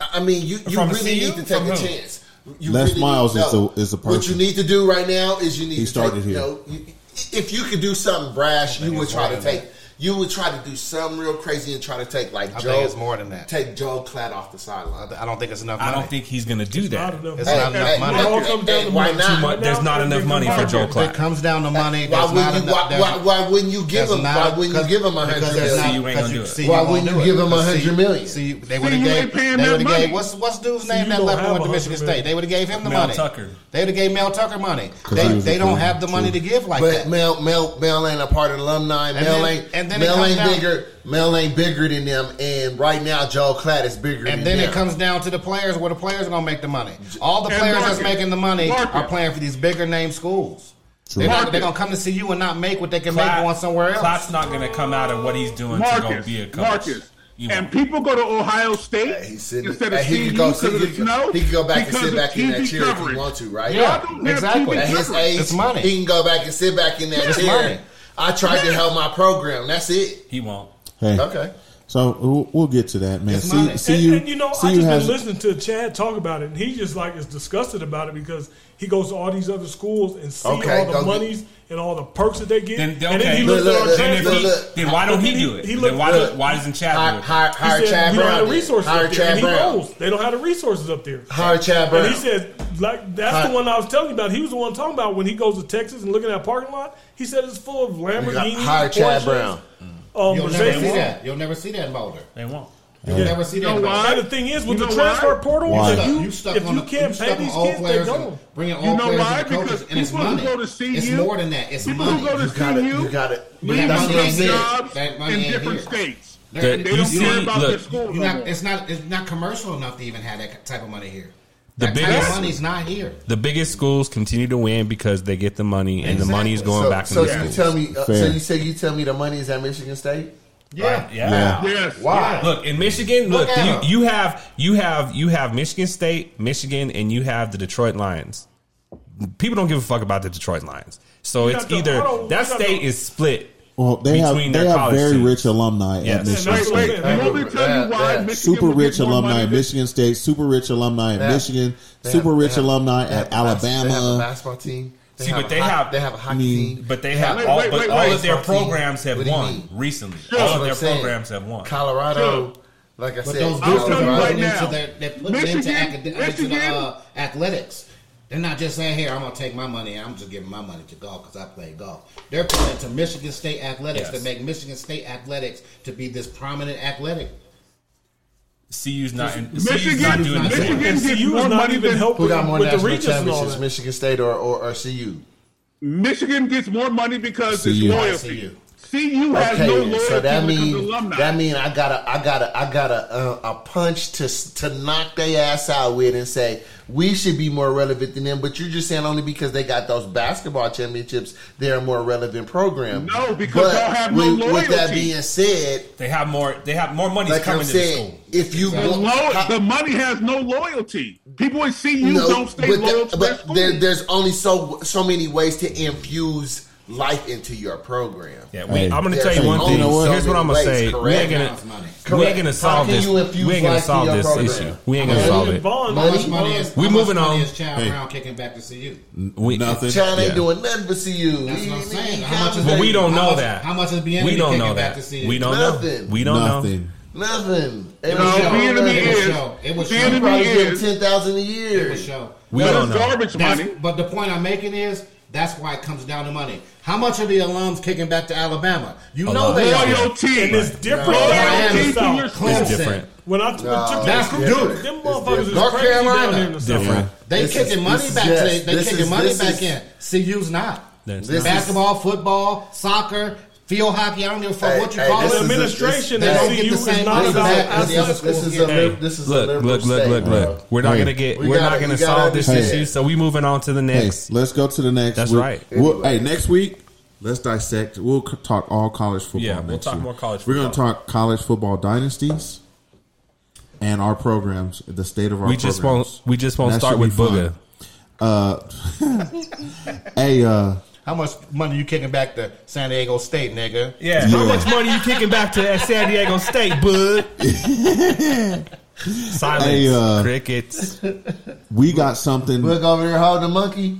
[SPEAKER 10] I I mean, you you
[SPEAKER 7] From
[SPEAKER 10] really
[SPEAKER 7] CU?
[SPEAKER 10] need to take
[SPEAKER 7] From
[SPEAKER 10] a
[SPEAKER 7] who?
[SPEAKER 10] chance. You
[SPEAKER 3] Les Miles is
[SPEAKER 10] no.
[SPEAKER 3] the- is the
[SPEAKER 10] What you
[SPEAKER 3] person.
[SPEAKER 10] need to do right now is you need.
[SPEAKER 3] He
[SPEAKER 10] to
[SPEAKER 3] started
[SPEAKER 10] take,
[SPEAKER 3] here.
[SPEAKER 10] no, you- if you could do something brash, you would try to take. You would try to do something real crazy and try to take like
[SPEAKER 6] I
[SPEAKER 10] Joe.
[SPEAKER 6] think it's more than that.
[SPEAKER 10] Take Joe Clatt off the sideline.
[SPEAKER 6] I don't think it's enough.
[SPEAKER 7] I
[SPEAKER 6] Money.
[SPEAKER 7] don't think he's going to do that.
[SPEAKER 8] enough.
[SPEAKER 6] It's not enough money.
[SPEAKER 8] It all comes down to
[SPEAKER 10] why
[SPEAKER 8] money.
[SPEAKER 10] not?
[SPEAKER 7] Too much- There's not enough money for Joe
[SPEAKER 6] If it
[SPEAKER 7] Clark.
[SPEAKER 6] comes down to money,
[SPEAKER 10] Why
[SPEAKER 6] there's not
[SPEAKER 10] wouldn't, you,
[SPEAKER 6] enough.
[SPEAKER 10] why,
[SPEAKER 6] there's-
[SPEAKER 10] why, why wouldn't you give
[SPEAKER 6] there's
[SPEAKER 10] him?
[SPEAKER 6] not-
[SPEAKER 10] Why wouldn't you
[SPEAKER 6] because-
[SPEAKER 10] give him a
[SPEAKER 6] because
[SPEAKER 10] hundred
[SPEAKER 6] there's
[SPEAKER 10] million?
[SPEAKER 6] not-
[SPEAKER 7] See, you ain't
[SPEAKER 6] because
[SPEAKER 7] gonna do it.
[SPEAKER 6] see,
[SPEAKER 10] Why
[SPEAKER 6] won't
[SPEAKER 10] wouldn't
[SPEAKER 6] do
[SPEAKER 10] you
[SPEAKER 6] it.
[SPEAKER 10] give him a
[SPEAKER 6] Because
[SPEAKER 10] hundred
[SPEAKER 6] see-
[SPEAKER 10] million?
[SPEAKER 6] See, they
[SPEAKER 5] See,
[SPEAKER 6] would have
[SPEAKER 5] you ain't
[SPEAKER 6] gave. They
[SPEAKER 5] paying that
[SPEAKER 6] would have
[SPEAKER 5] money.
[SPEAKER 6] gave. What's what's dude's
[SPEAKER 8] you
[SPEAKER 6] name that
[SPEAKER 8] don't
[SPEAKER 6] left
[SPEAKER 8] have
[SPEAKER 6] and went
[SPEAKER 8] a
[SPEAKER 6] to
[SPEAKER 8] hundred
[SPEAKER 6] Michigan
[SPEAKER 8] million.
[SPEAKER 6] State? They would have gave him the
[SPEAKER 7] Mel
[SPEAKER 6] money.
[SPEAKER 7] Tucker.
[SPEAKER 6] They would have gave Mel Tucker money.
[SPEAKER 3] 'Cause he
[SPEAKER 6] They
[SPEAKER 3] was a
[SPEAKER 6] they don't
[SPEAKER 3] good
[SPEAKER 6] have the
[SPEAKER 3] one,
[SPEAKER 6] money
[SPEAKER 3] too.
[SPEAKER 6] to give like
[SPEAKER 10] But
[SPEAKER 6] that.
[SPEAKER 10] Mel, Mel, Mel ain't a part of the alumni.
[SPEAKER 6] And
[SPEAKER 10] Mel
[SPEAKER 6] then-
[SPEAKER 10] ain't,
[SPEAKER 6] and then it
[SPEAKER 10] Mel
[SPEAKER 6] comes
[SPEAKER 10] ain't
[SPEAKER 6] down-
[SPEAKER 10] bigger. Mel ain't bigger than them. And right now, Joe Clatt is bigger.
[SPEAKER 6] And then
[SPEAKER 10] than them.
[SPEAKER 6] it comes down to the players where the players are gonna make the money. All the
[SPEAKER 5] And
[SPEAKER 6] players that's
[SPEAKER 5] market.
[SPEAKER 6] making the money
[SPEAKER 5] Market.
[SPEAKER 6] are playing for these bigger name schools.
[SPEAKER 3] True.
[SPEAKER 6] They're, not,
[SPEAKER 5] Market.
[SPEAKER 6] they're gonna come to see you and not make what they can make
[SPEAKER 7] Clyde-
[SPEAKER 6] going somewhere else.
[SPEAKER 7] Clyde's not going to come out of what he's doing to go
[SPEAKER 5] Marcus,
[SPEAKER 7] be a coach.
[SPEAKER 5] Marcus.
[SPEAKER 7] You
[SPEAKER 5] and
[SPEAKER 7] won't.
[SPEAKER 5] people go to Ohio State
[SPEAKER 10] Hey, he's sitting-
[SPEAKER 5] instead
[SPEAKER 10] hey,
[SPEAKER 5] of
[SPEAKER 10] he
[SPEAKER 5] CU
[SPEAKER 10] could go-
[SPEAKER 5] because
[SPEAKER 10] he
[SPEAKER 5] of the
[SPEAKER 10] could-
[SPEAKER 5] snow.
[SPEAKER 10] he could go back and
[SPEAKER 5] because
[SPEAKER 10] sit
[SPEAKER 5] of
[SPEAKER 10] back in that
[SPEAKER 5] TV
[SPEAKER 10] chair if he
[SPEAKER 5] coverage.
[SPEAKER 10] want to, right?
[SPEAKER 6] Yeah,
[SPEAKER 5] Y'all don't have
[SPEAKER 6] exactly.
[SPEAKER 5] TV
[SPEAKER 10] At his
[SPEAKER 5] coverage.
[SPEAKER 10] age,
[SPEAKER 6] It's money.
[SPEAKER 10] he can go back and sit back in that
[SPEAKER 6] It's
[SPEAKER 10] chair.
[SPEAKER 6] money.
[SPEAKER 10] I tried to help my program. That's it.
[SPEAKER 7] He won't.
[SPEAKER 3] Hey,
[SPEAKER 10] Okay.
[SPEAKER 3] so we'll, we'll get to that, man.
[SPEAKER 6] It's
[SPEAKER 3] See,
[SPEAKER 6] mine.
[SPEAKER 3] see
[SPEAKER 8] and,
[SPEAKER 3] you,
[SPEAKER 8] and you know,
[SPEAKER 3] see
[SPEAKER 8] I
[SPEAKER 3] you
[SPEAKER 8] just
[SPEAKER 3] has
[SPEAKER 8] been listening to Chad talk about it, and he just like is disgusted about it because he goes to all these other schools and see
[SPEAKER 10] Okay,
[SPEAKER 8] all
[SPEAKER 10] go
[SPEAKER 8] the
[SPEAKER 10] get-
[SPEAKER 8] monies and all the perks that they get.
[SPEAKER 7] Then, then, okay.
[SPEAKER 8] And then he
[SPEAKER 10] Look,
[SPEAKER 8] looks
[SPEAKER 10] look,
[SPEAKER 8] at our
[SPEAKER 10] look,
[SPEAKER 8] transfer.
[SPEAKER 10] look, look.
[SPEAKER 7] then why don't he do it?
[SPEAKER 8] He
[SPEAKER 7] then
[SPEAKER 8] looked-
[SPEAKER 7] why,
[SPEAKER 8] look.
[SPEAKER 7] do, why doesn't
[SPEAKER 10] Hire,
[SPEAKER 7] Chad do it?
[SPEAKER 10] hire,
[SPEAKER 8] He
[SPEAKER 10] hire
[SPEAKER 8] said,
[SPEAKER 10] Chad
[SPEAKER 8] we don't
[SPEAKER 10] Brown.
[SPEAKER 8] have the
[SPEAKER 10] then.
[SPEAKER 8] resources
[SPEAKER 10] Hire
[SPEAKER 8] up there.
[SPEAKER 10] Chad
[SPEAKER 8] and he
[SPEAKER 10] Brown.
[SPEAKER 8] knows they don't have the resources up there.
[SPEAKER 10] Hire Chad Brown.
[SPEAKER 8] And he said, like, that's
[SPEAKER 10] Hire-
[SPEAKER 8] the one I was telling you about. He was the one talking about when he goes to Texas and looking at that parking lot. He said it's full of Lamborghinis.
[SPEAKER 10] hire Chad
[SPEAKER 8] Porsches,
[SPEAKER 10] Brown.
[SPEAKER 8] Um,
[SPEAKER 6] You'll never see
[SPEAKER 8] Mercedes.
[SPEAKER 6] that. You'll never see that in Boulder.
[SPEAKER 7] They won't.
[SPEAKER 6] You'll never see that.
[SPEAKER 5] know
[SPEAKER 6] in Boulder.
[SPEAKER 5] why?
[SPEAKER 8] And the thing is, with
[SPEAKER 5] You
[SPEAKER 8] the
[SPEAKER 5] know
[SPEAKER 8] transfer
[SPEAKER 5] why?
[SPEAKER 8] portal,
[SPEAKER 3] Why?
[SPEAKER 8] if you,
[SPEAKER 6] You stuck
[SPEAKER 8] if
[SPEAKER 6] on
[SPEAKER 8] you
[SPEAKER 6] the-
[SPEAKER 8] can't
[SPEAKER 6] you
[SPEAKER 8] pay
[SPEAKER 6] stuck on
[SPEAKER 8] these
[SPEAKER 6] all
[SPEAKER 8] kids, they
[SPEAKER 6] players
[SPEAKER 8] go.
[SPEAKER 6] and bringing all
[SPEAKER 5] You know
[SPEAKER 6] players
[SPEAKER 5] why?
[SPEAKER 6] and coaches,
[SPEAKER 5] Because
[SPEAKER 6] and it's
[SPEAKER 5] people who
[SPEAKER 6] money.
[SPEAKER 5] go to see
[SPEAKER 6] it's
[SPEAKER 5] you-
[SPEAKER 6] more than that. It's
[SPEAKER 5] People
[SPEAKER 6] money.
[SPEAKER 5] who go to
[SPEAKER 10] You gotta-
[SPEAKER 5] see you,
[SPEAKER 10] you gotta-
[SPEAKER 5] leave
[SPEAKER 6] That's what I'm
[SPEAKER 5] their
[SPEAKER 6] saying.
[SPEAKER 5] jobs
[SPEAKER 6] That money
[SPEAKER 5] in
[SPEAKER 6] ain't
[SPEAKER 5] different
[SPEAKER 6] here.
[SPEAKER 5] states.
[SPEAKER 6] They're-
[SPEAKER 5] And they
[SPEAKER 7] You
[SPEAKER 5] don't
[SPEAKER 7] see-
[SPEAKER 5] care about their
[SPEAKER 7] look,
[SPEAKER 5] schools.
[SPEAKER 6] You're
[SPEAKER 5] no
[SPEAKER 6] not,
[SPEAKER 5] more.
[SPEAKER 6] it's not. It's not commercial enough to even have that type of money here.
[SPEAKER 7] The
[SPEAKER 6] that type
[SPEAKER 7] biggest-
[SPEAKER 6] of money's not here.
[SPEAKER 7] The biggest schools continue to win because they get the money, and the money is going
[SPEAKER 10] so,
[SPEAKER 7] back to
[SPEAKER 10] so
[SPEAKER 7] the
[SPEAKER 10] you
[SPEAKER 7] schools.
[SPEAKER 10] tell me. Uh, so
[SPEAKER 3] Fair.
[SPEAKER 10] you say you tell me the money is at Michigan State?
[SPEAKER 6] Yeah.
[SPEAKER 7] Yeah.
[SPEAKER 5] Yes.
[SPEAKER 6] Why?
[SPEAKER 7] Look in Michigan. Look,
[SPEAKER 6] Look at 'em.
[SPEAKER 7] you, you have you have you have Michigan State, Michigan, and you have the Detroit Lions. People don't give a fuck about the Detroit Lions. So
[SPEAKER 8] We
[SPEAKER 7] it's
[SPEAKER 8] got the- I
[SPEAKER 7] either
[SPEAKER 8] don't-
[SPEAKER 7] that
[SPEAKER 8] we got
[SPEAKER 7] state
[SPEAKER 8] the-
[SPEAKER 7] is split.
[SPEAKER 3] well. They have
[SPEAKER 7] between
[SPEAKER 3] they
[SPEAKER 7] their
[SPEAKER 3] have
[SPEAKER 7] college
[SPEAKER 3] very
[SPEAKER 7] teams.
[SPEAKER 3] rich alumni
[SPEAKER 7] Yes.
[SPEAKER 3] at Michigan
[SPEAKER 5] Wait,
[SPEAKER 3] State.
[SPEAKER 5] wait. You want me to tell
[SPEAKER 10] Yeah,
[SPEAKER 5] you why
[SPEAKER 10] yeah.
[SPEAKER 5] Michigan
[SPEAKER 3] super
[SPEAKER 5] would
[SPEAKER 3] rich
[SPEAKER 5] get more
[SPEAKER 3] alumni
[SPEAKER 5] money
[SPEAKER 3] at
[SPEAKER 5] than-
[SPEAKER 3] Michigan State, super rich alumni at
[SPEAKER 10] They have-
[SPEAKER 3] Michigan,
[SPEAKER 10] they have-
[SPEAKER 3] super
[SPEAKER 10] they
[SPEAKER 3] rich
[SPEAKER 10] have-
[SPEAKER 3] alumni at
[SPEAKER 10] they have a bas- They have a
[SPEAKER 3] Alabama.
[SPEAKER 10] basketball team.
[SPEAKER 7] See, but
[SPEAKER 10] a
[SPEAKER 7] they
[SPEAKER 10] ho-
[SPEAKER 7] have-
[SPEAKER 10] they have a hockey
[SPEAKER 3] mean,
[SPEAKER 10] team.
[SPEAKER 7] But they
[SPEAKER 10] They
[SPEAKER 7] have
[SPEAKER 5] Wait,
[SPEAKER 7] all,
[SPEAKER 5] wait,
[SPEAKER 7] but
[SPEAKER 5] wait,
[SPEAKER 7] all
[SPEAKER 5] wait.
[SPEAKER 7] of their programs have
[SPEAKER 10] What do you
[SPEAKER 7] won
[SPEAKER 10] mean?
[SPEAKER 7] recently.
[SPEAKER 10] That's
[SPEAKER 7] All of
[SPEAKER 10] what
[SPEAKER 7] their
[SPEAKER 10] I'm saying.
[SPEAKER 7] programs have won.
[SPEAKER 10] Colorado, like I
[SPEAKER 6] But
[SPEAKER 10] said,
[SPEAKER 6] those
[SPEAKER 5] I'll
[SPEAKER 6] dudes
[SPEAKER 5] tell you
[SPEAKER 6] are
[SPEAKER 5] right
[SPEAKER 6] putting
[SPEAKER 5] now.
[SPEAKER 6] into their, they're putting into,
[SPEAKER 5] Michigan-
[SPEAKER 6] acad- into the,
[SPEAKER 5] Michigan-
[SPEAKER 6] uh, athletics. They're not just saying, "Here, I'm gonna take my money and I'm just giving my money to golf because I play golf." They're putting into Michigan State athletics
[SPEAKER 7] Yes.
[SPEAKER 6] to make Michigan State athletics to be this prominent athletic.
[SPEAKER 7] CU's not. in- CU's not
[SPEAKER 5] Michigan,
[SPEAKER 7] doing the same.
[SPEAKER 5] Michigan
[SPEAKER 8] And
[SPEAKER 5] gets
[SPEAKER 8] CU
[SPEAKER 5] more
[SPEAKER 8] is not
[SPEAKER 5] money
[SPEAKER 8] even
[SPEAKER 5] than
[SPEAKER 8] helping
[SPEAKER 10] who got more
[SPEAKER 8] with the
[SPEAKER 10] national
[SPEAKER 8] regions and all
[SPEAKER 10] championships,
[SPEAKER 8] that.
[SPEAKER 10] Michigan State or, or, or CU?
[SPEAKER 5] Michigan gets more money because
[SPEAKER 3] CU.
[SPEAKER 5] it's
[SPEAKER 6] Why
[SPEAKER 5] loyalty. CU has
[SPEAKER 10] Okay,
[SPEAKER 5] no loyalty
[SPEAKER 10] so that
[SPEAKER 5] when it comes to
[SPEAKER 10] means
[SPEAKER 5] alumni.
[SPEAKER 10] that mean I gotta I gotta I gotta uh, a punch to s- to knock their ass out with and say we should be more relevant than them. But you're just saying only because they got those basketball championships, they're a more relevant program.
[SPEAKER 5] No, because y'all have no
[SPEAKER 10] with, With that
[SPEAKER 5] loyalty.
[SPEAKER 10] being said,
[SPEAKER 7] They have more. They have more money
[SPEAKER 10] like I'm
[SPEAKER 7] coming to the
[SPEAKER 10] saying,
[SPEAKER 7] school.
[SPEAKER 10] if you
[SPEAKER 5] the,
[SPEAKER 10] go-
[SPEAKER 5] lo-
[SPEAKER 10] how-
[SPEAKER 5] the money has no loyalty. People at CU
[SPEAKER 10] No,
[SPEAKER 5] don't stay
[SPEAKER 10] but the-
[SPEAKER 5] loyal to their
[SPEAKER 10] but
[SPEAKER 5] school.
[SPEAKER 10] there, there's only so so many ways to infuse life into your program.
[SPEAKER 7] Yeah, we,
[SPEAKER 3] Hey.
[SPEAKER 7] I'm going to
[SPEAKER 10] There's
[SPEAKER 7] tell you one
[SPEAKER 10] only
[SPEAKER 7] thing.
[SPEAKER 10] so
[SPEAKER 7] Here's what
[SPEAKER 10] many
[SPEAKER 7] I'm going to
[SPEAKER 10] ways,
[SPEAKER 7] say. We
[SPEAKER 10] correct?
[SPEAKER 7] ain't going
[SPEAKER 6] Now it's money.
[SPEAKER 7] to. We ain't going to
[SPEAKER 10] Correct.
[SPEAKER 7] solve
[SPEAKER 10] How can
[SPEAKER 7] this.
[SPEAKER 10] you infuse
[SPEAKER 7] We ain't going
[SPEAKER 10] life
[SPEAKER 7] to
[SPEAKER 10] to
[SPEAKER 7] solve
[SPEAKER 10] your
[SPEAKER 7] this
[SPEAKER 10] program?
[SPEAKER 7] issue. We ain't going to
[SPEAKER 10] Yeah.
[SPEAKER 7] solve
[SPEAKER 8] Even
[SPEAKER 7] it.
[SPEAKER 8] Vaughn,
[SPEAKER 6] How much
[SPEAKER 8] Vaughn-
[SPEAKER 6] money is how
[SPEAKER 7] We
[SPEAKER 6] much
[SPEAKER 7] moving
[SPEAKER 6] money
[SPEAKER 7] on.
[SPEAKER 6] Is Chad
[SPEAKER 3] Hey.
[SPEAKER 6] Brown kicking back to CU?
[SPEAKER 7] We,
[SPEAKER 3] Nothing.
[SPEAKER 10] Chad ain't
[SPEAKER 3] Yeah.
[SPEAKER 10] doing nothing but CU.
[SPEAKER 6] That's
[SPEAKER 10] He-
[SPEAKER 6] what I'm
[SPEAKER 10] he-
[SPEAKER 6] saying.
[SPEAKER 10] he
[SPEAKER 6] How much is
[SPEAKER 10] conversate-
[SPEAKER 7] But we don't
[SPEAKER 6] How
[SPEAKER 7] know
[SPEAKER 6] much-
[SPEAKER 7] that.
[SPEAKER 6] how much is Bienemy
[SPEAKER 7] We don't
[SPEAKER 6] kicking
[SPEAKER 7] know
[SPEAKER 6] it back
[SPEAKER 7] that.
[SPEAKER 6] to see?
[SPEAKER 7] We don't know.
[SPEAKER 10] Nothing.
[SPEAKER 7] We don't know.
[SPEAKER 3] Nothing.
[SPEAKER 10] Nothing. It
[SPEAKER 5] No,
[SPEAKER 10] was
[SPEAKER 5] the
[SPEAKER 10] show.
[SPEAKER 5] enemy
[SPEAKER 6] It was
[SPEAKER 5] is
[SPEAKER 6] show. It was
[SPEAKER 5] the
[SPEAKER 6] show.
[SPEAKER 5] enemy
[SPEAKER 10] Probably give him
[SPEAKER 5] is
[SPEAKER 10] ten thousand a
[SPEAKER 6] For
[SPEAKER 10] year.
[SPEAKER 6] sure.
[SPEAKER 7] We
[SPEAKER 5] that
[SPEAKER 7] don't
[SPEAKER 5] is
[SPEAKER 7] know.
[SPEAKER 5] garbage
[SPEAKER 6] That's-
[SPEAKER 5] money.
[SPEAKER 6] But the point I'm making is that's why it comes down to money. How much are the alums kicking back to Alabama? You
[SPEAKER 7] A
[SPEAKER 6] know
[SPEAKER 7] lot.
[SPEAKER 6] they are.
[SPEAKER 5] Loyalty
[SPEAKER 8] And it's different
[SPEAKER 6] No.
[SPEAKER 8] down here in
[SPEAKER 5] Loyalty
[SPEAKER 8] the
[SPEAKER 5] to your
[SPEAKER 8] South.
[SPEAKER 5] school.
[SPEAKER 6] Clemson.
[SPEAKER 7] It's different.
[SPEAKER 8] When I particularly
[SPEAKER 6] That's Duke.
[SPEAKER 8] them
[SPEAKER 10] It's
[SPEAKER 8] motherfuckers is
[SPEAKER 10] different.
[SPEAKER 8] crazy
[SPEAKER 6] North
[SPEAKER 8] down here in
[SPEAKER 6] Carolina.
[SPEAKER 8] the South.
[SPEAKER 7] Different.
[SPEAKER 6] They
[SPEAKER 10] This
[SPEAKER 6] kicking
[SPEAKER 10] is-
[SPEAKER 6] money
[SPEAKER 10] this is-
[SPEAKER 6] back.
[SPEAKER 10] yes,
[SPEAKER 6] to they they
[SPEAKER 10] this
[SPEAKER 6] kicking
[SPEAKER 10] is-
[SPEAKER 6] money
[SPEAKER 10] this
[SPEAKER 6] back
[SPEAKER 10] is-
[SPEAKER 6] in. CU's not.
[SPEAKER 7] There's
[SPEAKER 10] This
[SPEAKER 7] nothing.
[SPEAKER 10] is-
[SPEAKER 6] Basketball, football, soccer, field hockey. I don't give a fuck
[SPEAKER 10] Hey,
[SPEAKER 6] what you
[SPEAKER 10] hey,
[SPEAKER 6] call
[SPEAKER 10] this
[SPEAKER 8] The
[SPEAKER 10] is
[SPEAKER 6] it.
[SPEAKER 10] a-
[SPEAKER 8] administration
[SPEAKER 10] this-
[SPEAKER 8] at
[SPEAKER 10] this-
[SPEAKER 8] CU is
[SPEAKER 6] this is-
[SPEAKER 8] not
[SPEAKER 6] this is-
[SPEAKER 8] about
[SPEAKER 6] this is-
[SPEAKER 8] athletic
[SPEAKER 10] this
[SPEAKER 8] schools.
[SPEAKER 10] is a
[SPEAKER 8] here.
[SPEAKER 10] lib- this is a
[SPEAKER 7] look,
[SPEAKER 10] liberal
[SPEAKER 7] look, look,
[SPEAKER 10] state,
[SPEAKER 7] look,
[SPEAKER 10] bro.
[SPEAKER 7] look. We're not
[SPEAKER 3] Hey.
[SPEAKER 7] gonna get.
[SPEAKER 10] We
[SPEAKER 7] We're
[SPEAKER 10] gotta-
[SPEAKER 7] not gonna
[SPEAKER 10] we gotta
[SPEAKER 7] solve this
[SPEAKER 10] understand.
[SPEAKER 7] issue. So we moving on to the
[SPEAKER 3] Hey,
[SPEAKER 7] next.
[SPEAKER 3] let's go to the next.
[SPEAKER 7] That's
[SPEAKER 3] We'll-
[SPEAKER 7] right.
[SPEAKER 3] we'll- hey, next week, let's dissect. We'll c- talk all college football.
[SPEAKER 7] Yeah, we'll
[SPEAKER 3] next
[SPEAKER 7] talk
[SPEAKER 3] year.
[SPEAKER 7] more college
[SPEAKER 3] We're going to
[SPEAKER 7] football.
[SPEAKER 3] talk college football dynasties and our programs, the state of our.
[SPEAKER 7] we just
[SPEAKER 3] programs.
[SPEAKER 7] won't. We just won't
[SPEAKER 3] That
[SPEAKER 7] start
[SPEAKER 3] should be
[SPEAKER 7] with Booga.
[SPEAKER 3] fun. Hey, uh,
[SPEAKER 6] How much money you kicking back to San Diego State, nigga?
[SPEAKER 7] Yeah. How much money you kicking back to San Diego State, Bud? Silence.
[SPEAKER 3] Hey, uh,
[SPEAKER 7] Crickets.
[SPEAKER 3] we got something.
[SPEAKER 10] Look over there holding a monkey.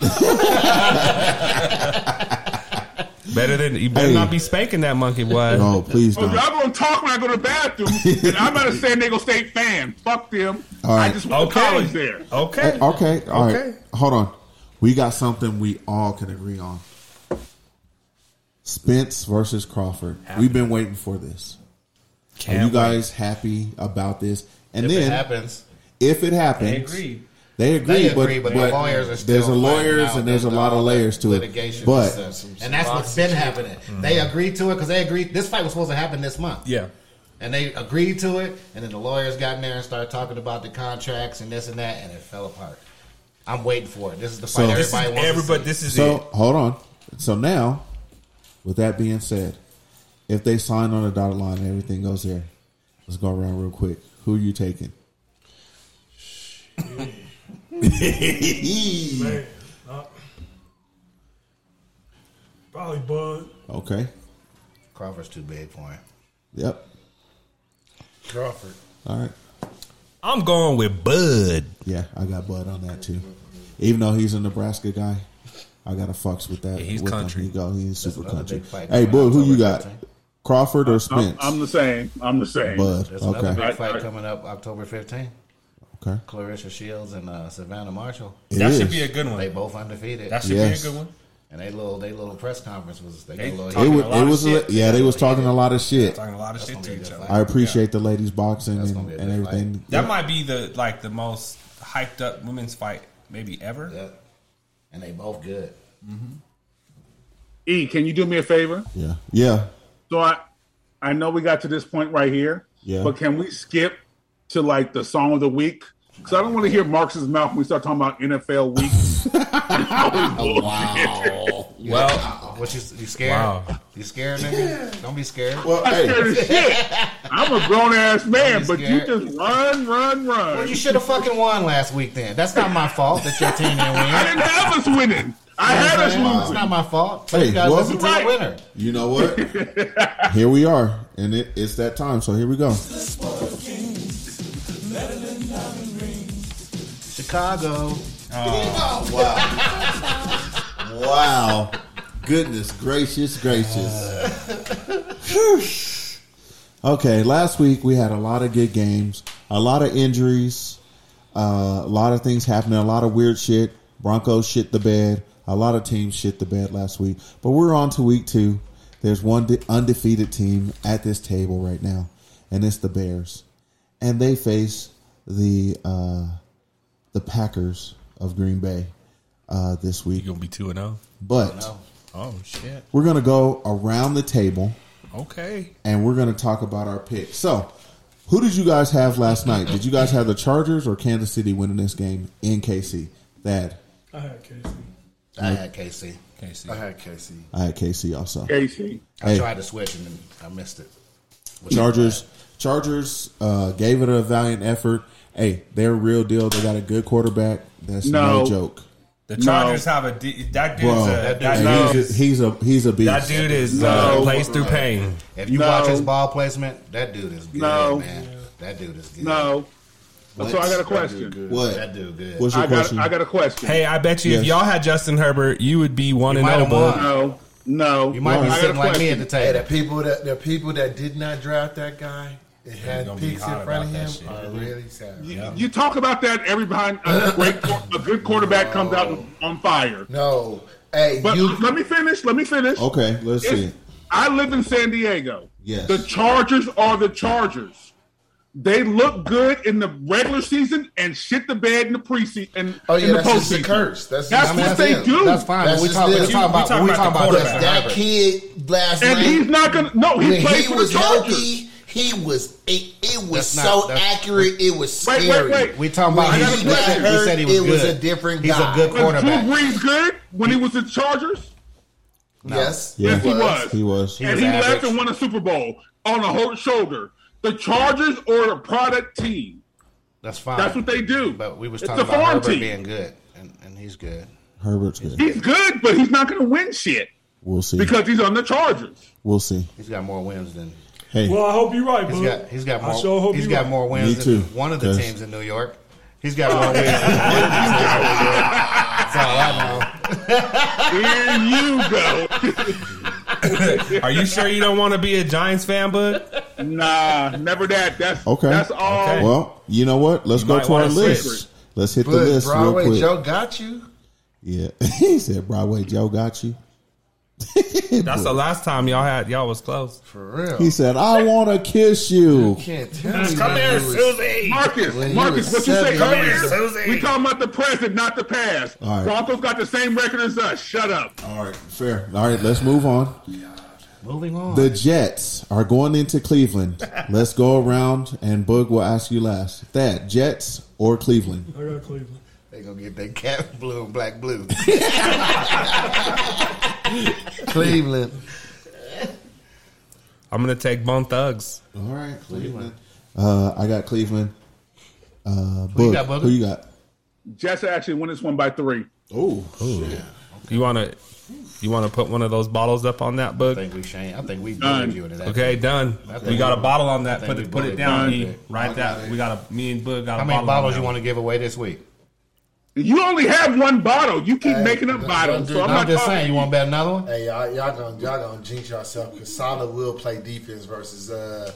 [SPEAKER 7] Better than you better
[SPEAKER 3] Hey.
[SPEAKER 7] not be spanking that monkey, boy.
[SPEAKER 3] No, please
[SPEAKER 5] Oh,
[SPEAKER 3] don't.
[SPEAKER 5] y'all gonna talk when I go to the bathroom, and I'm not a San Diego State fan. Fuck them.
[SPEAKER 3] All
[SPEAKER 5] I
[SPEAKER 3] right.
[SPEAKER 5] just went to
[SPEAKER 7] Okay.
[SPEAKER 5] college there.
[SPEAKER 7] Okay.
[SPEAKER 3] Okay. All right.
[SPEAKER 7] Okay.
[SPEAKER 3] Hold on. We got something we all can agree on. Spence versus Crawford. We've been waiting for this. Are you guys happy about this? And
[SPEAKER 4] If
[SPEAKER 3] then,
[SPEAKER 4] it happens,
[SPEAKER 3] if it happens,
[SPEAKER 4] They agreed.
[SPEAKER 3] They agree,
[SPEAKER 6] They agree,
[SPEAKER 3] but,
[SPEAKER 6] but,
[SPEAKER 3] but
[SPEAKER 6] the lawyers are still
[SPEAKER 3] there's a
[SPEAKER 6] fighting
[SPEAKER 3] lawyers
[SPEAKER 6] out.
[SPEAKER 3] and there's a
[SPEAKER 6] all
[SPEAKER 3] lot of
[SPEAKER 6] that
[SPEAKER 3] layers to it.
[SPEAKER 6] litigation
[SPEAKER 3] But
[SPEAKER 6] stuff. and that's what's been happening. They agreed to it because they agreed this fight was supposed to happen this month.
[SPEAKER 7] Yeah.
[SPEAKER 6] And they agreed to it, and then the lawyers got in there and started talking about the contracts and this and that, and it fell apart. I'm waiting for it. This is the
[SPEAKER 3] So-
[SPEAKER 6] fight
[SPEAKER 3] This
[SPEAKER 7] This is
[SPEAKER 6] everybody wants
[SPEAKER 7] everybody.
[SPEAKER 6] to see.
[SPEAKER 7] This is
[SPEAKER 3] So
[SPEAKER 7] it.
[SPEAKER 3] hold on. So now, with that being said, if they sign on the dotted line and everything goes there, let's go around real quick. Who are you taking?
[SPEAKER 8] Man, uh, probably Bud.
[SPEAKER 3] okay.
[SPEAKER 6] Crawford's too big for him.
[SPEAKER 3] Yep.
[SPEAKER 6] Crawford.
[SPEAKER 3] All right.
[SPEAKER 7] I'm going with Bud.
[SPEAKER 3] Yeah, I got Bud on that too. Even though he's a Nebraska guy, I got to fucks with that.
[SPEAKER 7] Yeah, he's
[SPEAKER 3] with him.
[SPEAKER 7] country.
[SPEAKER 3] He go. He's super
[SPEAKER 6] another
[SPEAKER 3] country.
[SPEAKER 6] big fight
[SPEAKER 3] Hey,
[SPEAKER 6] coming
[SPEAKER 3] Bud, who
[SPEAKER 6] October
[SPEAKER 3] you got?
[SPEAKER 6] 15th.
[SPEAKER 3] Crawford or Spence?
[SPEAKER 5] I'm, I'm the same. I'm the same.
[SPEAKER 3] Bud.
[SPEAKER 6] There's another
[SPEAKER 3] Okay.
[SPEAKER 6] big fight
[SPEAKER 5] I- I-
[SPEAKER 6] coming up October 15th.
[SPEAKER 3] Okay.
[SPEAKER 6] Clarissa Shields and uh, Savannah Marshall.
[SPEAKER 3] It
[SPEAKER 7] that
[SPEAKER 3] is.
[SPEAKER 7] should be a good
[SPEAKER 6] They
[SPEAKER 7] one.
[SPEAKER 6] both undefeated.
[SPEAKER 7] That should
[SPEAKER 3] Yes.
[SPEAKER 7] be a good one.
[SPEAKER 6] and they little they little press conference was they,
[SPEAKER 7] They
[SPEAKER 6] got a little
[SPEAKER 7] talk-
[SPEAKER 3] It
[SPEAKER 7] talking
[SPEAKER 3] was.
[SPEAKER 7] a lot
[SPEAKER 3] It
[SPEAKER 7] of
[SPEAKER 3] was
[SPEAKER 7] shit.
[SPEAKER 3] a, yeah, they was talking a lot of shit.
[SPEAKER 7] Talking a lot of shit
[SPEAKER 6] gonna
[SPEAKER 7] to
[SPEAKER 6] be a
[SPEAKER 7] each
[SPEAKER 6] good
[SPEAKER 7] other.
[SPEAKER 6] fight.
[SPEAKER 3] I appreciate the ladies boxing
[SPEAKER 6] That's
[SPEAKER 3] and,
[SPEAKER 6] gonna be a
[SPEAKER 3] and
[SPEAKER 6] good fight.
[SPEAKER 3] everything.
[SPEAKER 7] That might be the like the most hyped up women's fight maybe ever.
[SPEAKER 6] Yeah. and they both good.
[SPEAKER 5] E, can you do me a favor?
[SPEAKER 3] Yeah. Yeah.
[SPEAKER 5] So I, I know we got to this point right here.
[SPEAKER 3] Yeah.
[SPEAKER 5] But can we skip to like the song of the week? Because I don't want to hear Marx's mouth when we start talking about NFL week.
[SPEAKER 6] Wow.
[SPEAKER 7] Well,
[SPEAKER 6] Oh, what you you scared?
[SPEAKER 7] Wow.
[SPEAKER 6] You scared nigga? Don't be scared.
[SPEAKER 3] Well,
[SPEAKER 5] I'm scared
[SPEAKER 3] hey,
[SPEAKER 5] as shit. I'm a grown ass man,
[SPEAKER 6] He's
[SPEAKER 5] but you
[SPEAKER 6] scared.
[SPEAKER 5] just run, run, run.
[SPEAKER 6] Well, you should have fucking won last week then. That's not my fault that your team didn't win.
[SPEAKER 5] I didn't have us winning. I had us
[SPEAKER 6] It's
[SPEAKER 5] losing.
[SPEAKER 6] not my fault. So
[SPEAKER 3] Hey,
[SPEAKER 6] you gotta
[SPEAKER 3] well-
[SPEAKER 6] listen to the
[SPEAKER 5] Right.
[SPEAKER 6] winner.
[SPEAKER 3] you know what? here we are, and it, it's that time. So here we go.
[SPEAKER 6] Chicago.
[SPEAKER 3] Wow. Goodness gracious gracious. Whew. okay, last week we had a lot of good games, a lot of injuries, uh, a lot of things happening, a lot of weird shit. Broncos shit the bed. A lot of teams shit the bed last week. But we're on to week two. There's one de- undefeated team at this table right now, and it's the Bears. And they face the uh, the Packers of Green Bay uh, this week.
[SPEAKER 7] you gonna be two and zero.
[SPEAKER 3] But
[SPEAKER 7] Oh shit.
[SPEAKER 3] we're going to go around the table
[SPEAKER 7] Okay.
[SPEAKER 3] and we're going to talk about our picks. So, who did you guys have last night? Did you guys have the Chargers or Kansas City winning this game in KC? Thad,
[SPEAKER 8] I had Casey.
[SPEAKER 6] I had KC.
[SPEAKER 7] Casey.
[SPEAKER 10] I had Casey.
[SPEAKER 3] I had KC also.
[SPEAKER 5] Casey.
[SPEAKER 6] I
[SPEAKER 3] Hey.
[SPEAKER 6] tried to switch and then I missed it. Which-
[SPEAKER 3] Chargers, Chargers uh, gave it a valiant effort. Hey, they're real deal. They got a good quarterback. That's no,
[SPEAKER 5] No.
[SPEAKER 3] joke,
[SPEAKER 7] The
[SPEAKER 5] No.
[SPEAKER 7] Chargers have a d- that dude's
[SPEAKER 3] bro.
[SPEAKER 7] a
[SPEAKER 3] That
[SPEAKER 7] that,
[SPEAKER 3] dude,
[SPEAKER 7] dude
[SPEAKER 3] he's,
[SPEAKER 7] is,
[SPEAKER 3] a, he's a he's a beast.
[SPEAKER 7] that dude is uh,
[SPEAKER 5] No.
[SPEAKER 7] plays through pain.
[SPEAKER 6] If you
[SPEAKER 5] No.
[SPEAKER 6] watch his ball placement, that dude is good,
[SPEAKER 5] No.
[SPEAKER 6] man. That dude is good.
[SPEAKER 5] No. So I got a question.
[SPEAKER 3] what?
[SPEAKER 6] That dude good.
[SPEAKER 3] What's your
[SPEAKER 5] I got,
[SPEAKER 3] question?
[SPEAKER 5] I got a question.
[SPEAKER 7] Hey, I bet you if
[SPEAKER 3] Yes.
[SPEAKER 7] y'all had Justin Herbert, you would be one
[SPEAKER 6] You
[SPEAKER 7] and
[SPEAKER 6] might
[SPEAKER 7] zero.
[SPEAKER 6] have
[SPEAKER 7] bud.
[SPEAKER 6] won.
[SPEAKER 5] No. No.
[SPEAKER 6] you might be
[SPEAKER 5] I got a
[SPEAKER 6] sitting like me at
[SPEAKER 5] question.
[SPEAKER 6] the
[SPEAKER 10] Hey,
[SPEAKER 6] table.
[SPEAKER 10] the people that the people that did not draft that guy and had
[SPEAKER 7] gonna be
[SPEAKER 10] picks
[SPEAKER 7] hot
[SPEAKER 10] in front of
[SPEAKER 7] about
[SPEAKER 10] him
[SPEAKER 7] that
[SPEAKER 10] are really sad.
[SPEAKER 5] You, you talk about that every behind a great quar- a good quarterback comes out on fire.
[SPEAKER 10] No, hey,
[SPEAKER 5] But
[SPEAKER 10] you
[SPEAKER 5] let me finish. Let me finish.
[SPEAKER 3] okay, let's see.
[SPEAKER 5] It's- I live in San Diego.
[SPEAKER 3] Yes.
[SPEAKER 5] The Chargers are the Chargers. They look good in the regular season and shit the bed in the preseason.
[SPEAKER 10] Oh, yeah,
[SPEAKER 5] in the
[SPEAKER 10] that's just the
[SPEAKER 5] postseason.
[SPEAKER 10] curse. That's-
[SPEAKER 5] that's
[SPEAKER 10] I mean,
[SPEAKER 5] what
[SPEAKER 10] that's
[SPEAKER 5] they
[SPEAKER 10] it.
[SPEAKER 5] do.
[SPEAKER 6] That's fine.
[SPEAKER 10] That's
[SPEAKER 6] but we
[SPEAKER 10] just
[SPEAKER 6] talk,
[SPEAKER 10] it.
[SPEAKER 6] we talk about,
[SPEAKER 7] We talking
[SPEAKER 6] we
[SPEAKER 7] about
[SPEAKER 6] talking
[SPEAKER 7] the
[SPEAKER 6] about
[SPEAKER 7] quarterback.
[SPEAKER 6] Justin
[SPEAKER 10] that
[SPEAKER 6] Herbert.
[SPEAKER 10] kid last
[SPEAKER 5] And
[SPEAKER 10] night
[SPEAKER 5] he's not gonna. No, he
[SPEAKER 10] when
[SPEAKER 5] plays
[SPEAKER 10] he
[SPEAKER 5] for
[SPEAKER 10] was
[SPEAKER 5] the Chargers.
[SPEAKER 10] healthy, he was it, it was
[SPEAKER 6] That's not-
[SPEAKER 10] so
[SPEAKER 6] that's-
[SPEAKER 10] accurate. It was
[SPEAKER 5] Wait, wait,
[SPEAKER 10] scary.
[SPEAKER 5] wait.
[SPEAKER 6] We talking about
[SPEAKER 10] When
[SPEAKER 5] his-
[SPEAKER 10] he
[SPEAKER 5] we
[SPEAKER 10] got
[SPEAKER 5] said-
[SPEAKER 6] we
[SPEAKER 10] hurt,
[SPEAKER 6] said he was
[SPEAKER 10] it was
[SPEAKER 6] good.
[SPEAKER 10] a different
[SPEAKER 6] He's a
[SPEAKER 10] guy.
[SPEAKER 6] good
[SPEAKER 5] Was Drew
[SPEAKER 6] quarterback.
[SPEAKER 5] Brees good when he was the Chargers?
[SPEAKER 10] Yes,
[SPEAKER 3] Yeah.
[SPEAKER 5] Yes, he was.
[SPEAKER 3] He was.
[SPEAKER 5] and
[SPEAKER 6] was
[SPEAKER 5] he
[SPEAKER 6] average.
[SPEAKER 5] left and won a Super Bowl on a whole shoulder. The Chargers are a product team.
[SPEAKER 6] That's fine.
[SPEAKER 5] That's what they do.
[SPEAKER 6] But we was
[SPEAKER 5] It's
[SPEAKER 6] talking
[SPEAKER 5] a
[SPEAKER 6] about
[SPEAKER 5] farm
[SPEAKER 6] Herbert
[SPEAKER 5] team.
[SPEAKER 6] being good, and, and he's good.
[SPEAKER 3] Herbert's good.
[SPEAKER 5] He's good, but he's not going to win shit
[SPEAKER 3] We'll see.
[SPEAKER 5] because he's on the Chargers.
[SPEAKER 3] We'll see.
[SPEAKER 6] He's got more wins than
[SPEAKER 3] Hey,
[SPEAKER 8] Well, I hope you're right,
[SPEAKER 6] he's
[SPEAKER 8] Bud.
[SPEAKER 6] got. He's got
[SPEAKER 8] I
[SPEAKER 6] more.
[SPEAKER 8] sure hope
[SPEAKER 6] he's
[SPEAKER 8] you
[SPEAKER 6] got
[SPEAKER 8] right.
[SPEAKER 6] more wins
[SPEAKER 3] Me
[SPEAKER 6] than
[SPEAKER 3] too,
[SPEAKER 6] one of the
[SPEAKER 3] cause-
[SPEAKER 6] teams in New York. He's got more wins. than one of the teams in New York. That's all I know.
[SPEAKER 5] Here you go.
[SPEAKER 7] Are you sure you don't want to be a Giants fan, bud?
[SPEAKER 5] Nah, never that. That's
[SPEAKER 3] Okay.
[SPEAKER 5] That's all.
[SPEAKER 3] Well, you know what? Let's
[SPEAKER 7] You
[SPEAKER 3] go
[SPEAKER 7] might
[SPEAKER 3] to our
[SPEAKER 7] wanna
[SPEAKER 3] list.
[SPEAKER 7] switch.
[SPEAKER 3] Let's hit the
[SPEAKER 10] But
[SPEAKER 3] list
[SPEAKER 10] Broadway
[SPEAKER 3] real quick.
[SPEAKER 10] Joe got you.
[SPEAKER 3] Yeah, he said Broadway Joe got you.
[SPEAKER 7] That's the last time y'all had y'all was close.
[SPEAKER 10] For real.
[SPEAKER 3] He said, "I want to kiss you."
[SPEAKER 10] Can't tell me.
[SPEAKER 7] Come
[SPEAKER 10] when
[SPEAKER 7] here,
[SPEAKER 10] he was-
[SPEAKER 7] Susie.
[SPEAKER 5] Marcus,
[SPEAKER 10] When he
[SPEAKER 5] Marcus,
[SPEAKER 10] was
[SPEAKER 5] what you say
[SPEAKER 10] seven
[SPEAKER 7] years
[SPEAKER 5] earlier?
[SPEAKER 7] old.
[SPEAKER 5] We talking about the present, not the past.
[SPEAKER 3] All right.
[SPEAKER 5] Broncos got the same record as us. Shut up.
[SPEAKER 3] All right, fair. All right, let's move on.
[SPEAKER 6] Moving on.
[SPEAKER 3] The Jets are going into Cleveland. let's go around, and Boog will ask you last. That Jets or Cleveland?
[SPEAKER 8] I got Cleveland.
[SPEAKER 10] They gonna get that cat blue and black blue. Cleveland.
[SPEAKER 7] I'm gonna take Bone Thugs.
[SPEAKER 3] All right, Cleveland. Uh, I got Cleveland. Uh, Boog, who you
[SPEAKER 10] got,
[SPEAKER 3] got?
[SPEAKER 10] Booger?
[SPEAKER 3] Who you got?
[SPEAKER 5] Jets actually won this one by three.
[SPEAKER 3] Oh,
[SPEAKER 7] You wanna you wanna put one of those bottles up on that
[SPEAKER 6] I
[SPEAKER 7] book?
[SPEAKER 6] think we Shane. I think we
[SPEAKER 5] Done.
[SPEAKER 6] bullied you into that.
[SPEAKER 7] Okay, done. We got a bottle on that.
[SPEAKER 6] I
[SPEAKER 7] Put
[SPEAKER 6] think
[SPEAKER 7] it
[SPEAKER 6] we
[SPEAKER 7] put it
[SPEAKER 6] both
[SPEAKER 7] down.
[SPEAKER 6] done.
[SPEAKER 7] E. Right that we got a me and Bug got
[SPEAKER 6] How
[SPEAKER 7] a
[SPEAKER 6] many
[SPEAKER 7] bottle.
[SPEAKER 6] bottles
[SPEAKER 7] on
[SPEAKER 6] you
[SPEAKER 7] that.
[SPEAKER 6] want to give away this week?
[SPEAKER 5] You only have one bottle. You keep making up
[SPEAKER 10] don't-
[SPEAKER 5] bottles.
[SPEAKER 10] don't
[SPEAKER 5] So
[SPEAKER 10] do-
[SPEAKER 5] I'm
[SPEAKER 6] I'm
[SPEAKER 5] not
[SPEAKER 6] just
[SPEAKER 5] talking.
[SPEAKER 6] saying. You want to bet another one?
[SPEAKER 10] Hey, y'all, y'all gonna y'all gonna jinx yourself because Salah will play defense versus uh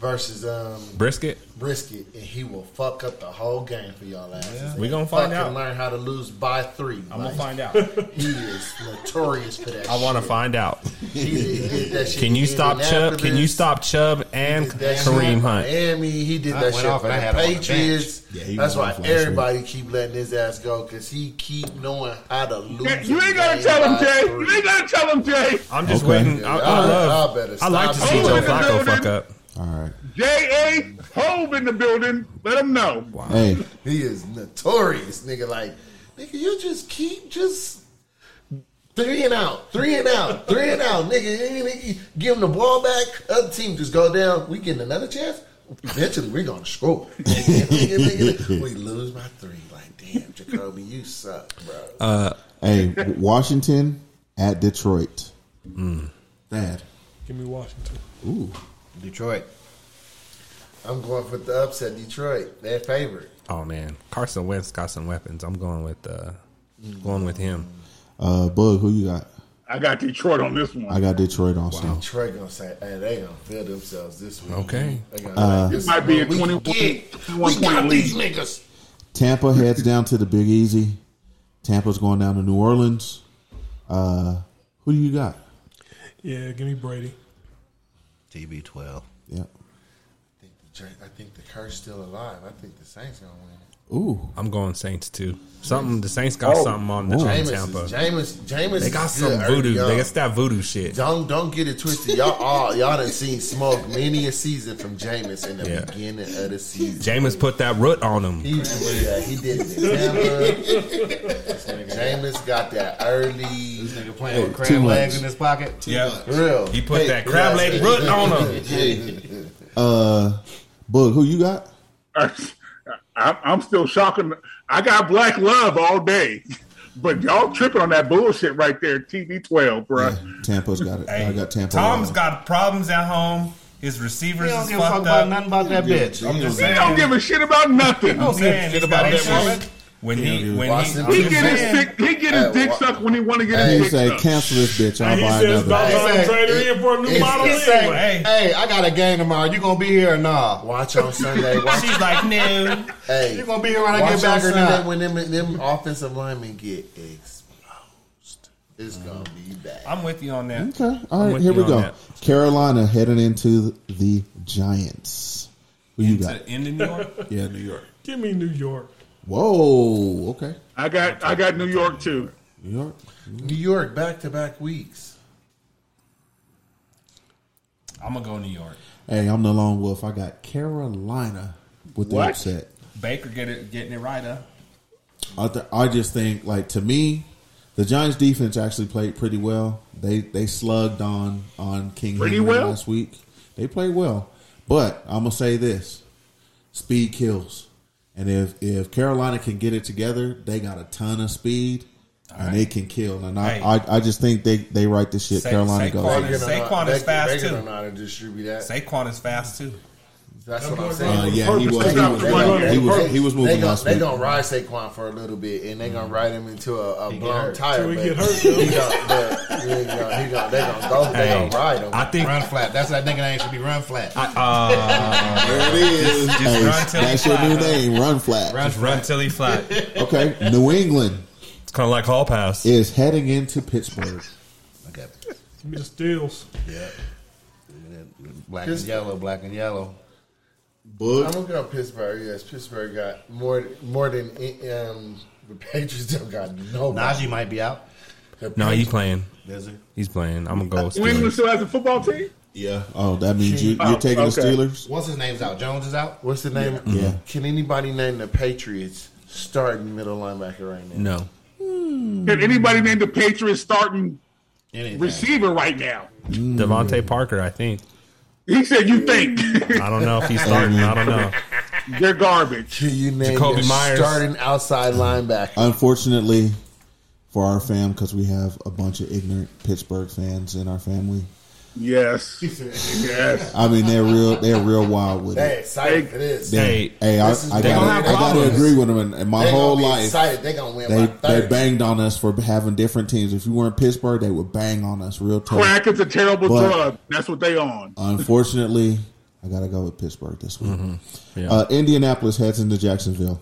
[SPEAKER 10] versus um
[SPEAKER 7] Brisket.
[SPEAKER 10] brisket and he will fuck up the whole game for y'all asses. And
[SPEAKER 7] We gonna find out.
[SPEAKER 10] fucking Learn how to lose by three.
[SPEAKER 7] I'm gonna find out.
[SPEAKER 10] He is notorious for that.
[SPEAKER 7] I want to
[SPEAKER 10] shit.
[SPEAKER 7] find out.
[SPEAKER 10] He did- he did that shit
[SPEAKER 7] Can you
[SPEAKER 10] in
[SPEAKER 7] stop Chubb? Can you
[SPEAKER 10] Indianapolis.
[SPEAKER 7] stop Chubb and
[SPEAKER 10] did that shit
[SPEAKER 7] Kareem
[SPEAKER 10] in
[SPEAKER 7] Hunt?
[SPEAKER 10] Miami, he did
[SPEAKER 6] I
[SPEAKER 10] that
[SPEAKER 6] went
[SPEAKER 10] shit
[SPEAKER 6] off
[SPEAKER 10] for
[SPEAKER 6] and I
[SPEAKER 10] the
[SPEAKER 6] had him on the
[SPEAKER 10] Patriots.
[SPEAKER 3] bench. Yeah, he
[SPEAKER 10] That's
[SPEAKER 3] went
[SPEAKER 10] why
[SPEAKER 3] off last
[SPEAKER 10] everybody keep letting his ass go because he keep knowing how to lose.
[SPEAKER 5] Yeah, You
[SPEAKER 10] a
[SPEAKER 5] ain't gonna
[SPEAKER 10] game
[SPEAKER 5] tell him,
[SPEAKER 10] by
[SPEAKER 5] Jay.
[SPEAKER 10] three.
[SPEAKER 5] You ain't gonna tell him, Jay.
[SPEAKER 7] I'm just
[SPEAKER 3] Okay.
[SPEAKER 7] waiting. I, I
[SPEAKER 10] Y'all-
[SPEAKER 7] love.
[SPEAKER 10] y'all better
[SPEAKER 7] I like to
[SPEAKER 10] stop
[SPEAKER 7] see
[SPEAKER 10] doing
[SPEAKER 7] Joe Flacco
[SPEAKER 10] that.
[SPEAKER 7] fuck up.
[SPEAKER 3] all right.
[SPEAKER 5] J A Hove in the building. Let him know.
[SPEAKER 3] Hey,
[SPEAKER 10] He is notorious, nigga. Like, nigga, you just keep just three and out, three and out, three and out, nigga. Hey, nigga, Give him the ball back. Other team just go down. We getting another chance. Eventually, we're gonna score. Nigga, nigga, nigga, nigga. we lose by three. Like, damn, Jacoby, you suck, bro.
[SPEAKER 3] hey, Washington at Detroit. Dad.
[SPEAKER 8] Give me Washington.
[SPEAKER 3] Ooh.
[SPEAKER 6] Detroit.
[SPEAKER 10] I'm going for the upset. Detroit, their favorite.
[SPEAKER 7] Oh man, Carson Wentz got some weapons. I'm going with uh, going with him.
[SPEAKER 3] Uh, Bug, who you got?
[SPEAKER 5] I got Detroit on this one.
[SPEAKER 3] I got Detroit also.
[SPEAKER 10] Detroit gonna say, hey, they gonna feel themselves this week.
[SPEAKER 7] Okay.
[SPEAKER 10] They gonna uh,
[SPEAKER 5] This might be a 21,
[SPEAKER 10] We
[SPEAKER 5] 21
[SPEAKER 10] got
[SPEAKER 5] point
[SPEAKER 10] these
[SPEAKER 5] lead.
[SPEAKER 10] niggas.
[SPEAKER 3] Tampa heads down to the Big Easy. Tampa's going down to New Orleans. Uh, who do you got?
[SPEAKER 8] Yeah, give me Brady.
[SPEAKER 6] TB12.
[SPEAKER 3] Yeah.
[SPEAKER 10] think the Jer- I think the curse still alive. I think the Saints gonna win. it.
[SPEAKER 3] Ooh.
[SPEAKER 7] I'm going Saints too. Something the Saints got something on the
[SPEAKER 3] Ooh.
[SPEAKER 7] on
[SPEAKER 10] Oh. Jameis, is,
[SPEAKER 7] Tampa.
[SPEAKER 10] Jameis, Jameis,
[SPEAKER 7] They got
[SPEAKER 10] is
[SPEAKER 7] some
[SPEAKER 10] good
[SPEAKER 7] voodoo.
[SPEAKER 10] early
[SPEAKER 7] They
[SPEAKER 10] on.
[SPEAKER 7] got that voodoo shit.
[SPEAKER 10] Don't don't get it twisted. Y'all all y'all done seen smoke many a season from Jameis in the
[SPEAKER 7] Yeah.
[SPEAKER 10] beginning of the season.
[SPEAKER 7] Jameis put that root on him.
[SPEAKER 10] He, yeah, he did it in Tampa. Jameis got that early
[SPEAKER 6] This nigga playing with
[SPEAKER 3] Hey,
[SPEAKER 6] crab
[SPEAKER 3] too
[SPEAKER 6] legs
[SPEAKER 3] much.
[SPEAKER 6] in his pocket.
[SPEAKER 7] Yeah,
[SPEAKER 10] real.
[SPEAKER 7] he put
[SPEAKER 10] Hey,
[SPEAKER 7] that crab leg root on him.
[SPEAKER 3] Uh, Bug, who you got?
[SPEAKER 5] I'm, I'm still shocking. I got black love all day, but y'all tripping on that bullshit right there. TB12, bruh.
[SPEAKER 3] Tampa's got it. I got Tampa.
[SPEAKER 7] Tom's got problems at home. His receivers
[SPEAKER 6] He don't
[SPEAKER 7] is
[SPEAKER 6] give a fuck
[SPEAKER 7] fucked
[SPEAKER 6] about
[SPEAKER 7] up.
[SPEAKER 6] nothing about that bitch.
[SPEAKER 7] I'm just
[SPEAKER 5] He don't give a shit about nothing.
[SPEAKER 7] I'm saying
[SPEAKER 6] shit
[SPEAKER 7] he's
[SPEAKER 6] about
[SPEAKER 7] got
[SPEAKER 6] that
[SPEAKER 7] issues.
[SPEAKER 6] woman.
[SPEAKER 7] When he
[SPEAKER 3] dude.
[SPEAKER 7] when he,
[SPEAKER 10] Boston
[SPEAKER 7] I'm
[SPEAKER 5] He
[SPEAKER 7] just
[SPEAKER 5] get his
[SPEAKER 7] saying,
[SPEAKER 5] dick. He get his
[SPEAKER 10] Hey,
[SPEAKER 5] dick
[SPEAKER 10] wa-
[SPEAKER 5] sucked when he want to get
[SPEAKER 10] Hey,
[SPEAKER 3] He
[SPEAKER 5] his
[SPEAKER 3] said,
[SPEAKER 5] dick sucked.
[SPEAKER 3] cancel this bitch. I'll
[SPEAKER 8] And he
[SPEAKER 3] buy
[SPEAKER 8] says
[SPEAKER 3] another.
[SPEAKER 8] about
[SPEAKER 6] Hey,
[SPEAKER 8] time
[SPEAKER 6] hey,
[SPEAKER 8] traded in for a new
[SPEAKER 10] hey,
[SPEAKER 8] model
[SPEAKER 6] He
[SPEAKER 10] hey,
[SPEAKER 6] say,
[SPEAKER 8] anyway.
[SPEAKER 7] Hey.
[SPEAKER 6] hey, I got a game tomorrow. You gonna be here or nah?
[SPEAKER 10] Watch on Sunday. Watch,
[SPEAKER 7] she's like no.
[SPEAKER 10] hey,
[SPEAKER 6] You gonna be here when I
[SPEAKER 10] Watch
[SPEAKER 6] get back
[SPEAKER 10] on
[SPEAKER 6] or
[SPEAKER 10] Sunday
[SPEAKER 6] not?
[SPEAKER 10] when them, them offensive linemen get exposed. It's gonna be bad.
[SPEAKER 7] I'm with you on that.
[SPEAKER 3] Okay.
[SPEAKER 7] I'm
[SPEAKER 3] All right.
[SPEAKER 7] with
[SPEAKER 3] Here
[SPEAKER 7] you
[SPEAKER 3] we
[SPEAKER 7] on
[SPEAKER 3] go.
[SPEAKER 7] that.
[SPEAKER 3] Carolina heading into the Giants. Who you got?
[SPEAKER 7] To end in New York.
[SPEAKER 3] Yeah, New York.
[SPEAKER 8] Give me New York.
[SPEAKER 3] Whoa. Okay.
[SPEAKER 5] I got. I got New York too.
[SPEAKER 3] New York.
[SPEAKER 10] New York back to back weeks.
[SPEAKER 7] I'm gonna go New York.
[SPEAKER 3] Hey, I'm the lone wolf. I got Carolina with the
[SPEAKER 5] What?
[SPEAKER 3] upset.
[SPEAKER 7] Baker get it, getting it right up.
[SPEAKER 3] I, th- I just think, like to me, the Giants' defense actually played pretty well. They they slugged on on King
[SPEAKER 5] Pretty
[SPEAKER 3] Henry
[SPEAKER 5] well?
[SPEAKER 3] last week. They played well, but I'm gonna say this: speed kills. And if if Carolina can get it together, they got a ton of speed and they can kill. And I,
[SPEAKER 7] Hey.
[SPEAKER 3] I, I just think they they write this shit.
[SPEAKER 7] Say-
[SPEAKER 3] Carolina
[SPEAKER 7] say
[SPEAKER 3] goes.
[SPEAKER 7] Carolina.
[SPEAKER 10] They
[SPEAKER 7] Saquon is
[SPEAKER 10] they-
[SPEAKER 7] fast,
[SPEAKER 10] they
[SPEAKER 7] too.
[SPEAKER 10] don't know how to distribute that.
[SPEAKER 7] Saquon is fast too.
[SPEAKER 10] That's
[SPEAKER 8] That
[SPEAKER 10] what I'm
[SPEAKER 8] boy
[SPEAKER 10] saying.
[SPEAKER 8] running
[SPEAKER 3] Uh, yeah, he was- he was-
[SPEAKER 10] They gonna-
[SPEAKER 3] he was- he was moving Mm-hmm.
[SPEAKER 10] They gonna,
[SPEAKER 3] last
[SPEAKER 10] they
[SPEAKER 3] week.
[SPEAKER 10] gonna ride Saquon for a little bit, and they gonna ride him into a, a blown tire.
[SPEAKER 8] Till he
[SPEAKER 10] but
[SPEAKER 8] get hurt, though.
[SPEAKER 10] He gonna, but he gonna, he gonna, they gonna go. They
[SPEAKER 7] Hey,
[SPEAKER 10] gonna ride him.
[SPEAKER 7] I think.
[SPEAKER 6] Run flat. That's that nigga name should be run flat.
[SPEAKER 7] Uh,
[SPEAKER 3] There it is.
[SPEAKER 7] Just- just
[SPEAKER 3] Hey,
[SPEAKER 7] run till
[SPEAKER 3] that's
[SPEAKER 7] you
[SPEAKER 3] your
[SPEAKER 7] fly,
[SPEAKER 3] new
[SPEAKER 7] huh?
[SPEAKER 3] name, Run Flat.
[SPEAKER 7] just run till he flat.
[SPEAKER 3] Okay, New England
[SPEAKER 7] It's kind of like hall pass.
[SPEAKER 3] is heading into Pittsburgh.
[SPEAKER 6] Okay.
[SPEAKER 8] Give me the steals.
[SPEAKER 6] Yeah. Black and yellow, black and yellow.
[SPEAKER 10] I'm
[SPEAKER 3] Book.
[SPEAKER 10] gonna go Pittsburgh. Yes, Pittsburgh got more more than um, the Patriots. Don't got nobody.
[SPEAKER 6] Najee might be out.
[SPEAKER 7] No, he's playing.
[SPEAKER 6] Is it?
[SPEAKER 7] He's playing. I'm gonna go.
[SPEAKER 5] New England
[SPEAKER 7] Steelers.
[SPEAKER 5] still has a football team.
[SPEAKER 3] Yeah. Oh, that means you,
[SPEAKER 5] Oh,
[SPEAKER 3] you're taking
[SPEAKER 5] okay.
[SPEAKER 3] the Steelers.
[SPEAKER 6] Once his name's out, Jones is out.
[SPEAKER 10] What's the name?
[SPEAKER 3] Yeah.
[SPEAKER 10] Can anybody name the Patriots starting middle linebacker right now?
[SPEAKER 7] No,
[SPEAKER 5] Can anybody name the Patriots starting
[SPEAKER 6] Anything.
[SPEAKER 5] receiver right now?
[SPEAKER 7] Devontae Parker. I think.
[SPEAKER 5] He said, "You think
[SPEAKER 7] I don't know if he's starting. I don't know.
[SPEAKER 5] they're garbage."
[SPEAKER 10] Can you name
[SPEAKER 7] Jacoby
[SPEAKER 10] the
[SPEAKER 7] Myers.
[SPEAKER 10] starting outside linebacker?
[SPEAKER 3] Unfortunately, for our fam, because we have a bunch of ignorant Pittsburgh fans in our family.
[SPEAKER 5] Yes, yes.
[SPEAKER 3] I mean, they're real. They're real wild with
[SPEAKER 10] They
[SPEAKER 3] it.
[SPEAKER 10] excited for this.
[SPEAKER 3] They-
[SPEAKER 7] Hey,
[SPEAKER 3] hey, I,
[SPEAKER 10] this is-
[SPEAKER 3] I
[SPEAKER 10] they
[SPEAKER 7] gonna have
[SPEAKER 3] gotta, I gotta
[SPEAKER 7] problems.
[SPEAKER 3] agree with them. And, and my
[SPEAKER 10] They gonna
[SPEAKER 3] whole
[SPEAKER 10] be
[SPEAKER 3] life,
[SPEAKER 10] excited. They gonna win
[SPEAKER 3] they
[SPEAKER 10] by thirty.
[SPEAKER 3] they banged on us for having different teams. If you weren't Pittsburgh, they would bang on us real tough.
[SPEAKER 5] Crack is a terrible
[SPEAKER 3] But-
[SPEAKER 5] drug. That's what they on.
[SPEAKER 3] Unfortunately, I gotta go with Pittsburgh this week.
[SPEAKER 7] Mm-hmm.
[SPEAKER 3] Uh, Indianapolis heads into Jacksonville.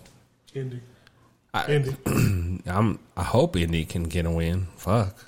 [SPEAKER 8] Indy. Indy.
[SPEAKER 7] I'm. I hope Indy can get a win. Fuck.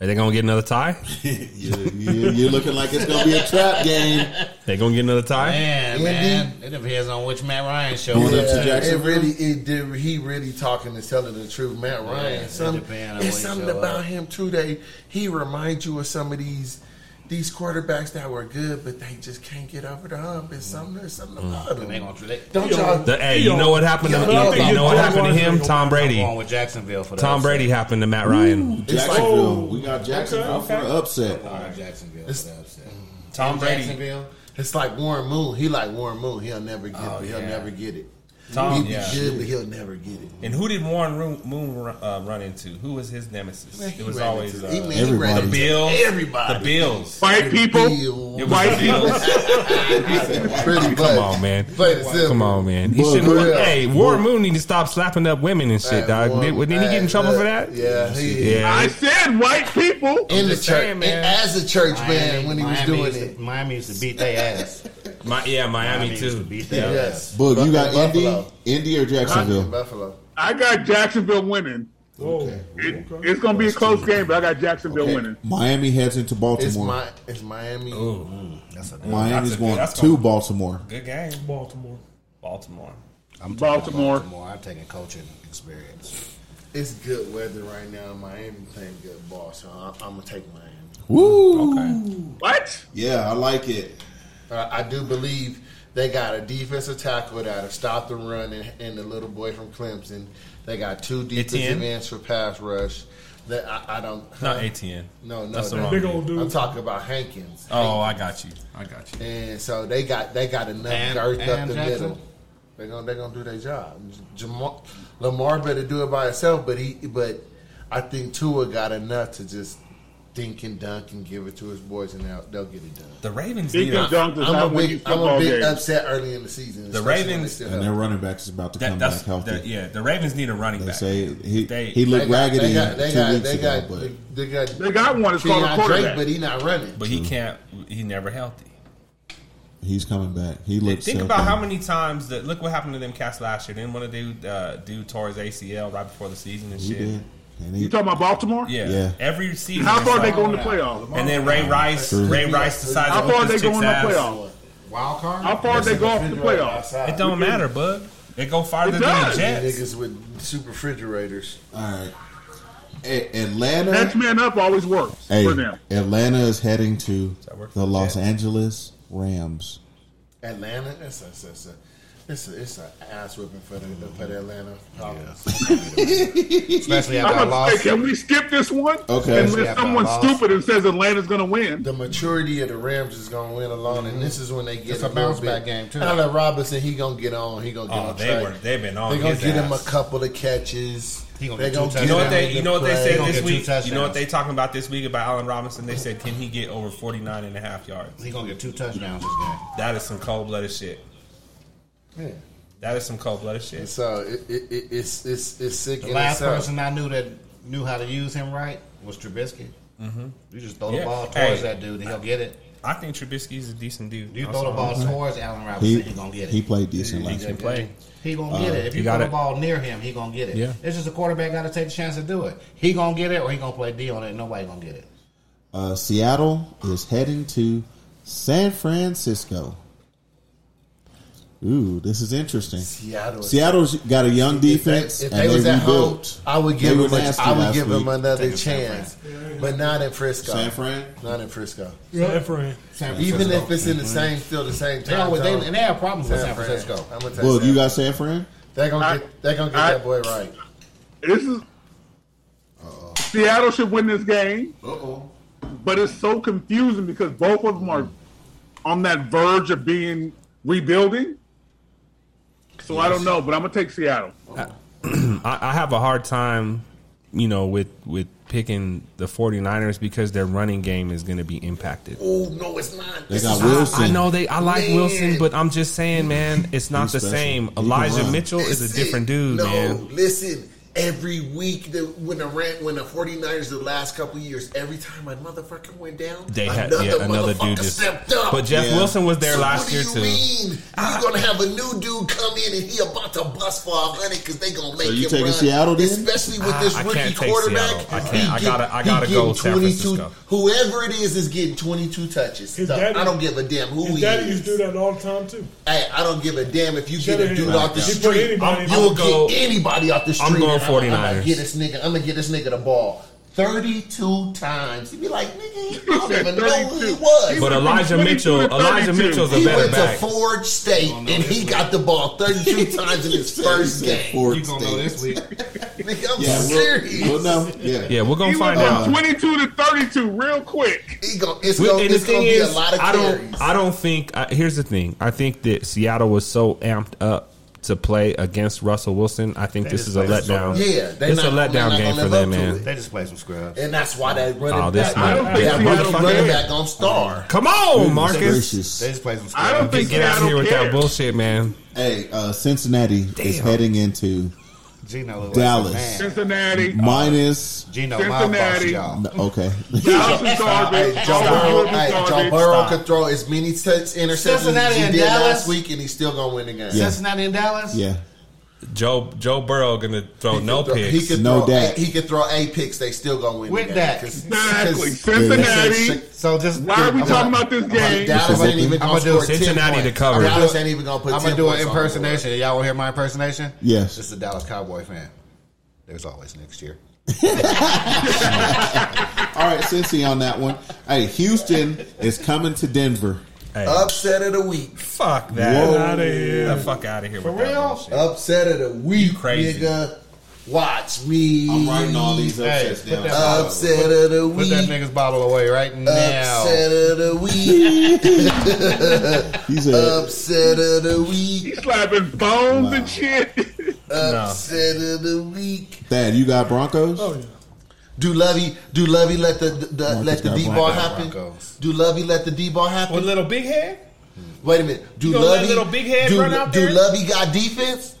[SPEAKER 7] Are they gonna get another tie?
[SPEAKER 3] You, you, you're looking like it's gonna be a trap game.
[SPEAKER 7] They gonna get another tie?
[SPEAKER 6] Man, man. It depends on which Matt Ryan shows
[SPEAKER 3] Going up
[SPEAKER 6] up.
[SPEAKER 3] to
[SPEAKER 10] Yeah, it
[SPEAKER 3] Jacksonville.
[SPEAKER 10] really, it did, he really talking and telling the truth. Matt Ryan,
[SPEAKER 6] it
[SPEAKER 10] some,
[SPEAKER 6] depend on
[SPEAKER 10] it's
[SPEAKER 6] when he
[SPEAKER 10] something
[SPEAKER 6] show
[SPEAKER 10] about
[SPEAKER 6] up.
[SPEAKER 10] him too. They he reminds you of some of these these quarterbacks that were good, but they just can't get over the hump. It's something, there's something
[SPEAKER 7] Mm.
[SPEAKER 10] about
[SPEAKER 6] They
[SPEAKER 10] them.
[SPEAKER 6] gonna they,
[SPEAKER 10] Don't y'all?
[SPEAKER 7] The, hey, you know what happened? To,
[SPEAKER 10] Yeah,
[SPEAKER 8] I think
[SPEAKER 7] you know what
[SPEAKER 8] it's
[SPEAKER 7] happened to
[SPEAKER 8] Jaguars
[SPEAKER 7] him?
[SPEAKER 8] gonna go
[SPEAKER 7] Tom Brady.
[SPEAKER 6] I'm going with Jacksonville for that.
[SPEAKER 7] Tom Brady happened to Matt Ryan.
[SPEAKER 3] Jacksonville. Oh,
[SPEAKER 8] like-
[SPEAKER 3] we got Jacksonville
[SPEAKER 8] Okay,
[SPEAKER 3] for
[SPEAKER 8] okay.
[SPEAKER 3] an upset.
[SPEAKER 6] All right, Jacksonville for that upset.
[SPEAKER 7] Tom Brady.
[SPEAKER 6] Jacksonville.
[SPEAKER 10] It's like Warren Moon. He like Warren Moon. He'll never get. it. He'll
[SPEAKER 6] yeah.
[SPEAKER 10] never get it.
[SPEAKER 7] Oh, Tom-
[SPEAKER 10] He'd be
[SPEAKER 7] yeah.
[SPEAKER 10] good, but he'll never get it.
[SPEAKER 7] And who did Warren Ru- Moon uh, run into? Who was his nemesis?
[SPEAKER 10] Man, he
[SPEAKER 7] It was
[SPEAKER 10] ran
[SPEAKER 7] always
[SPEAKER 10] into-
[SPEAKER 7] uh,
[SPEAKER 10] he- man, he
[SPEAKER 3] everybody.
[SPEAKER 10] ran
[SPEAKER 7] the
[SPEAKER 10] into
[SPEAKER 7] Bills.
[SPEAKER 10] Everybody.
[SPEAKER 7] The Bills.
[SPEAKER 5] White people,
[SPEAKER 10] Bills.
[SPEAKER 5] white people.
[SPEAKER 10] Pretty
[SPEAKER 7] Come
[SPEAKER 10] much.
[SPEAKER 7] on, man.
[SPEAKER 10] Play the simple.
[SPEAKER 7] Come on, man. He
[SPEAKER 10] Boy,
[SPEAKER 7] should.
[SPEAKER 10] for real.
[SPEAKER 7] Hey, Warren Moon need to stop slapping up women and shit,
[SPEAKER 10] Hey,
[SPEAKER 7] dog. Did,
[SPEAKER 10] Warren-
[SPEAKER 7] didn't he get
[SPEAKER 10] hey,
[SPEAKER 7] in trouble
[SPEAKER 10] look,
[SPEAKER 7] for that?
[SPEAKER 10] Yeah, he
[SPEAKER 5] I
[SPEAKER 7] Yeah.
[SPEAKER 5] said white people.
[SPEAKER 10] in the
[SPEAKER 7] just
[SPEAKER 10] church
[SPEAKER 7] saying, man.
[SPEAKER 10] and as a church man
[SPEAKER 6] Miami-
[SPEAKER 10] when he was
[SPEAKER 6] Miami
[SPEAKER 10] doing
[SPEAKER 6] used to-
[SPEAKER 10] it.
[SPEAKER 6] Miami used to beat their ass.
[SPEAKER 7] My, yeah, Miami,
[SPEAKER 6] Miami used to
[SPEAKER 7] too.
[SPEAKER 6] beat
[SPEAKER 7] Yeah.
[SPEAKER 6] their ass.
[SPEAKER 10] Yes,
[SPEAKER 3] Boog, you got
[SPEAKER 10] Buffalo.
[SPEAKER 3] Indy, Indy or Jacksonville?
[SPEAKER 10] Buffalo.
[SPEAKER 5] I got Jacksonville winning.
[SPEAKER 8] Whoa.
[SPEAKER 5] It, it's gonna be a close game, but I got Jacksonville
[SPEAKER 10] Okay.
[SPEAKER 5] winning.
[SPEAKER 3] Miami heads into
[SPEAKER 10] It's
[SPEAKER 3] Baltimore.
[SPEAKER 10] my it's Miami.
[SPEAKER 6] That's a
[SPEAKER 3] Miami's
[SPEAKER 7] That's a-
[SPEAKER 3] going
[SPEAKER 7] that's
[SPEAKER 3] to
[SPEAKER 7] gonna-
[SPEAKER 3] Baltimore.
[SPEAKER 7] Good game,
[SPEAKER 8] Baltimore.
[SPEAKER 7] Baltimore.
[SPEAKER 6] I'm taking
[SPEAKER 5] Baltimore.
[SPEAKER 6] Baltimore. I'm taking coaching experience.
[SPEAKER 10] It's good weather right now. Miami playing good ball, so I, I'm gonna take Miami.
[SPEAKER 3] Woo!
[SPEAKER 5] What?
[SPEAKER 3] Yeah, I like it.
[SPEAKER 10] I, I do believe they got a defensive tackle that'll stop the run and, and the little boy from Clemson. They got two defensive
[SPEAKER 7] Etienne?
[SPEAKER 10] ends for pass rush. That I, I don't.
[SPEAKER 7] Not ATN.
[SPEAKER 10] No, no,
[SPEAKER 7] That's the
[SPEAKER 10] no.
[SPEAKER 7] wrong
[SPEAKER 8] Big
[SPEAKER 7] name.
[SPEAKER 8] old dude.
[SPEAKER 10] I'm talking about Hankins.
[SPEAKER 7] Oh, I got you. I got you.
[SPEAKER 10] And so they got they got enough
[SPEAKER 6] And-
[SPEAKER 10] girth up
[SPEAKER 6] and
[SPEAKER 10] the
[SPEAKER 6] Jackson?
[SPEAKER 10] middle. They're gonna they're gonna do their job. Jamar, Lamar better do it by himself, but he but I think Tua got enough to just dink and dunk and give it to his boys, and they'll, they'll get it done.
[SPEAKER 7] The Ravens
[SPEAKER 5] Deacon
[SPEAKER 7] need a,
[SPEAKER 5] Dunk does
[SPEAKER 10] I'm
[SPEAKER 5] not
[SPEAKER 10] a
[SPEAKER 5] win you
[SPEAKER 10] big I'm a
[SPEAKER 5] football
[SPEAKER 10] big
[SPEAKER 5] games.
[SPEAKER 10] upset early in the season.
[SPEAKER 7] The
[SPEAKER 10] especially when
[SPEAKER 7] Ravens-
[SPEAKER 10] they still
[SPEAKER 3] And
[SPEAKER 10] have-
[SPEAKER 3] their running back is about to
[SPEAKER 7] that,
[SPEAKER 3] come
[SPEAKER 7] that's
[SPEAKER 3] back healthy.
[SPEAKER 7] that, yeah. The Ravens need a running
[SPEAKER 3] They
[SPEAKER 7] back.
[SPEAKER 3] say he,
[SPEAKER 7] They-
[SPEAKER 3] he
[SPEAKER 10] they
[SPEAKER 3] looked
[SPEAKER 10] got-
[SPEAKER 3] raggedy
[SPEAKER 10] they got-
[SPEAKER 3] two
[SPEAKER 10] they got-
[SPEAKER 3] weeks
[SPEAKER 10] they
[SPEAKER 3] ago,
[SPEAKER 10] got-
[SPEAKER 3] but
[SPEAKER 10] they got
[SPEAKER 5] They got one. It's called a
[SPEAKER 10] Kenyon
[SPEAKER 5] quarterback.
[SPEAKER 10] but he not running.
[SPEAKER 7] but he can't. He never healthy.
[SPEAKER 3] he's coming back. He looked.
[SPEAKER 7] Think
[SPEAKER 3] set
[SPEAKER 7] about how
[SPEAKER 3] down.
[SPEAKER 7] many times that look what happened to them cats last year. Didn't one of dude uh, do tore his ACL right before the season and
[SPEAKER 3] he
[SPEAKER 7] shit.
[SPEAKER 3] did. And
[SPEAKER 5] You
[SPEAKER 3] he,
[SPEAKER 5] talking about Baltimore?
[SPEAKER 7] Yeah.
[SPEAKER 3] Yeah.
[SPEAKER 7] every season.
[SPEAKER 5] How
[SPEAKER 7] it's
[SPEAKER 5] far they
[SPEAKER 7] like-
[SPEAKER 5] go in the playoffs?
[SPEAKER 7] And then Ray Rice,
[SPEAKER 3] True.
[SPEAKER 7] Ray Rice decides
[SPEAKER 5] How
[SPEAKER 7] to
[SPEAKER 5] far
[SPEAKER 7] whoop
[SPEAKER 5] they
[SPEAKER 7] this
[SPEAKER 5] go
[SPEAKER 7] chick's
[SPEAKER 5] in the
[SPEAKER 7] ass.
[SPEAKER 5] playoffs?
[SPEAKER 6] Wild card.
[SPEAKER 5] How far they go off the playoffs?
[SPEAKER 7] It don't matter, bud. They go farther
[SPEAKER 5] It
[SPEAKER 7] than the
[SPEAKER 5] does.
[SPEAKER 7] Jets.
[SPEAKER 10] Niggas with super refrigerators.
[SPEAKER 3] all right. A- Atlanta.
[SPEAKER 5] Next man up always works
[SPEAKER 3] Hey,
[SPEAKER 5] for them.
[SPEAKER 3] Atlanta is heading to
[SPEAKER 7] that work for
[SPEAKER 3] the
[SPEAKER 7] the
[SPEAKER 3] Los
[SPEAKER 7] Jets?
[SPEAKER 3] Angeles Rams.
[SPEAKER 10] Atlanta. That's, that's, that's, that's,
[SPEAKER 6] It's a, it's an ass whipping for the for the Atlanta Falcons.
[SPEAKER 5] Especially after I lost. Can we skip this one?
[SPEAKER 6] Okay. Especially
[SPEAKER 5] Unless
[SPEAKER 6] after I
[SPEAKER 5] someone's
[SPEAKER 6] lost.
[SPEAKER 5] stupid and says Atlanta's going to win.
[SPEAKER 10] The maturity of the Rams is going to win alone, and this is when they get
[SPEAKER 6] It's a
[SPEAKER 10] little
[SPEAKER 6] bounce
[SPEAKER 10] bit-
[SPEAKER 6] back game, too.
[SPEAKER 10] Allen Robinson, he gonna get on. He gonna get
[SPEAKER 7] Oh,
[SPEAKER 10] on.
[SPEAKER 7] they
[SPEAKER 10] track.
[SPEAKER 7] were- they've been on
[SPEAKER 10] They gonna
[SPEAKER 7] his
[SPEAKER 10] get him a
[SPEAKER 7] ass.
[SPEAKER 10] couple of catches. They
[SPEAKER 6] gonna
[SPEAKER 10] gonna
[SPEAKER 6] get two
[SPEAKER 10] get
[SPEAKER 6] touchdowns.
[SPEAKER 7] You know what
[SPEAKER 10] him
[SPEAKER 7] they
[SPEAKER 10] in
[SPEAKER 7] you
[SPEAKER 10] the
[SPEAKER 7] know what they
[SPEAKER 10] play.
[SPEAKER 7] said
[SPEAKER 10] They gonna
[SPEAKER 7] this
[SPEAKER 10] get
[SPEAKER 7] week?
[SPEAKER 10] two
[SPEAKER 7] You know what
[SPEAKER 10] touchdowns.
[SPEAKER 7] they talking about this week about Allen Robinson? They said can he get over 49 and a half yards?
[SPEAKER 6] He gonna get two touchdowns this game.
[SPEAKER 7] That is some cold blooded shit.
[SPEAKER 10] Yeah.
[SPEAKER 7] That is some cold blooded shit.
[SPEAKER 10] So it, it, it, it's it's it's sick.
[SPEAKER 6] The
[SPEAKER 10] in
[SPEAKER 6] last
[SPEAKER 10] itself.
[SPEAKER 6] person I knew that knew how to use him right was Trubisky. Mm-hmm. You just throw
[SPEAKER 7] Yeah.
[SPEAKER 6] the ball
[SPEAKER 7] Hey.
[SPEAKER 6] towards that dude and he'll get it.
[SPEAKER 7] I think Trubisky's a decent dude.
[SPEAKER 6] You
[SPEAKER 7] I'm
[SPEAKER 6] throw the
[SPEAKER 7] sorry.
[SPEAKER 6] ball towards Allen Robinson,
[SPEAKER 3] He,
[SPEAKER 6] he, gonna get it.
[SPEAKER 3] he Uh, played decent
[SPEAKER 7] He
[SPEAKER 3] last
[SPEAKER 7] can
[SPEAKER 3] week.
[SPEAKER 7] play.
[SPEAKER 6] He gonna get it. If
[SPEAKER 7] you
[SPEAKER 6] you throw
[SPEAKER 7] gotta-
[SPEAKER 6] the ball near him, he gonna get it.
[SPEAKER 7] Yeah.
[SPEAKER 6] It's just a quarterback got to take the chance to do it. He gonna get it, or he gonna play D on it. and Nobody gonna get it.
[SPEAKER 3] Uh, Seattle is heading to San Francisco. Ooh, this is interesting.
[SPEAKER 10] Seattle.
[SPEAKER 3] Seattle's got a young defense.
[SPEAKER 10] If
[SPEAKER 3] and
[SPEAKER 10] they was at home,
[SPEAKER 3] rebuilt.
[SPEAKER 10] I would
[SPEAKER 3] They
[SPEAKER 10] give
[SPEAKER 3] were
[SPEAKER 10] him. A,
[SPEAKER 3] nasty
[SPEAKER 10] I would
[SPEAKER 3] last
[SPEAKER 10] give him
[SPEAKER 3] week.
[SPEAKER 10] another
[SPEAKER 6] Take it, San
[SPEAKER 10] chance, but not in Frisco.
[SPEAKER 3] San Fran?
[SPEAKER 10] not in Frisco.
[SPEAKER 8] San Fran.
[SPEAKER 6] San
[SPEAKER 10] Even
[SPEAKER 6] Francisco.
[SPEAKER 10] if it's in the same, still the same
[SPEAKER 6] They
[SPEAKER 10] time
[SPEAKER 6] always, they,
[SPEAKER 10] zone.
[SPEAKER 6] and they have problems with San
[SPEAKER 10] Fran.
[SPEAKER 6] Francisco.
[SPEAKER 10] I'm gonna take
[SPEAKER 3] Well,
[SPEAKER 10] San
[SPEAKER 3] you
[SPEAKER 10] Fran.
[SPEAKER 3] got San Fran?
[SPEAKER 10] They
[SPEAKER 5] I-
[SPEAKER 10] gonna get. They gonna get
[SPEAKER 5] I-
[SPEAKER 10] that boy right.
[SPEAKER 5] This is Seattle should win this game,
[SPEAKER 10] Uh-oh.
[SPEAKER 5] but it's so confusing because both of them are on that verge of being rebuilding. So I don't know, but I'm gonna take Seattle.
[SPEAKER 7] Mm-hmm. I, I have a hard time, you know, with with picking the 49ers because their running game is going to be impacted.
[SPEAKER 10] Oh no, it's not.
[SPEAKER 3] They got Wilson.
[SPEAKER 7] I, I know they. I like
[SPEAKER 10] Man.
[SPEAKER 7] Wilson, but I'm just saying, man, it's not
[SPEAKER 3] He's
[SPEAKER 7] the
[SPEAKER 3] special.
[SPEAKER 7] same.
[SPEAKER 3] He can
[SPEAKER 7] Elijah
[SPEAKER 3] run.
[SPEAKER 7] Mitchell is a
[SPEAKER 10] Listen,
[SPEAKER 7] different dude,
[SPEAKER 10] no,
[SPEAKER 7] man.
[SPEAKER 10] listen. Every week, the, when the Ram, when the 49ers the last couple of years, every time a motherfucker went down,
[SPEAKER 7] They had yeah, another dude
[SPEAKER 10] motherfucker
[SPEAKER 7] just.
[SPEAKER 10] stepped up.
[SPEAKER 7] But Jeff
[SPEAKER 3] Yeah.
[SPEAKER 7] Wilson was there
[SPEAKER 10] So
[SPEAKER 7] last
[SPEAKER 10] what
[SPEAKER 7] year
[SPEAKER 10] do
[SPEAKER 7] too.
[SPEAKER 10] you Mean? You're gonna have a new dude come in and he about to bust for a hundred because they gonna make
[SPEAKER 3] you
[SPEAKER 10] him
[SPEAKER 3] taking
[SPEAKER 10] run.
[SPEAKER 3] Seattle then?
[SPEAKER 10] especially with
[SPEAKER 7] Ah,
[SPEAKER 10] this
[SPEAKER 7] I
[SPEAKER 10] rookie
[SPEAKER 7] can't take
[SPEAKER 10] quarterback.
[SPEAKER 7] Seattle. I
[SPEAKER 10] he
[SPEAKER 7] can't. I gotta- I gotta
[SPEAKER 10] he
[SPEAKER 7] go
[SPEAKER 10] getting
[SPEAKER 7] San
[SPEAKER 10] 22
[SPEAKER 7] Francisco.
[SPEAKER 10] Whoever it is is getting 22 touches.
[SPEAKER 8] His
[SPEAKER 10] So
[SPEAKER 8] daddy-
[SPEAKER 10] I don't give a damn who
[SPEAKER 8] His
[SPEAKER 10] he
[SPEAKER 8] daddy
[SPEAKER 10] is.
[SPEAKER 8] used to do that all the time too.
[SPEAKER 10] Hey, I don't give a damn if you
[SPEAKER 8] Shut
[SPEAKER 10] get a
[SPEAKER 8] it
[SPEAKER 10] dude
[SPEAKER 8] down.
[SPEAKER 10] off the
[SPEAKER 8] He put
[SPEAKER 10] street.
[SPEAKER 8] anybody-
[SPEAKER 10] You'll
[SPEAKER 7] I'm gonna
[SPEAKER 10] get anybody off the street.
[SPEAKER 7] I'm going
[SPEAKER 10] and I'm- I'm gonna
[SPEAKER 7] 49ers.
[SPEAKER 10] Get this nigga. I'm gonna get this nigga the ball. 32 times. He'd be like, nigga, I don't
[SPEAKER 5] said
[SPEAKER 10] even know who he
[SPEAKER 5] 32.
[SPEAKER 10] was.
[SPEAKER 5] He
[SPEAKER 7] But
[SPEAKER 5] went from
[SPEAKER 7] Elijah
[SPEAKER 5] 22
[SPEAKER 7] Mitchell,
[SPEAKER 5] to
[SPEAKER 7] Elijah
[SPEAKER 5] 32.
[SPEAKER 7] Mitchell's a
[SPEAKER 10] He
[SPEAKER 7] better
[SPEAKER 10] went to
[SPEAKER 7] back.
[SPEAKER 10] Ford State and he got the ball 32 times in his first game.
[SPEAKER 3] Ford
[SPEAKER 6] You gonna know
[SPEAKER 3] State.
[SPEAKER 6] this week?
[SPEAKER 10] Nigga, I'm
[SPEAKER 3] Yeah,
[SPEAKER 10] serious.
[SPEAKER 3] we'll, we'll know. Yeah.
[SPEAKER 7] Yeah, we're gonna
[SPEAKER 5] He went
[SPEAKER 7] find out.
[SPEAKER 5] from 22 to 32 real quick.
[SPEAKER 10] He gon- it's
[SPEAKER 7] We-
[SPEAKER 10] going
[SPEAKER 7] and the
[SPEAKER 10] to
[SPEAKER 7] thing
[SPEAKER 10] be a
[SPEAKER 7] is,
[SPEAKER 10] lot of
[SPEAKER 7] I
[SPEAKER 10] carries.
[SPEAKER 7] don't. I don't think. I, here's the thing. I think that Seattle was so amped up to play against Russell Wilson. I think this
[SPEAKER 6] just
[SPEAKER 7] is a
[SPEAKER 6] played us
[SPEAKER 7] letdown.
[SPEAKER 6] over.
[SPEAKER 10] Yeah, they
[SPEAKER 7] it's a
[SPEAKER 10] not- they
[SPEAKER 7] letdown
[SPEAKER 10] not
[SPEAKER 7] game
[SPEAKER 10] gonna
[SPEAKER 7] for
[SPEAKER 10] live
[SPEAKER 7] them,
[SPEAKER 10] up to
[SPEAKER 7] man.
[SPEAKER 10] it.
[SPEAKER 6] They just play some scrubs.
[SPEAKER 10] and that's why that running
[SPEAKER 7] Oh, this
[SPEAKER 10] back,
[SPEAKER 7] man.
[SPEAKER 10] that
[SPEAKER 5] Yeah,
[SPEAKER 10] running,
[SPEAKER 5] motherfucker.
[SPEAKER 10] running back on star.
[SPEAKER 7] Come on, Oh, Marcus.
[SPEAKER 6] They
[SPEAKER 3] Gracious.
[SPEAKER 6] just play some scrubs.
[SPEAKER 5] I don't think
[SPEAKER 7] Get out of
[SPEAKER 5] Seattle
[SPEAKER 7] here with that
[SPEAKER 5] cares.
[SPEAKER 7] bullshit, man.
[SPEAKER 3] Hey, uh, Cincinnati is heading into
[SPEAKER 6] Gino look
[SPEAKER 3] Dallas.
[SPEAKER 6] Like a man.
[SPEAKER 10] Oh.
[SPEAKER 5] Cincinnati.
[SPEAKER 3] minus.
[SPEAKER 6] Gino, my boss,
[SPEAKER 5] Cincinnati.
[SPEAKER 6] y'all.
[SPEAKER 3] no, okay.
[SPEAKER 5] Dallas is garbage.
[SPEAKER 10] Hey, Joe
[SPEAKER 5] All
[SPEAKER 10] Burrow,
[SPEAKER 5] of you is
[SPEAKER 10] hey, Joe
[SPEAKER 5] garbage.
[SPEAKER 10] Burrow could throw as many touch interceptions as
[SPEAKER 6] Cincinnati
[SPEAKER 10] he
[SPEAKER 6] and
[SPEAKER 10] did
[SPEAKER 6] Dallas.
[SPEAKER 10] last week, and he's still gonna win the game.
[SPEAKER 3] Yeah.
[SPEAKER 6] Cincinnati and Dallas.
[SPEAKER 3] yeah.
[SPEAKER 7] Joe Joe Burrow gonna throw no
[SPEAKER 10] Throw- He
[SPEAKER 7] picks.
[SPEAKER 10] could
[SPEAKER 3] No
[SPEAKER 10] throw
[SPEAKER 3] Dak.
[SPEAKER 10] eight, he could throw eight picks. They still gonna win
[SPEAKER 6] With
[SPEAKER 10] the game.
[SPEAKER 6] Dak.
[SPEAKER 10] 'Cause- 'cause-
[SPEAKER 5] Exactly.
[SPEAKER 10] Yeah.
[SPEAKER 5] Cincinnati.
[SPEAKER 6] So just
[SPEAKER 5] Why are we
[SPEAKER 6] I'm
[SPEAKER 5] talking
[SPEAKER 6] gonna-
[SPEAKER 5] about this
[SPEAKER 10] Like,
[SPEAKER 5] game?
[SPEAKER 10] Dallas ain't even
[SPEAKER 6] I'ma
[SPEAKER 10] gonna
[SPEAKER 6] do
[SPEAKER 10] score
[SPEAKER 7] Cincinnati
[SPEAKER 10] 10
[SPEAKER 7] to
[SPEAKER 10] points.
[SPEAKER 7] cover.
[SPEAKER 10] Dallas ain't even gonna put.
[SPEAKER 6] I'm gonna
[SPEAKER 10] 10
[SPEAKER 6] do an
[SPEAKER 10] points on the board.
[SPEAKER 6] impersonation. Y'all want to hear my impersonation?
[SPEAKER 3] Yes.
[SPEAKER 6] This is a Dallas Cowboy fan. There's always next year.
[SPEAKER 3] All right, Cincy on that one. Hey, Houston is coming to Denver.
[SPEAKER 7] Hey,
[SPEAKER 10] Upset of the week.
[SPEAKER 7] fuck that.
[SPEAKER 3] Whoa.
[SPEAKER 7] Outta here. Get the fuck out of here with that bullshit.
[SPEAKER 10] Upset of the week,
[SPEAKER 7] crazy.
[SPEAKER 10] nigga. Watch me.
[SPEAKER 3] I'm writing all these
[SPEAKER 6] Hey,
[SPEAKER 3] upsets
[SPEAKER 6] put
[SPEAKER 3] down.
[SPEAKER 6] that bottle-
[SPEAKER 10] Upset of the
[SPEAKER 6] Put that
[SPEAKER 10] week.
[SPEAKER 6] nigga's bottle away right now.
[SPEAKER 10] Upset of the week.
[SPEAKER 3] He said,
[SPEAKER 10] Upset of the week.
[SPEAKER 5] He's slapping bones and shit.
[SPEAKER 10] Upset of the week.
[SPEAKER 3] Dad, you got Broncos?
[SPEAKER 8] Oh yeah.
[SPEAKER 10] Do Lovey? Do Lovey let the, the, the
[SPEAKER 3] Marcus
[SPEAKER 10] let the
[SPEAKER 3] got
[SPEAKER 10] D ball
[SPEAKER 3] Broncos.
[SPEAKER 10] happen?
[SPEAKER 6] Broncos.
[SPEAKER 10] Do Lovey let the D ball happen?
[SPEAKER 7] With little big head?
[SPEAKER 10] Wait a minute. Do
[SPEAKER 7] gonna let
[SPEAKER 10] Lovey
[SPEAKER 7] little big head
[SPEAKER 10] do,
[SPEAKER 7] run out
[SPEAKER 10] do
[SPEAKER 7] there?
[SPEAKER 10] Lovey got defense?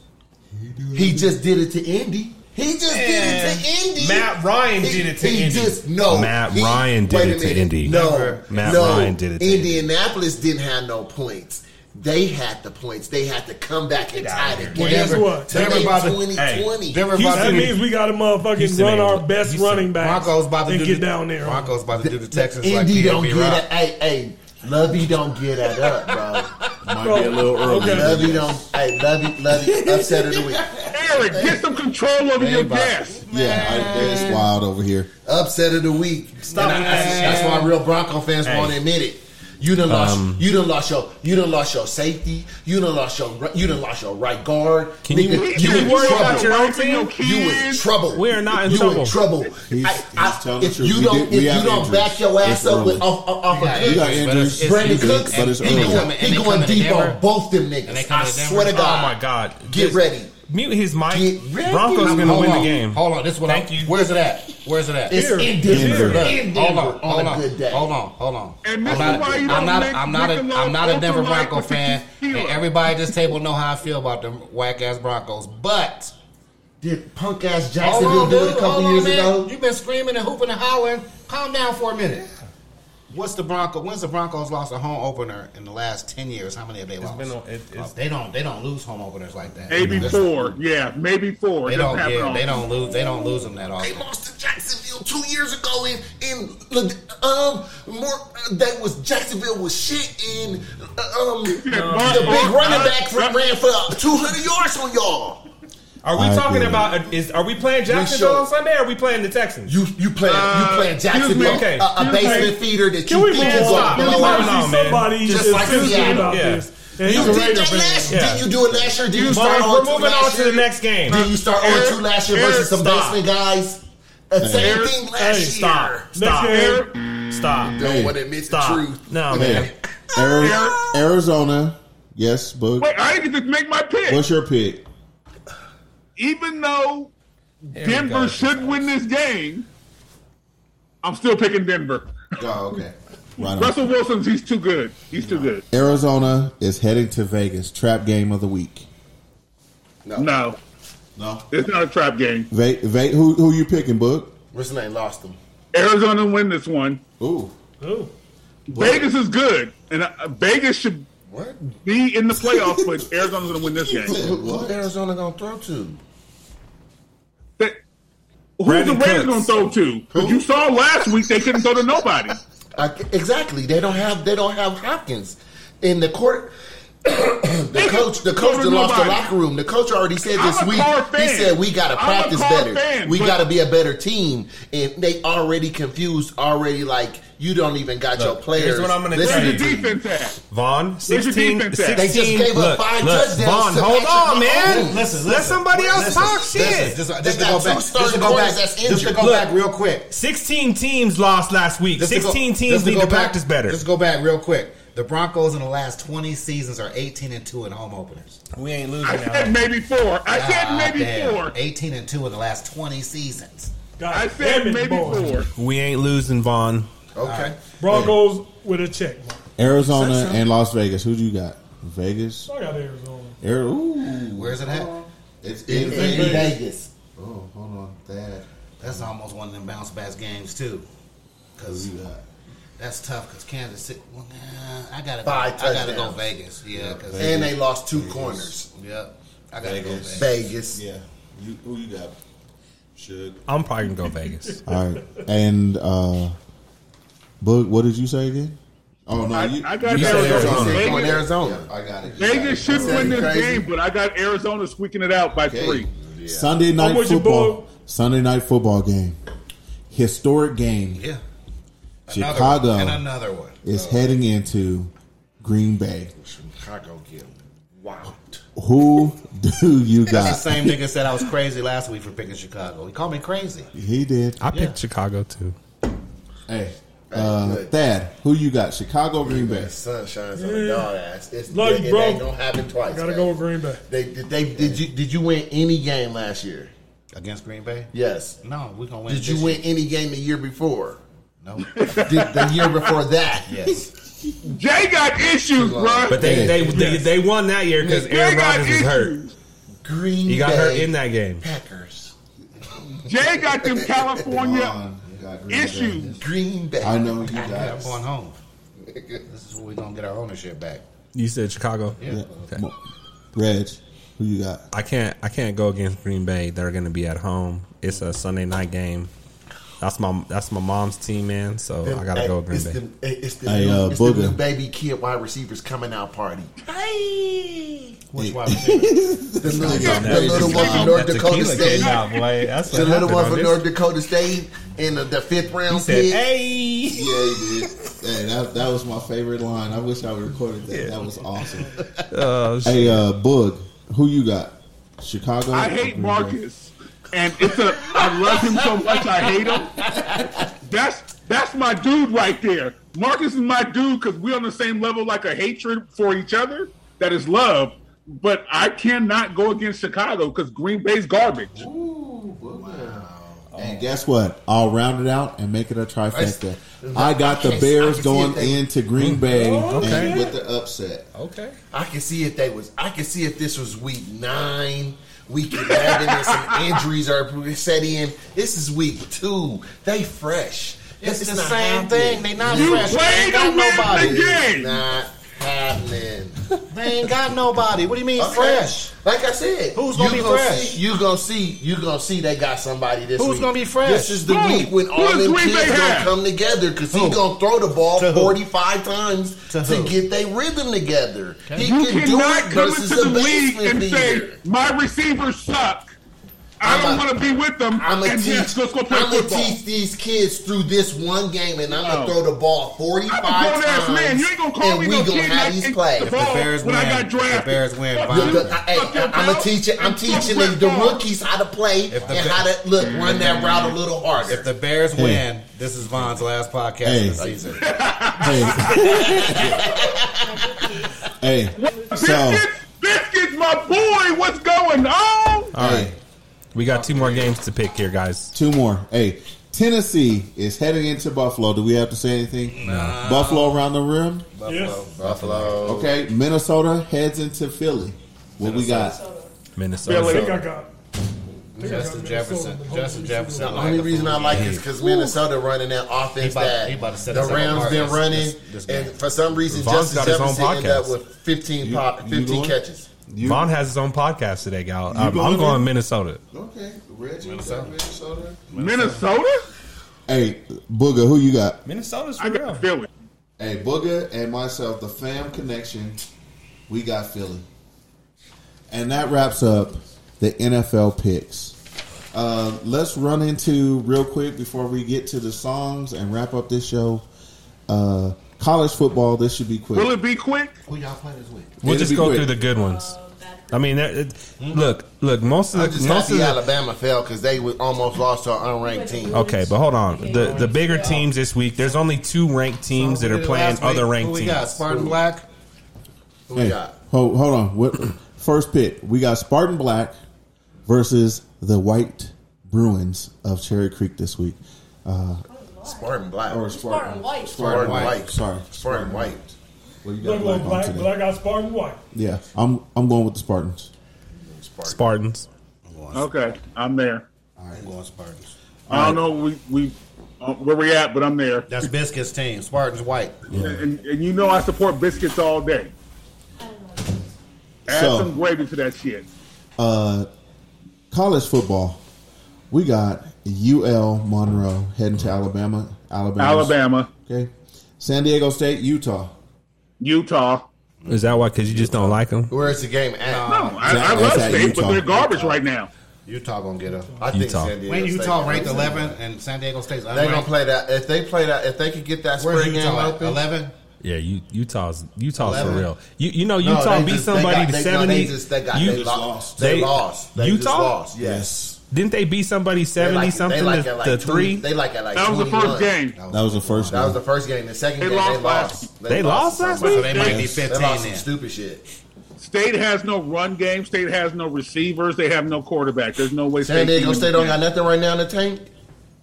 [SPEAKER 10] He just did it to Indy. He just did it to
[SPEAKER 7] And
[SPEAKER 10] Indy.
[SPEAKER 7] Matt Ryan
[SPEAKER 10] He-
[SPEAKER 7] did it to
[SPEAKER 10] he
[SPEAKER 7] Indy.
[SPEAKER 10] Just, no,
[SPEAKER 7] Matt
[SPEAKER 10] he-
[SPEAKER 7] Ryan did
[SPEAKER 10] wait
[SPEAKER 7] it
[SPEAKER 10] a
[SPEAKER 7] to
[SPEAKER 10] minute.
[SPEAKER 7] Indy.
[SPEAKER 10] No,
[SPEAKER 7] Matt
[SPEAKER 10] no,
[SPEAKER 7] Ryan did it to Indy.
[SPEAKER 10] Indianapolis didn't have no points. They had the points. They had to come back and
[SPEAKER 7] Get
[SPEAKER 10] tie
[SPEAKER 7] out
[SPEAKER 10] the
[SPEAKER 7] of
[SPEAKER 8] Well,
[SPEAKER 10] game.
[SPEAKER 8] guess what?
[SPEAKER 10] To make
[SPEAKER 6] Everybody-
[SPEAKER 10] 20
[SPEAKER 7] Hey,
[SPEAKER 10] 20.
[SPEAKER 6] Denver about
[SPEAKER 8] That
[SPEAKER 6] to
[SPEAKER 8] means we got to motherfucking
[SPEAKER 7] Houston
[SPEAKER 8] run
[SPEAKER 7] ain't-
[SPEAKER 8] our best
[SPEAKER 7] Houston-
[SPEAKER 8] running back
[SPEAKER 6] Broncos about to
[SPEAKER 8] and
[SPEAKER 6] do
[SPEAKER 8] get
[SPEAKER 6] the,
[SPEAKER 8] down there.
[SPEAKER 6] Broncos about to do the Texans like
[SPEAKER 10] Indy don't
[SPEAKER 6] POP
[SPEAKER 10] get
[SPEAKER 6] Rock.
[SPEAKER 10] it. Hey, hey, Lovey don't get it up, bro.
[SPEAKER 8] Might be a little early.
[SPEAKER 10] Lovey don't. Hey, Lovey, Lovey, upset of the week.
[SPEAKER 5] Eric, get some control over your
[SPEAKER 6] about-
[SPEAKER 5] guests.
[SPEAKER 3] yeah, I, it's wild over here.
[SPEAKER 10] upset of the week. Stop. I, I- that's why real Bronco fans won't admit it.
[SPEAKER 6] You done lost.
[SPEAKER 7] Um,
[SPEAKER 6] you done lost your. You done lost your safety. You done lost your. ri- You done lost your right guard.
[SPEAKER 7] Can you-
[SPEAKER 6] Nigga,
[SPEAKER 7] you
[SPEAKER 6] in
[SPEAKER 7] worry
[SPEAKER 6] trouble.
[SPEAKER 7] about your own team?
[SPEAKER 6] You in trouble.
[SPEAKER 7] We are not in
[SPEAKER 6] you
[SPEAKER 7] trouble.
[SPEAKER 6] in trouble.
[SPEAKER 3] He's-
[SPEAKER 6] I-
[SPEAKER 3] he's
[SPEAKER 6] I-
[SPEAKER 3] telling the
[SPEAKER 6] if
[SPEAKER 3] truth.
[SPEAKER 6] you
[SPEAKER 3] We
[SPEAKER 6] don't,
[SPEAKER 3] did- we
[SPEAKER 6] if
[SPEAKER 3] have
[SPEAKER 6] you don't
[SPEAKER 3] injuries.
[SPEAKER 6] back your ass
[SPEAKER 3] It's
[SPEAKER 6] up with
[SPEAKER 3] early.
[SPEAKER 6] off, off, off a
[SPEAKER 3] You
[SPEAKER 6] good,
[SPEAKER 3] got injuries.
[SPEAKER 6] Brandon
[SPEAKER 3] It's-
[SPEAKER 6] Cooks,
[SPEAKER 3] but it's
[SPEAKER 6] he
[SPEAKER 3] early.
[SPEAKER 6] going,
[SPEAKER 3] And
[SPEAKER 6] he
[SPEAKER 11] they
[SPEAKER 6] going
[SPEAKER 11] coming to
[SPEAKER 6] deep
[SPEAKER 11] Denver?
[SPEAKER 6] on both them
[SPEAKER 11] And they
[SPEAKER 6] niggas. I
[SPEAKER 11] coming to
[SPEAKER 6] swear to
[SPEAKER 11] Denver?
[SPEAKER 6] God.
[SPEAKER 7] Oh my God!
[SPEAKER 6] Get
[SPEAKER 7] Just
[SPEAKER 6] ready.
[SPEAKER 7] Mute his mic.
[SPEAKER 6] Get ready.
[SPEAKER 7] Broncos going to
[SPEAKER 6] Hold
[SPEAKER 7] win the
[SPEAKER 6] on.
[SPEAKER 7] game.
[SPEAKER 6] Hold on. This is what
[SPEAKER 7] Thank
[SPEAKER 6] I,
[SPEAKER 7] you.
[SPEAKER 6] Where's it at? Where's it at?
[SPEAKER 8] It's Here.
[SPEAKER 6] in
[SPEAKER 3] Denver.
[SPEAKER 6] Look,
[SPEAKER 3] In
[SPEAKER 6] Hold
[SPEAKER 3] Denver
[SPEAKER 6] on. Hold
[SPEAKER 3] on a
[SPEAKER 6] on.
[SPEAKER 3] good day.
[SPEAKER 6] Hold on. Hold on.
[SPEAKER 5] And this
[SPEAKER 6] I'm not,
[SPEAKER 5] is why you
[SPEAKER 6] I'm
[SPEAKER 5] don't
[SPEAKER 6] not,
[SPEAKER 5] make
[SPEAKER 6] I'm not, a,
[SPEAKER 5] Nicola
[SPEAKER 6] I'm not a Denver
[SPEAKER 5] Ultra like
[SPEAKER 6] Bronco
[SPEAKER 5] what you
[SPEAKER 6] fan,
[SPEAKER 5] feel.
[SPEAKER 6] and everybody at this table know how I feel about them whack ass Broncos. But
[SPEAKER 3] Did punk ass
[SPEAKER 6] hold
[SPEAKER 3] Jackson
[SPEAKER 6] on,
[SPEAKER 3] do
[SPEAKER 6] dude,
[SPEAKER 3] it a couple
[SPEAKER 6] hold on,
[SPEAKER 3] years
[SPEAKER 6] man.
[SPEAKER 3] ago?
[SPEAKER 6] You've been screaming and hooping and hollering. Calm down for a minute. What's the Bronco? When's the Broncos lost a home opener in the last ten years? How many have they lost?
[SPEAKER 7] been a- it- it's-
[SPEAKER 6] Oh, they don't. They don't lose home openers like that.
[SPEAKER 5] Maybe
[SPEAKER 6] That's-
[SPEAKER 5] four. Yeah, maybe four.
[SPEAKER 6] They
[SPEAKER 5] Just
[SPEAKER 6] don't.
[SPEAKER 5] have it
[SPEAKER 6] Yeah,
[SPEAKER 5] on.
[SPEAKER 6] they don't lose. They don't lose them that
[SPEAKER 10] They
[SPEAKER 6] often.
[SPEAKER 10] lost to Jacksonville two years ago in in um more that was Jacksonville was shit in um
[SPEAKER 5] Mark-
[SPEAKER 10] the big
[SPEAKER 5] Mark-
[SPEAKER 10] running back ran for two hundred yards on y'all.
[SPEAKER 7] Are we
[SPEAKER 3] I
[SPEAKER 7] talking
[SPEAKER 3] agree.
[SPEAKER 7] about? uh, Is are we playing Jacksonville
[SPEAKER 10] sure-
[SPEAKER 7] on Sunday? or Are we playing the Texans?
[SPEAKER 10] You you play
[SPEAKER 6] you
[SPEAKER 10] Uh,
[SPEAKER 6] playing Jacksonville,
[SPEAKER 7] me, okay.
[SPEAKER 6] a, a
[SPEAKER 5] Excuse me.
[SPEAKER 6] basement feeder that
[SPEAKER 8] Can
[SPEAKER 6] you
[SPEAKER 8] we
[SPEAKER 6] think
[SPEAKER 8] move
[SPEAKER 6] you
[SPEAKER 8] on?
[SPEAKER 6] gonna
[SPEAKER 7] stop?
[SPEAKER 8] Can we
[SPEAKER 6] blow
[SPEAKER 7] Come
[SPEAKER 8] want
[SPEAKER 7] on,
[SPEAKER 8] to
[SPEAKER 6] out.
[SPEAKER 8] see
[SPEAKER 7] man.
[SPEAKER 8] somebody
[SPEAKER 6] Just
[SPEAKER 8] is
[SPEAKER 6] like
[SPEAKER 8] sensitive
[SPEAKER 6] Seattle.
[SPEAKER 8] about
[SPEAKER 7] Yeah.
[SPEAKER 8] this? And
[SPEAKER 10] You
[SPEAKER 8] he's a
[SPEAKER 10] did
[SPEAKER 8] Raider
[SPEAKER 10] that
[SPEAKER 8] fan.
[SPEAKER 10] last year.
[SPEAKER 7] Yeah.
[SPEAKER 10] Didn't you do it last year? Did you
[SPEAKER 7] But
[SPEAKER 10] start
[SPEAKER 7] we're
[SPEAKER 10] on
[SPEAKER 7] moving
[SPEAKER 10] last
[SPEAKER 7] on to
[SPEAKER 10] year?
[SPEAKER 7] the next game.
[SPEAKER 10] Did you start
[SPEAKER 5] Eric,
[SPEAKER 10] on two last year versus some
[SPEAKER 7] stop.
[SPEAKER 10] basement guys? The same
[SPEAKER 5] Eric,
[SPEAKER 10] thing last
[SPEAKER 8] hey,
[SPEAKER 10] year.
[SPEAKER 7] Stop! Stop!
[SPEAKER 8] Next
[SPEAKER 7] Stop!
[SPEAKER 10] Don't
[SPEAKER 3] Hey,
[SPEAKER 10] want to admit
[SPEAKER 7] Stop!
[SPEAKER 10] the truth.
[SPEAKER 7] No, man.
[SPEAKER 3] Hey, Ari- Arizona. Yes, Boog.
[SPEAKER 5] Wait, I didn't get to make my pick.
[SPEAKER 3] What's your pick?
[SPEAKER 5] Even though Denver
[SPEAKER 7] go.
[SPEAKER 5] should win this game, I'm still picking Denver.
[SPEAKER 10] Oh, okay.
[SPEAKER 3] Right on.
[SPEAKER 5] Russell Wilson's he's too good. He's too good.
[SPEAKER 3] Arizona is heading to Vegas. Trap game of the week.
[SPEAKER 5] No,
[SPEAKER 10] No.
[SPEAKER 5] it's not a trap game.
[SPEAKER 3] Va- Va- who who you picking, Boog?
[SPEAKER 10] What's his name? Lost him.
[SPEAKER 5] Arizona win this one.
[SPEAKER 3] Ooh,
[SPEAKER 8] Ooh.
[SPEAKER 5] Vegas is good, and uh, Vegas should
[SPEAKER 10] What?
[SPEAKER 5] be in the playoffs, but Arizona's going to win this game.
[SPEAKER 10] Who, who Arizona gonna throw to?
[SPEAKER 5] That, who's
[SPEAKER 7] Brandon
[SPEAKER 5] the Raiders
[SPEAKER 7] Cooks.
[SPEAKER 5] going to throw to? 'Cause you saw last week they couldn't throw to nobody.
[SPEAKER 10] I, exactly. They don't have. They don't have Hopkins in the court. the coach, the coach, that lost the
[SPEAKER 5] Nobody.
[SPEAKER 10] locker room. The coach already said
[SPEAKER 5] I'm
[SPEAKER 10] this
[SPEAKER 5] a
[SPEAKER 10] week.
[SPEAKER 5] Carr fan.
[SPEAKER 10] He said we got to
[SPEAKER 5] I'm a
[SPEAKER 10] practice
[SPEAKER 5] Carr
[SPEAKER 10] better.
[SPEAKER 5] fan,
[SPEAKER 10] we
[SPEAKER 5] but-
[SPEAKER 10] got to be a better team. And they already confused. Already like you don't even got your players.
[SPEAKER 7] here's what I'm gonna tell
[SPEAKER 5] Where's the
[SPEAKER 10] to you.
[SPEAKER 5] defense at?
[SPEAKER 7] Vaughn,
[SPEAKER 5] your
[SPEAKER 7] 16,
[SPEAKER 5] defense at?
[SPEAKER 7] 16.
[SPEAKER 10] They just gave up five touchdowns
[SPEAKER 7] Vaughn,
[SPEAKER 10] to
[SPEAKER 7] hold
[SPEAKER 10] Patrick
[SPEAKER 7] on, man.
[SPEAKER 6] Listen,
[SPEAKER 10] Mahomes.
[SPEAKER 7] Let
[SPEAKER 6] listen.
[SPEAKER 7] somebody else
[SPEAKER 6] Listen,
[SPEAKER 7] talk shit.
[SPEAKER 6] listen, Just, just
[SPEAKER 10] They
[SPEAKER 6] to
[SPEAKER 10] got
[SPEAKER 6] go
[SPEAKER 10] two
[SPEAKER 6] back, just to
[SPEAKER 10] starting
[SPEAKER 6] go
[SPEAKER 10] corners
[SPEAKER 6] back,
[SPEAKER 10] that's
[SPEAKER 6] just to
[SPEAKER 10] injured.
[SPEAKER 6] go
[SPEAKER 7] Look.
[SPEAKER 6] back real quick.
[SPEAKER 7] 16 teams lost last week.
[SPEAKER 6] Just to go-
[SPEAKER 7] 16 teams
[SPEAKER 6] just
[SPEAKER 7] need
[SPEAKER 6] go
[SPEAKER 7] to
[SPEAKER 6] back-
[SPEAKER 7] practice better.
[SPEAKER 6] Just go back real quick. The Broncos in the last 20 seasons are 18 and 2 in home openers.
[SPEAKER 7] We ain't
[SPEAKER 5] I
[SPEAKER 7] losing
[SPEAKER 5] said maybe four. I said
[SPEAKER 6] God
[SPEAKER 5] maybe
[SPEAKER 6] Ah, damn.
[SPEAKER 5] four.
[SPEAKER 6] 18 and 2 in the last 20 seasons.
[SPEAKER 8] God
[SPEAKER 5] I said
[SPEAKER 8] damn it,
[SPEAKER 5] maybe
[SPEAKER 8] boy.
[SPEAKER 5] four.
[SPEAKER 7] We ain't losing, Vaughn.
[SPEAKER 10] Okay.
[SPEAKER 8] Broncos with a check. mark.
[SPEAKER 3] Arizona and Las Vegas. Who do you got? Vegas.
[SPEAKER 8] I got Arizona.
[SPEAKER 3] Ari- Ooh,
[SPEAKER 6] Where's it at?
[SPEAKER 10] It's in
[SPEAKER 6] In
[SPEAKER 10] Vegas.
[SPEAKER 6] Vegas.
[SPEAKER 10] Oh, hold on. That.
[SPEAKER 6] That's almost one of them bounce back games, too. Because that's tough because Kansas City. Well, nah, I gotta go.
[SPEAKER 10] Five
[SPEAKER 6] I gotta go
[SPEAKER 10] touchdowns.
[SPEAKER 6] Vegas. Yeah, because
[SPEAKER 10] And they lost two corners.
[SPEAKER 6] Yep. I gotta go Vegas.
[SPEAKER 10] Vegas.
[SPEAKER 11] Yeah. You, who you got? Should.
[SPEAKER 7] I'm probably gonna go Vegas.
[SPEAKER 3] All right. And uh Boog, what did you say again? Oh no,
[SPEAKER 5] I,
[SPEAKER 3] you,
[SPEAKER 5] I got
[SPEAKER 7] you said
[SPEAKER 5] Arizona.
[SPEAKER 7] Arizona.
[SPEAKER 10] Vegas.
[SPEAKER 5] Vegas,
[SPEAKER 10] Going Arizona.
[SPEAKER 11] I got it.
[SPEAKER 5] Vegas should win this
[SPEAKER 10] crazy.
[SPEAKER 5] game, but I got Arizona squeaking it out by three.
[SPEAKER 3] Sunday night
[SPEAKER 8] with you, Boog.
[SPEAKER 3] football. Sunday night football game. Historic game.
[SPEAKER 6] Yeah. Another
[SPEAKER 3] Chicago
[SPEAKER 6] one, and another one.
[SPEAKER 3] is heading into Green Bay.
[SPEAKER 10] Chicago get whopped.
[SPEAKER 3] Who do you
[SPEAKER 6] That's
[SPEAKER 3] got?
[SPEAKER 6] the same nigga said I was crazy last week for picking Chicago. He called me crazy.
[SPEAKER 3] He did.
[SPEAKER 7] I picked Chicago too.
[SPEAKER 3] Hey, uh,
[SPEAKER 10] good.
[SPEAKER 3] Thad, who you got? Chicago, Green Bay.
[SPEAKER 10] The sun shines on the dog ass. It's
[SPEAKER 8] Love
[SPEAKER 10] it,
[SPEAKER 8] you, bro.
[SPEAKER 10] ain't gonna happen twice.
[SPEAKER 8] Gotta
[SPEAKER 10] man.
[SPEAKER 8] go with Green Bay.
[SPEAKER 10] They, did they did you did you win any game last year?
[SPEAKER 6] Against Green Bay?
[SPEAKER 10] Yes.
[SPEAKER 6] No, we're gonna win.
[SPEAKER 10] Did you
[SPEAKER 6] this
[SPEAKER 10] win
[SPEAKER 6] year.
[SPEAKER 10] any game the year before?
[SPEAKER 6] No.
[SPEAKER 10] Did the year before that?
[SPEAKER 6] yes.
[SPEAKER 5] Jay got issues, bro.
[SPEAKER 7] But they they, they, they won that year because Aaron Rodgers was hurt.
[SPEAKER 10] Green.
[SPEAKER 7] He got
[SPEAKER 10] Bay
[SPEAKER 7] hurt in that game.
[SPEAKER 10] Packers.
[SPEAKER 5] Jay got them California
[SPEAKER 3] Um, you got Green Bay.
[SPEAKER 5] issues.
[SPEAKER 10] Green Bay.
[SPEAKER 3] I know you
[SPEAKER 6] Yeah, I'm
[SPEAKER 3] got.
[SPEAKER 6] going home. This is where we're gonna get our ownership back.
[SPEAKER 7] You said Chicago.
[SPEAKER 6] Yeah.
[SPEAKER 7] Okay.
[SPEAKER 3] Reg, who you got?
[SPEAKER 7] I can't I can't go against Green Bay. They're going to be at home. It's a Sunday night game. That's my that's my mom's team, man. So Oh, I got to
[SPEAKER 10] Hey,
[SPEAKER 7] go with Green
[SPEAKER 10] it's
[SPEAKER 7] Bay.
[SPEAKER 10] The, hey, it's the,
[SPEAKER 3] Hey,
[SPEAKER 10] new,
[SPEAKER 3] uh,
[SPEAKER 10] it's the new
[SPEAKER 3] Booger.
[SPEAKER 10] baby kid wide receivers coming out party.
[SPEAKER 6] Which wide receiver?
[SPEAKER 10] The little, the little one from North Dakota State.
[SPEAKER 7] boy. That's
[SPEAKER 10] The little one from North Dakota State in the, the fifth round
[SPEAKER 7] Said,
[SPEAKER 10] pick.
[SPEAKER 7] hey.
[SPEAKER 10] Yeah, he did.
[SPEAKER 3] Hey, that, that was my favorite line. I wish I recorded that. That was awesome.
[SPEAKER 7] Oh,
[SPEAKER 3] hey, uh, Boog, who you got? Chicago.
[SPEAKER 5] I hate Marcus, and it's a. I love him so much. I hate him. That's that's my dude right there. Marcus is my dude because we're on the same level, like a hatred for each other that is love. But I cannot go against Chicago because Green Bay's garbage.
[SPEAKER 3] And guess what? I'll round it out and make it a trifecta.
[SPEAKER 10] That's-
[SPEAKER 3] I got the
[SPEAKER 10] I can- I
[SPEAKER 3] Bears
[SPEAKER 10] can see
[SPEAKER 3] going
[SPEAKER 10] it there.
[SPEAKER 3] into Green Bay
[SPEAKER 10] okay.
[SPEAKER 3] and with the upset.
[SPEAKER 7] Okay.
[SPEAKER 10] I can see if they was. I can see if this was week nine, week eleven, and some injuries are set in. This is week two. They fresh. It's
[SPEAKER 6] This
[SPEAKER 10] the
[SPEAKER 6] is not
[SPEAKER 10] same
[SPEAKER 6] happening.
[SPEAKER 10] thing. They not
[SPEAKER 6] You
[SPEAKER 10] fresh. They
[SPEAKER 6] played
[SPEAKER 10] ain't got
[SPEAKER 6] to win
[SPEAKER 10] nobody.
[SPEAKER 6] the game.
[SPEAKER 10] It's Not happening.
[SPEAKER 6] They ain't got nobody. What do you mean
[SPEAKER 10] Okay.
[SPEAKER 6] fresh?
[SPEAKER 10] Like I said,
[SPEAKER 6] Who's gonna
[SPEAKER 10] you
[SPEAKER 6] be fresh?
[SPEAKER 10] See, you gonna see. You gonna see. They got somebody this
[SPEAKER 6] Who's
[SPEAKER 10] week.
[SPEAKER 6] gonna be fresh?
[SPEAKER 10] This is the
[SPEAKER 6] Who?
[SPEAKER 10] week when
[SPEAKER 6] Who
[SPEAKER 10] all
[SPEAKER 6] does
[SPEAKER 10] them
[SPEAKER 6] Green
[SPEAKER 10] kids
[SPEAKER 6] Bay
[SPEAKER 10] gonna
[SPEAKER 6] have?
[SPEAKER 10] come together because he
[SPEAKER 6] Who?
[SPEAKER 10] gonna throw the ball
[SPEAKER 6] To who?
[SPEAKER 10] forty five times
[SPEAKER 6] To
[SPEAKER 10] to,
[SPEAKER 6] who?
[SPEAKER 10] get their rhythm together. He
[SPEAKER 5] you
[SPEAKER 10] can do
[SPEAKER 5] cannot
[SPEAKER 10] it
[SPEAKER 5] come
[SPEAKER 10] versus
[SPEAKER 5] into the
[SPEAKER 10] a
[SPEAKER 5] league
[SPEAKER 10] basement
[SPEAKER 5] and say
[SPEAKER 10] leader.
[SPEAKER 5] my receivers suck. I
[SPEAKER 10] I'm
[SPEAKER 5] don't
[SPEAKER 10] a-
[SPEAKER 5] want to be with them.
[SPEAKER 10] I'm gonna
[SPEAKER 5] and yes,
[SPEAKER 10] teach.
[SPEAKER 5] let's go play
[SPEAKER 10] I'm gonna
[SPEAKER 5] football.
[SPEAKER 10] teach these kids through this one game, and I'm
[SPEAKER 5] No.
[SPEAKER 10] gonna throw the ball forty
[SPEAKER 5] I'm a
[SPEAKER 10] five
[SPEAKER 5] grown-ass
[SPEAKER 10] times.
[SPEAKER 5] man. You ain't gonna call
[SPEAKER 10] and
[SPEAKER 5] me
[SPEAKER 10] we
[SPEAKER 5] no
[SPEAKER 10] gonna
[SPEAKER 5] kid
[SPEAKER 10] have
[SPEAKER 5] that
[SPEAKER 10] these
[SPEAKER 5] ate
[SPEAKER 10] plays.
[SPEAKER 5] the ball If the Bears when I win, got drafted. if the Bears win, Fuck Von- you.
[SPEAKER 10] Look, I- hey,
[SPEAKER 5] Fuck your
[SPEAKER 10] I'm a
[SPEAKER 5] pal.
[SPEAKER 10] teaching. I'm
[SPEAKER 5] And fuck
[SPEAKER 10] teaching the,
[SPEAKER 5] Brett
[SPEAKER 10] the
[SPEAKER 5] Favre.
[SPEAKER 10] rookies how to play and
[SPEAKER 6] the
[SPEAKER 10] how to look run that route a little harder.
[SPEAKER 6] If the Bears
[SPEAKER 3] Hey.
[SPEAKER 6] win, this is Von's last podcast
[SPEAKER 3] Hey.
[SPEAKER 6] of the season.
[SPEAKER 3] Hey, so
[SPEAKER 5] Biscuits, biscuits, my boy. What's going on?
[SPEAKER 7] All
[SPEAKER 3] Hey.
[SPEAKER 7] right. We got two more games to pick here, guys.
[SPEAKER 3] two more. Hey, Tennessee is heading into Buffalo. Do we have to say anything?
[SPEAKER 7] No.
[SPEAKER 3] Buffalo around the rim.
[SPEAKER 8] Yes.
[SPEAKER 10] Buffalo.
[SPEAKER 3] Okay, Minnesota heads into Philly. What we got?
[SPEAKER 7] Minnesota.
[SPEAKER 8] I think I got.
[SPEAKER 6] Justin Jefferson. Justin
[SPEAKER 10] The
[SPEAKER 6] Jefferson.
[SPEAKER 10] only reason I like it is because Minnesota running that offense
[SPEAKER 6] He about-
[SPEAKER 10] that
[SPEAKER 6] he about to set
[SPEAKER 10] the
[SPEAKER 6] us up
[SPEAKER 10] Rams
[SPEAKER 6] apart
[SPEAKER 10] been
[SPEAKER 6] this-
[SPEAKER 10] running,
[SPEAKER 6] this- this game.
[SPEAKER 10] and for some reason
[SPEAKER 7] Vaughn's
[SPEAKER 10] Justin
[SPEAKER 7] got his own
[SPEAKER 10] Jefferson ended up
[SPEAKER 7] podcast.
[SPEAKER 10] with 15,
[SPEAKER 3] You-
[SPEAKER 10] pop,
[SPEAKER 3] you
[SPEAKER 10] 15
[SPEAKER 3] going?
[SPEAKER 10] catches.
[SPEAKER 3] You-
[SPEAKER 7] Vaughn has his own podcast today, y'all. I'm,
[SPEAKER 3] going
[SPEAKER 7] I'm going
[SPEAKER 3] there?
[SPEAKER 7] Minnesota.
[SPEAKER 3] Okay, Reggie,
[SPEAKER 6] Minnesota.
[SPEAKER 3] Minnesota.
[SPEAKER 5] Minnesota?
[SPEAKER 3] Hey, Booger, who you got?
[SPEAKER 7] Minnesota's
[SPEAKER 5] I got Philly.
[SPEAKER 3] Hey, Booger and myself, the fam connection, we got Philly. And that wraps up the NFL picks. Uh, let's run into real quick before we get to the songs and wrap up this show. Uh, college football, this should be quick.
[SPEAKER 5] Will it be quick?
[SPEAKER 10] Who y'all playing this week?
[SPEAKER 7] We'll
[SPEAKER 3] It'll
[SPEAKER 7] just
[SPEAKER 3] be
[SPEAKER 7] go
[SPEAKER 3] quick.
[SPEAKER 7] through the good ones. I mean, that- it, look, look. Most of
[SPEAKER 10] I'm
[SPEAKER 7] the
[SPEAKER 10] just
[SPEAKER 7] most of
[SPEAKER 10] happy
[SPEAKER 7] the, Oh,
[SPEAKER 10] Alabama fell because they were almost lost to an unranked team.
[SPEAKER 7] Okay, but hold on. The the bigger teams this week. There's only two ranked teams that are playing other ranked
[SPEAKER 10] Who we got?
[SPEAKER 7] teams.
[SPEAKER 10] Spartan Black. Who we
[SPEAKER 3] Hey,
[SPEAKER 10] got?
[SPEAKER 3] Hold, hold on. What, first pick, we got Spartan Black versus the White Bruins of Cherry Creek this week. Uh,
[SPEAKER 10] Spartan Black.
[SPEAKER 3] or Spartan,
[SPEAKER 12] Spartan White.
[SPEAKER 3] Spartan, White. Sorry.
[SPEAKER 10] Spartan White.
[SPEAKER 3] Well, you
[SPEAKER 8] Look, look,
[SPEAKER 3] got black on
[SPEAKER 8] black,
[SPEAKER 3] today.
[SPEAKER 8] but I got Spartan White.
[SPEAKER 3] Yeah, I'm I'm going with the Spartans.
[SPEAKER 7] Spartans.
[SPEAKER 5] Okay, I'm there.
[SPEAKER 6] I'm going Spartans.
[SPEAKER 5] I don't know we, we uh, where we at, but I'm there.
[SPEAKER 6] That's Biscuit's team. Spartans white.
[SPEAKER 5] And, and you know I support biscuits all day. Add
[SPEAKER 3] So-
[SPEAKER 5] some gravy to that shit.
[SPEAKER 3] Uh, college football, we got UL Monroe heading to Alabama. Alabama.
[SPEAKER 5] Alabama,
[SPEAKER 3] Okay. San Diego State, Utah.
[SPEAKER 5] Utah.
[SPEAKER 7] Is that why? Because you just don't like them.
[SPEAKER 10] Where is the game at?
[SPEAKER 5] No, Oh, I, I
[SPEAKER 3] That's
[SPEAKER 5] love
[SPEAKER 3] at
[SPEAKER 5] state,
[SPEAKER 3] Utah.
[SPEAKER 5] but they're garbage right now.
[SPEAKER 10] Utah gonna get them. I think
[SPEAKER 7] Utah.
[SPEAKER 10] San Diego
[SPEAKER 6] When
[SPEAKER 10] State
[SPEAKER 6] Utah
[SPEAKER 10] gonna
[SPEAKER 6] ranked
[SPEAKER 10] get 'em.
[SPEAKER 6] 11 and San Diego State's
[SPEAKER 10] They gonna
[SPEAKER 6] unranked.
[SPEAKER 10] play that if they play that if they could get that
[SPEAKER 6] Where's
[SPEAKER 10] spring game
[SPEAKER 6] Utah at?
[SPEAKER 10] open.
[SPEAKER 6] 11?
[SPEAKER 7] Yeah, you, Utah's Utah's for
[SPEAKER 10] Eleven.
[SPEAKER 7] real. You you know
[SPEAKER 10] No,
[SPEAKER 7] Utah
[SPEAKER 10] they
[SPEAKER 7] beat
[SPEAKER 10] just- they
[SPEAKER 7] somebody
[SPEAKER 10] got-
[SPEAKER 7] to
[SPEAKER 10] they- no,
[SPEAKER 7] seventy.
[SPEAKER 10] they just- they got-
[SPEAKER 7] You-
[SPEAKER 10] they lost. They lost. They just
[SPEAKER 7] Utah
[SPEAKER 10] lost. Yes.
[SPEAKER 7] Didn't they beat somebody
[SPEAKER 10] They
[SPEAKER 7] seventy
[SPEAKER 10] like- they
[SPEAKER 7] something
[SPEAKER 10] like
[SPEAKER 7] to,
[SPEAKER 10] at like
[SPEAKER 7] to
[SPEAKER 10] 20
[SPEAKER 7] three?
[SPEAKER 10] They like at like
[SPEAKER 5] That was the first
[SPEAKER 10] 21.
[SPEAKER 5] game.
[SPEAKER 3] That was the first
[SPEAKER 10] That was the
[SPEAKER 3] game.
[SPEAKER 10] first game. The second
[SPEAKER 5] They
[SPEAKER 10] game
[SPEAKER 5] lost
[SPEAKER 10] they
[SPEAKER 5] last-
[SPEAKER 10] lost.
[SPEAKER 7] They lost
[SPEAKER 10] to
[SPEAKER 7] last
[SPEAKER 10] somebody.
[SPEAKER 6] So they might be
[SPEAKER 5] Yes.
[SPEAKER 10] They
[SPEAKER 6] 15
[SPEAKER 10] lost some
[SPEAKER 6] then.
[SPEAKER 10] stupid shit.
[SPEAKER 5] State has no run game. State has no receivers. They have no quarterback. There's no way.
[SPEAKER 10] San Diego
[SPEAKER 5] can
[SPEAKER 10] State
[SPEAKER 5] win.
[SPEAKER 10] don't got nothing right now in the tank.